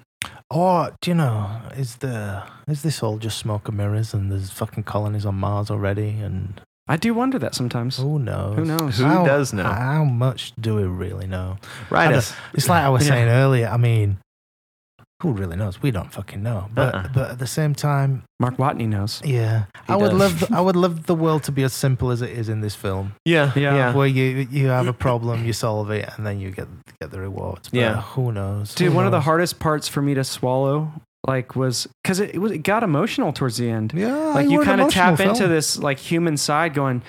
S2: or do you know, is the is this all just smoke and mirrors? And there's fucking colonies on Mars already, and
S3: I do wonder that sometimes.
S2: who knows?
S3: Who knows?
S4: Who
S2: How-
S4: does know?
S2: How much do we really know?
S4: Right.
S2: I
S4: us.
S2: It's like I was
S3: Yeah.
S2: saying earlier. I mean, who really knows? We don't fucking know. But
S4: Uh-uh.
S2: but at the same time,
S3: Mark Watney knows.
S2: yeah,
S4: He
S2: I would
S4: does.
S2: love the, I would love the world to be as simple as it is in this film,
S4: Yeah.
S3: Yeah.
S4: Yeah.
S2: where you you have a problem, you solve it, and then you get get the rewards. But
S4: Yeah.
S2: who knows?
S3: Dude,
S2: Who
S3: one of the
S2: knows?
S3: hardest parts for me to swallow like was because it, it, was, it got emotional towards the end.
S2: yeah,
S3: like
S2: you
S3: you
S2: were an
S3: kind of
S2: emotional
S3: tap into
S2: film.
S3: this like human side going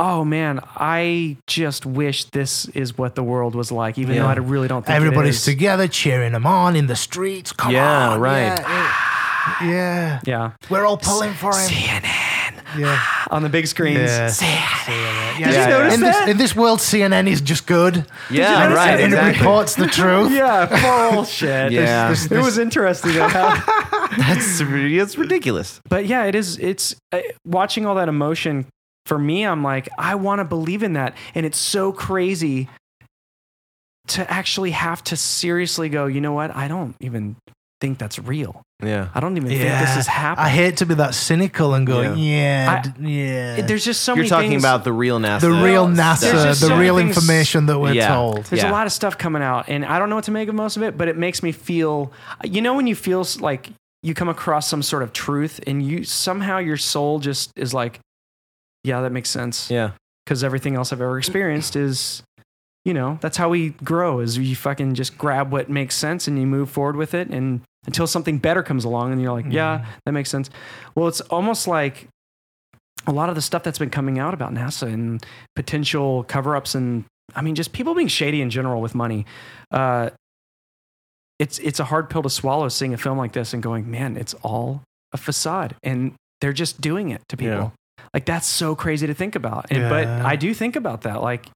S3: oh man i just wish this is what the world was like even though
S4: Yeah.
S3: i really don't think it
S2: Everybody's
S3: is.
S2: together cheering them on in the streets. Come
S4: Yeah,
S2: on,
S4: right.
S2: yeah, yeah, yeah.
S3: yeah
S2: we're all pulling for him.
S3: cnn
S2: Yeah.
S3: on the big screens
S2: Yeah.
S3: CNN.
S2: Yeah,
S3: you
S2: yeah.
S3: notice
S2: in this-
S3: that?
S2: in this world, CNN is just good.
S4: Yeah,
S3: notice
S4: right.
S3: that?
S2: And
S4: Exactly.
S2: it reports the truth.
S3: yeah bullshit
S4: Yeah.
S2: This-
S3: it was interesting though, how-
S4: That's, that's ridiculous.
S3: but yeah it is it's uh, watching all that emotion for me i'm like i want to believe in that and it's so crazy to actually have to seriously go you know what i don't even think that's real
S4: Yeah.
S3: I don't even
S2: Yeah.
S3: think this is
S2: I
S3: happening.
S2: hate to be that cynical and go,
S4: Yeah.
S2: yeah, yeah.
S3: I-
S2: d- yeah.
S3: There's just so
S4: You're
S3: many
S4: talking
S3: things.
S4: about the real NASA.
S2: the real
S3: there's
S2: NASA,
S3: just so
S2: the
S3: many
S2: real
S3: things-
S2: information that we're
S4: Yeah.
S2: told.
S3: There's
S4: Yeah.
S3: a lot of stuff coming out, and I don't know what to make of most of it, but it makes me feel. You know, when you feel s- like you come across some sort of truth, and you somehow your soul just is like, yeah, that makes sense.
S4: Yeah.
S3: Because everything else I've ever experienced is you know, that's how we grow is you fucking just grab what makes sense and you move forward with it and until something better comes along and you're like, yeah, that makes sense. Well, it's almost like a lot of the stuff that's been coming out about NASA and potential cover-ups and I mean just people being shady in general with money. Uh it's it's a hard pill to swallow seeing a film like this and going, "Man, it's all a facade." And they're just doing it to people.
S6: Yeah.
S3: Like that's so crazy to think about. And but
S2: Yeah.
S3: I do think about that. Like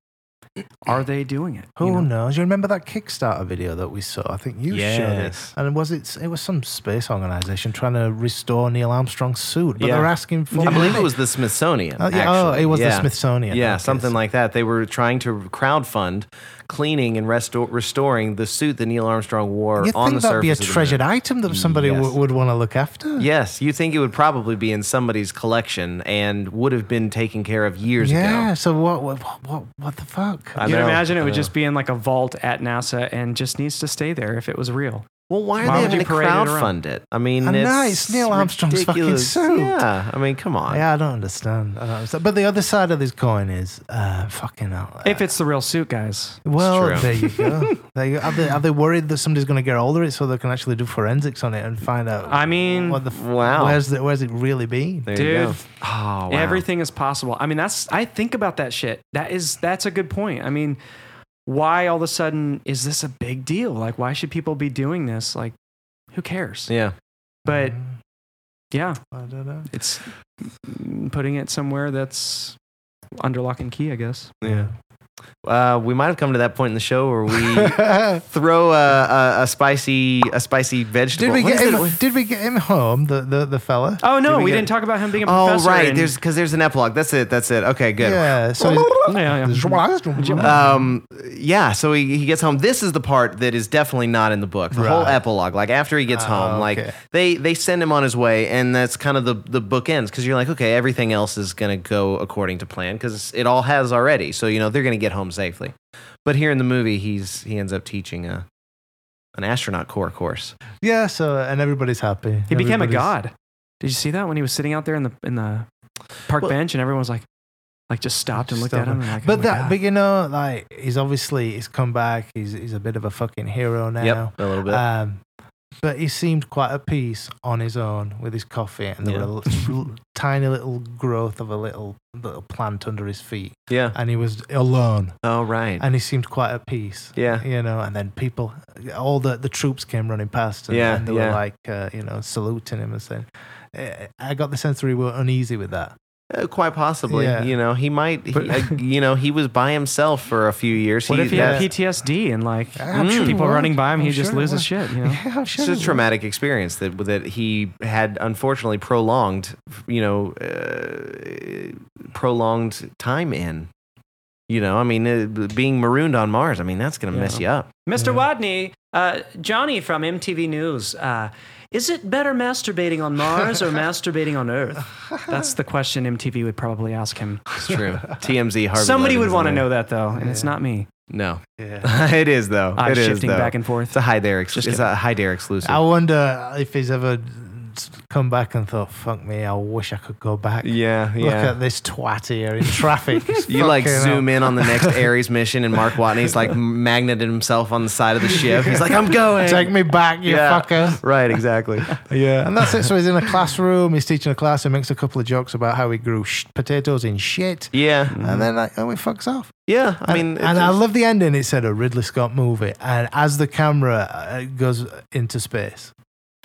S3: are they doing it?
S2: Who
S3: you know?
S2: knows? You remember that Kickstarter video that we saw? I think you showed
S4: Yes.
S2: it. And was it? It was some space organization trying to restore Neil Armstrong's suit, but
S4: Yeah.
S2: they're asking for.
S4: I believe it
S2: money.
S4: was the Smithsonian.
S2: Oh, yeah. Oh,
S4: actually.
S2: it was the
S4: Yeah.
S2: Smithsonian.
S4: Yeah,
S2: Okay.
S4: something like that. They were trying to crowdfund cleaning and resto- restoring the suit that Neil Armstrong wore
S2: You'd
S4: on
S2: think
S4: the
S2: that'd be a
S4: surface. of the moon.
S2: treasured item that somebody
S4: Yes.
S2: w- would want to look after.
S4: Yes, you think it would probably be in somebody's collection and would have been taken care of years
S2: Yeah.
S4: ago.
S2: So what? What? What? What, what the fuck?
S4: I
S3: You can
S4: know,
S3: imagine it
S4: I
S3: would
S4: know.
S3: just be in like a vault at NASA and just needs to stay there if it was real.
S4: Well, why are
S3: Why would
S4: they having
S3: you
S4: to
S3: parade it around?
S4: crowdfund it? I mean,
S2: I
S4: it's
S2: know, it's Neil Armstrong's fucking
S4: ridiculous.
S2: suit.
S4: Yeah, I mean, come on.
S2: yeah, I don't understand. I don't understand. But the other side of this coin is uh, fucking hell. Uh,
S3: If it's the real suit, guys.
S2: Well,
S4: true.
S2: there you go. there you go. Are, they, are they worried that somebody's going to get older it so they can actually do forensics on it and find out?
S3: I mean,
S2: what the f-
S4: wow.
S2: Where's the, where's it really been?
S4: There you
S3: Dude,
S4: go. Oh, wow.
S3: everything is possible. I mean, that's I think about that shit. That is that's a good point. I mean, why all of a sudden is this a big deal? Like why should people be doing this? Like who cares?
S4: Yeah.
S3: But
S2: Mm,
S3: yeah,
S2: I don't know.
S3: it's putting it somewhere that's under lock and key, I guess.
S4: Yeah. Uh, we might have come to that point in the show where we throw a, a, a spicy a spicy vegetable.
S2: did we
S4: What
S2: get
S4: is
S2: him?
S4: it?
S2: Did we get him home? The the, the fella.
S3: Oh no,
S4: Did
S3: we,
S4: we get-
S3: didn't talk about him being a
S4: Oh
S3: professor.
S4: right,
S3: and-
S4: there's because there's an epilogue. That's it. That's it. Okay, good.
S2: Yeah. So.
S3: yeah, yeah.
S2: Uh,
S4: Um, yeah, so he, he gets home. This is the part that is definitely not in the book. The whole
S2: Right.
S4: epilogue, like after he gets
S2: Ah,
S4: home,
S2: okay.
S4: like they they send him on his way, and that's kind of the the book ends because you're like, okay, everything else is gonna go according to plan because it all has already. So you know they're gonna get home safely. But here in the movie, he's he ends up teaching a an astronaut core course.
S2: yeah. So and everybody's happy.
S3: He became a
S2: Everybody's-
S3: god. Did you see that when he was sitting out there in the in the park
S4: Well-
S3: bench and everyone was like, like just stopped and looked
S2: Stuff
S3: at him.
S2: like-
S3: And like,
S2: but
S3: oh my
S2: that,
S3: God.
S2: but you know, like he's obviously he's come back. He's he's a bit of a fucking hero now.
S4: Yep, a little bit.
S2: Um, but he seemed quite at peace on his own with his coffee, and there
S4: Yeah.
S2: were a little, tiny little growth of a little little plant under his feet,
S4: yeah.
S2: and he was alone,
S4: Oh right.
S2: and he seemed quite at peace.
S4: yeah.
S2: You know, and then people, all the the troops came running past, and,
S4: Yeah,
S2: and they were
S4: yeah.
S2: like, uh, you know, saluting him and saying, eh, "I got the sense that we were uneasy with that."
S4: Uh, quite possibly.
S2: Yeah.
S4: You know, he might. He,
S3: But-
S4: uh, you know, he was by himself for a few years.
S3: what if he
S4: that-
S3: had PTSD and like hmm,
S2: I'm sure he
S3: people
S2: would.
S3: running by him,
S2: I'm
S3: he just
S2: Oh, sure he
S3: loses
S2: would.
S3: shit. You know?
S2: Yeah, I'm sure
S4: It's a
S2: it
S4: traumatic experience that that he had unfortunately prolonged, you know, uh, prolonged time in. You know, I mean, uh, being marooned on Mars, I mean, that's going to mess you up.
S3: Mr. Wadney, uh, Johnny from MTV News. Uh, is it better masturbating on Mars or masturbating on Earth? That's the question MTV would probably ask him.
S4: It's true. TMZ Harvey.
S3: Somebody would
S4: Levin's
S3: want to
S4: in
S3: know
S4: there.
S3: that though, and it's not me.
S4: No,
S2: Yeah.
S4: it is though.
S3: I'm
S4: it is
S3: shifting
S4: though.
S3: back and forth.
S4: It's a high dare. Ex-
S3: Just
S4: it's
S3: kidding.
S4: a high dare exclusive.
S2: I wonder if he's ever come back and thought, "Fuck me, I wish I could go back."
S4: yeah,
S2: Look
S4: yeah.
S2: at this twat here in traffic.
S4: You like zoom in on the next Ares mission, and Mark Watney's like magneted himself on the side of the ship. He's like, "I'm going."
S2: Take me back, you
S4: Yeah.
S2: fucker.
S4: Right, exactly.
S2: Yeah. And that's it. So he's in a classroom, he's teaching a class, he makes a couple of jokes about how he grew sh- potatoes in shit.
S4: Yeah,
S2: And then, like, oh, he fucks off.
S4: yeah. I mean,
S2: and,
S4: it
S2: and I
S4: just-
S2: love the ending. It said a Ridley Scott movie, and as the camera uh, goes into space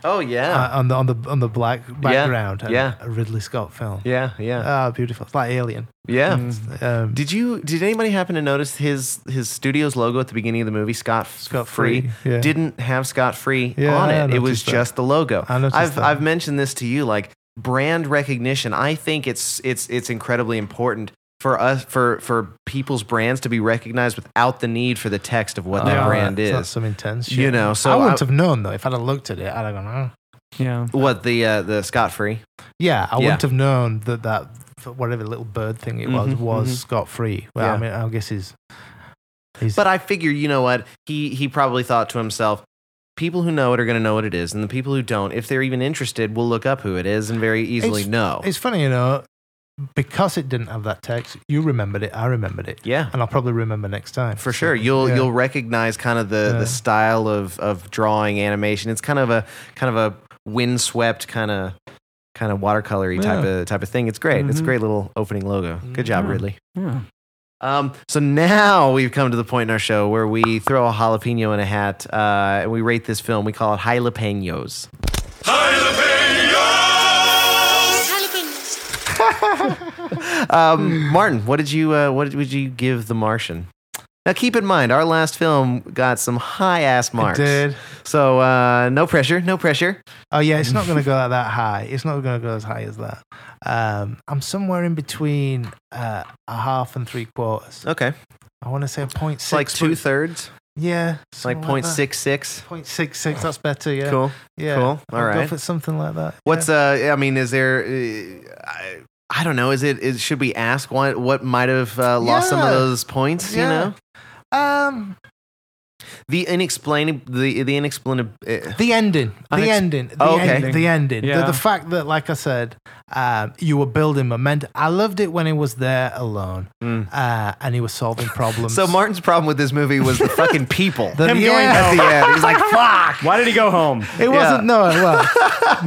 S4: Oh yeah,
S2: uh, on the on the on the black background, and
S4: yeah.
S2: a Ridley Scott film.
S4: yeah, yeah,
S2: Ah, beautiful. It's like Alien.
S4: yeah.
S2: Um,
S4: Did you? Did anybody happen to notice his his studio's logo at the beginning of the movie? Scott
S2: Scott Free, yeah.
S4: didn't have Scott Free
S2: Yeah,
S4: on
S2: I
S4: it. It was
S2: noticed that.
S4: just the logo.
S2: I noticed
S4: I've
S2: that.
S4: I've mentioned this to you like brand recognition. I think it's it's it's incredibly important. For us, for for people's brands to be recognized without the need for the text of what that
S2: Oh,
S4: uh, brand
S2: it's not
S4: is,
S2: some intense shit.
S4: you know.
S2: I
S4: So
S2: wouldn't
S4: I-
S2: have known though if I'd have looked at it. I'd have gone, oh.
S3: Yeah.
S4: what the uh, the Scott Free?
S2: yeah, I
S4: Yeah.
S2: wouldn't have known that that whatever little bird thing it was
S4: Mhm,
S2: was
S4: mhm.
S2: scot free. Well, I
S4: Yeah.
S2: mean, I guess he's he's
S4: But I figure, you know what? He he probably thought to himself, people who know it are going to know what it is, and the people who don't, if they're even interested, will look up who it is and very easily know.
S2: It's funny, you know. because it didn't have that text, you remembered it. I remembered it.
S4: Yeah.
S2: and I'll probably remember next time
S4: For sure, you'll
S2: yeah.
S4: you'll recognize kind of the,
S2: Yeah.
S4: the style of, of drawing animation. It's kind of a kind of a windswept kind of kind of watercolory type
S2: Yeah. Mm-hmm.
S4: of type of thing. It's great. It's a
S3: Mhm.
S4: great little opening logo. Good job,
S3: Yeah.
S4: Ridley.
S3: Yeah.
S4: Um, so now we've come to the point in our show where we throw a jalapeno in a hat uh, and we rate this film. We call it Jalapenos.
S1: Jalapenos!
S4: Um, Martin, what did you uh, what would you give The Martian? Now keep in mind, our last film got some high ass
S2: It
S4: marks.
S2: did.
S4: So uh, no pressure, no pressure.
S2: Oh yeah, it's not going to go at that high. It's not going to go as high as that. Um, I'm somewhere in between uh, a half and three quarters.
S4: Okay,
S2: I want to say a point
S4: it's
S2: six.
S4: like two
S2: but-
S4: thirds,
S2: Yeah,
S4: it's like
S2: something
S4: point
S2: that.
S4: six six.
S2: Point six six. That's better. Yeah.
S4: Cool.
S2: Yeah.
S4: Cool.
S2: I'll
S4: All
S2: Go
S4: right.
S2: for something like that.
S4: What's
S2: yeah.
S4: uh? I mean, is there? Uh, I, I don't know. Is it? Is, should we ask what what might have uh, lost some of
S2: Yeah.
S4: those points? You
S2: Yeah.
S4: know.
S2: um
S4: The inexplainable, the the inexplainable. Uh,
S2: the ending? The
S4: Unex-
S2: ending. The
S4: Oh,
S2: end-
S4: okay.
S2: the ending. The- The,
S3: Yeah.
S2: fact that, like I said, um, you were building momentum. I loved it when he was there alone, uh, and he was solving problems.
S4: Mm. so Martin's problem with this movie was the fucking people
S2: The-
S4: at
S3: Him
S2: yeah.
S3: going "Oh."
S4: the end. He's like,
S3: fuck. Why did he go home?
S2: It wasn't no. Well,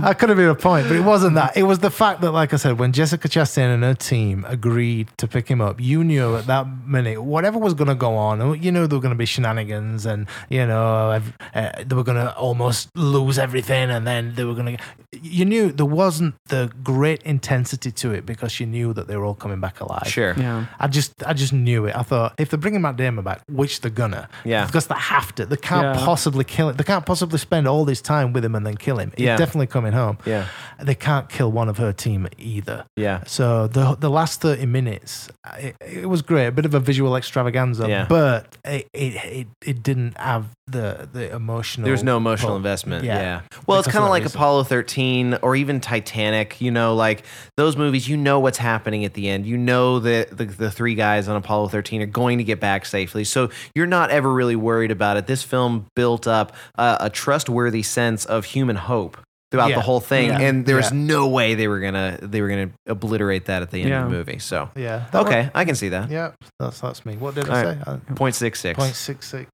S2: that could have been a point, but it wasn't that. It was the fact that, like I said, when Jessica Chastain and her team agreed to pick him up, you knew at that minute whatever was going to go on. oh, You knew there were going to be shenanigans, and you know ev- uh, they were going to almost lose everything, and then they were going to. You knew there wasn't the great intensity to it because you knew that they were all coming back alive.
S4: sure.
S3: Yeah.
S2: I just I just knew it. I thought if they're bringing Matt Damon back, which they're gonna,
S4: Yeah.
S2: because they have to. They can't
S3: Yeah.
S2: possibly kill it. They can't possibly spend all this time with him and then kill him. He's
S4: Yeah.
S2: definitely coming home.
S4: Yeah.
S2: They can't kill one of her team either.
S4: Yeah.
S2: So the the last thirty minutes, it, it was great, a bit of a visual extravaganza,
S4: Yeah.
S2: but it, it it it didn't have the the emotional.
S4: There's no emotional
S2: pull.
S4: investment. Yeah.
S2: Yeah.
S4: Well, it's
S2: Because
S4: kind
S2: of that
S4: of like
S2: reason.
S4: Apollo 13 or even Titanic, you know, like those movies, you know what's happening at the end. You know that the, the three guys on Apollo 13 are going to get back safely. So you're not ever really worried about it. This film built up uh, a trustworthy sense of human hope throughout
S2: Yeah.
S4: the whole thing
S2: Yeah.
S4: and there was
S2: Yeah.
S4: no way they were going to they were going to obliterate that at the end
S3: Yeah.
S4: of the movie. So
S2: Yeah. That
S4: Okay, I can see that.
S2: was- yeah, that's that's me. What did
S4: All
S2: I
S4: right.
S2: say? Uh,
S4: Point six six,
S2: Point six six.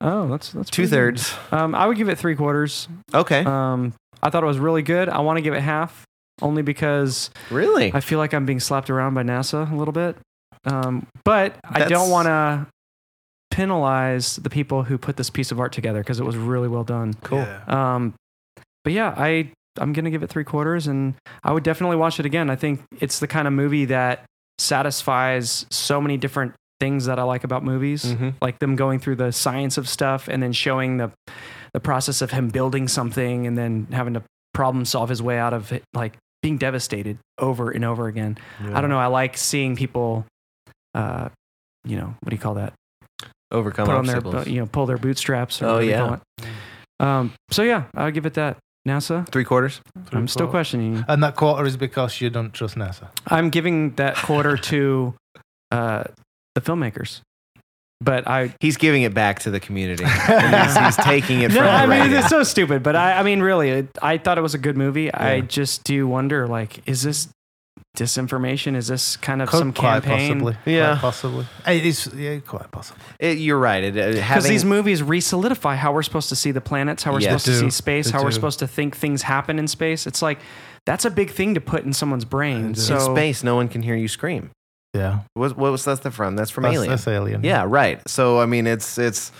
S3: Oh, that's that's
S4: two
S3: pretty good.
S4: thirds.
S3: Um, I would give it three quarters.
S4: Okay.
S2: Uh,
S3: Um, I thought it was really good. I want to give it half, only because
S4: really?
S3: I feel like I'm being slapped around by NASA a little bit. Um, but I
S4: That's-
S3: don't want to penalize the people who put this piece of art together because it was really well done.
S4: Cool.
S2: Yeah.
S3: Um, but yeah, I I'm gonna give it three quarters, and I would definitely watch it again. I think it's the kind of movie that satisfies so many different things that I like about movies,
S4: Mhm.
S3: like them going through the science of stuff and then showing the the process of him building something and then having to problem solve his way out of it, like being devastated over and over again. I don't know. I like seeing people, uh, you know, what do you call that?
S4: Overcome
S3: put on their,
S4: obstacles.
S3: bu- you know, pull their bootstraps. Or
S4: Oh,
S3: whatever you
S4: yeah.
S3: call it. Um, so yeah, I would give it that. NASA,
S4: Three quarters.
S3: I'm still
S2: questioning.
S3: questioning. you.
S2: And that quarter is because you don't trust NASA.
S3: I'm giving that quarter to uh, the filmmakers, but I.
S4: He's giving it back to the community. he's, he's taking it
S3: No,
S4: from
S3: I
S4: the
S3: mean
S4: writer.
S3: it's so stupid, but I, I mean really, it, I thought it was a good movie.
S4: Yeah.
S3: I just do wonder, like, is this disinformation? Is this kind of
S2: Could-
S3: some campaign?
S2: possibly.
S4: Yeah.
S2: Quite possibly. It is, yeah, quite possible.
S4: It- you're right. It, it,
S3: Because
S4: having,
S3: these movies re-solidify how we're supposed to see the planets, how we're
S4: Yeah.
S3: supposed
S2: They
S3: to
S2: do.
S3: see space,
S2: They
S3: how we're
S2: do.
S3: supposed to think things happen in space. It's like that's a big thing to put in someone's brain.
S2: It is.
S3: So
S4: in space, no one can hear you scream.
S2: Yeah.
S4: What, what was that from? That's from
S2: That's
S4: Alien.
S2: that's alien.
S4: yeah, right. So I mean, it's it's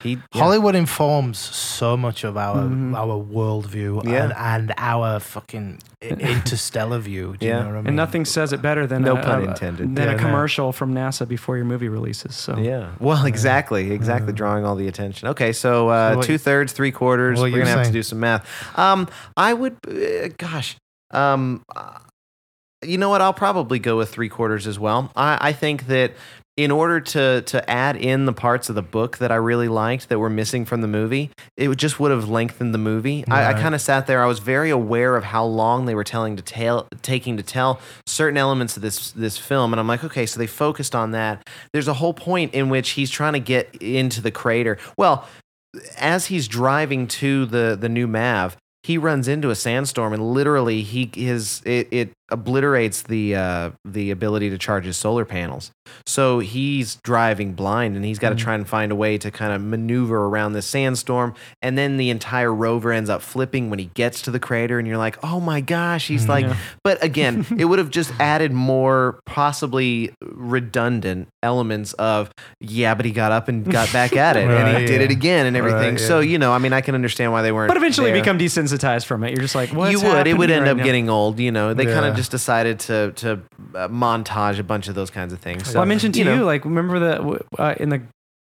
S4: he. yeah. Mm-hmm.
S2: Hollywood informs so much of our
S3: Mhm.
S2: our worldview
S4: Yeah.
S2: and, and our fucking i- interstellar view. Do
S4: Yeah.
S2: you know what I mean?
S3: and nothing says it better than
S4: No
S3: a,
S4: pun
S3: a-
S4: intended.
S3: than
S2: Yeah,
S3: a
S2: no.
S3: commercial from NASA before your movie releases. So
S4: Yeah. Well, exactly. Exactly. Drawing all the attention. Okay. So, uh,
S2: So what-
S4: two thirds, three quarters. We're
S2: what
S4: going to
S2: you're
S4: have to
S2: saying?
S4: do some math. Um, I would, uh, gosh, um, uh, you know what? I'll probably go with three quarters as well. I, I think that in order to, to add in the parts of the book that I really liked that were missing from the movie, it would- just would have lengthened the movie. I, I
S2: Right.
S4: kind of sat there. I was very aware of how long they were telling to tell, taking to tell certain elements of this this film, and I'm like, okay, so they focused on that. There's a whole point in which he's trying to get into the crater. Well, as he's driving to the the new Mav, he runs into a sandstorm and literally he his it, it obliterates the uh, the ability to charge his solar panels. So he's driving blind, and he's
S2: Mm.
S4: got to try and find a way to kind of maneuver around this sandstorm. And then the entire rover ends up flipping when he gets to the crater, and you're like, "Oh my gosh!"
S2: Mm,
S4: He's like, "But again, it would have just added more possibly redundant elements of yeah, but he got up and got back at it, and he
S2: Right,
S4: did
S2: yeah.
S4: it again, and everything."
S2: Right,
S4: So
S2: yeah.
S4: you know, I mean, I can understand why they weren't.
S3: But eventually
S4: there
S3: become desensitized from it. You're just like, what?
S4: you would. It would end up getting old. You know, they kind
S2: Yeah.
S4: of just decided to to uh, montage a bunch of those kinds of things. So,
S3: Well, I mentioned to you,
S4: uh, know,
S3: like, remember the w- uh, in the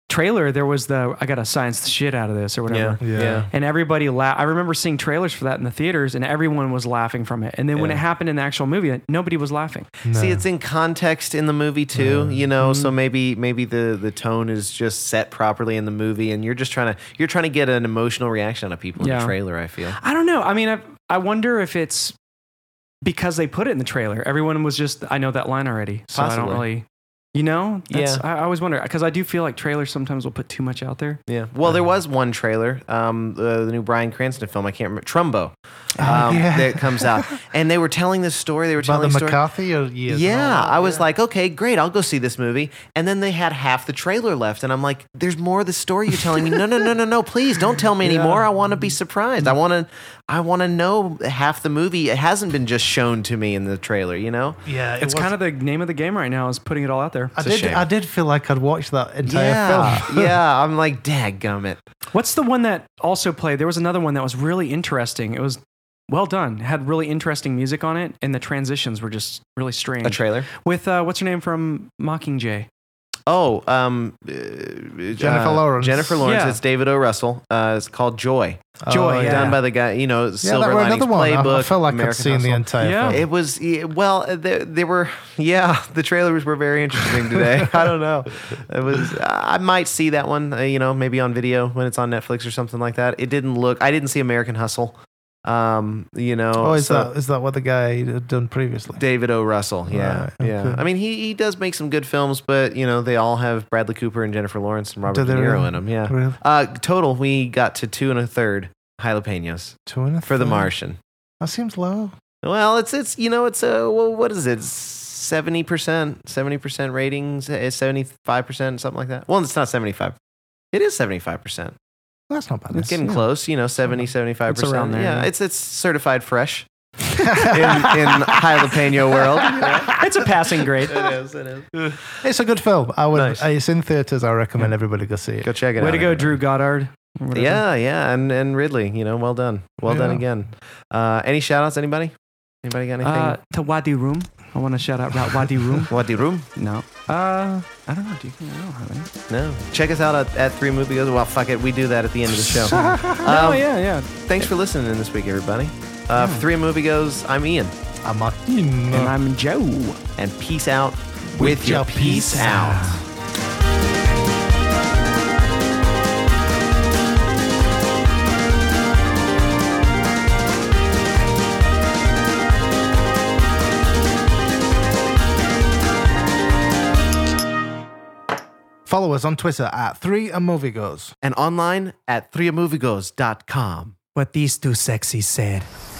S3: trailer there was the I got to science the shit out of this or
S4: yeah,
S3: whatever.
S4: yeah,
S2: Yeah.
S3: And everybody laughed. I remember seeing trailers for that in the theaters, and everyone was laughing from it. And then when
S4: Yeah.
S3: it happened in the actual movie, nobody was laughing.
S4: See, it's in context in the movie too. You know, so maybe maybe the the tone is just set properly in the movie, and you're just trying to you're trying to get an emotional reaction out of people in
S3: Yeah.
S4: the trailer. I feel.
S3: I don't know. I mean, I, I wonder if it's because they put it in the trailer. Everyone was just, I know that line already. So I
S4: Possibly.
S3: don't really, you know? That's,
S4: Yeah.
S3: I, I always wonder because I do feel like trailers sometimes will put too much out there.
S4: Yeah. Well, there was one trailer, um, the, the new Brian Cranston film. I can't remember Trumbo, um,
S2: yeah.
S4: that comes out, and they were telling this story. They were
S2: About
S4: telling
S2: the
S4: story.
S2: McCarthy or years and
S4: Yeah,
S2: all that?
S4: I was like, okay, great, I'll go see this movie. And then they had half the trailer left, and I'm like, there's more of the story you're telling me. No, no, no, no, no, please don't tell me anymore. I want to be surprised. I want to, I want to know half the movie. It hasn't been just shown to me in the trailer, you know.
S2: yeah, it
S3: It's
S2: was-
S3: kind of the name of the game right now is putting it all out there.
S2: I
S4: a
S2: did.
S4: shame.
S2: I did feel like I'd watched that entire
S4: yeah,
S2: film.
S4: yeah. I'm like, dadgummit.
S3: What's the one that also played? There was another one that was really interesting. It was well done. It had really interesting music on it, and the transitions were just really strange.
S4: A trailer.
S3: With uh, what's her name from Mockingjay?
S4: Oh, um, uh,
S2: Jennifer Lawrence.
S4: Jennifer Lawrence.
S3: Yeah.
S4: It's David O. Russell. Uh, it's called Joy,
S3: Joy,
S2: Oh,
S3: yeah.
S4: done by the guy. You know,
S2: yeah, that
S4: Silver
S2: were
S4: Linings
S2: another one. I-
S4: Playbook.
S2: I felt like I'd
S4: American
S2: seen the
S4: Hustle.
S2: entire
S3: Yeah.
S2: film.
S4: It was yeah, well. uh, They, they were yeah. The trailers were very interesting today. I don't know. It was. I might see that one. uh, You know, maybe on video when it's on Netflix or something like that. It didn't look. I didn't see American Hustle. Um, you know.
S2: Oh, is
S4: so-
S2: that is that what the guy had done previously?
S4: David O. Russell? Yeah,
S2: Right,
S4: yeah.
S2: okay.
S4: I mean, he he does make some good films, but you know, they all have Bradley Cooper and Jennifer Lawrence and Robert
S2: Do
S4: De
S2: they
S4: Niro
S2: really?
S4: in them. Yeah.
S2: Really?
S4: Uh, total, we got to two and a third jalapenos
S2: Two and a
S4: for The
S2: third?
S4: Martian.
S2: That seems low.
S4: Well, it's it's you know it's a well, what is it? Seventy percent, seventy percent ratings, seventy five percent, something like that. Well, it's not seventy five. It is seventy five percent.
S2: That's not bad.
S4: It's getting
S2: yeah.
S4: close, you know, 70, 75
S3: It's around
S4: percent.
S3: there,
S4: Yeah,
S3: yeah.
S4: it's it's certified fresh in in jalapeno world.
S3: It's a passing grade.
S4: is. It is.
S2: It's a good film. I would.
S4: Nice.
S2: uh, It's in theaters. I recommend everybody go see it.
S4: Go check it
S3: Way
S4: out.
S3: to go,
S4: everybody.
S3: Drew Goddard. or whatever.
S4: Yeah, yeah, and and Ridley, you know, well done, well done
S2: Yeah.
S4: again. Uh, any shout outs, anybody? Anybody got anything?
S3: Uh, to Wadi Room. I want to shout out about Wadi Room.
S4: what the room?
S3: no. Um, Uh, I don't know. Do you, I don't have any.
S4: No. Check us out at, at Three Movie Goes. Well, fuck it, we do that at the end of the show.
S3: Oh,
S4: Um,
S3: yeah, yeah.
S4: Thanks for listening in this week, everybody. Uh, for Three Movie Goes, I'm Ian,
S2: I'm a-
S3: And I'm Joe.
S4: and peace out with,
S2: your
S4: your peace
S2: peace
S4: out.
S2: Follow us on Twitter at Three and Movie Goes.
S4: And online at threeamoviegoes.com.
S6: What these two sexies said.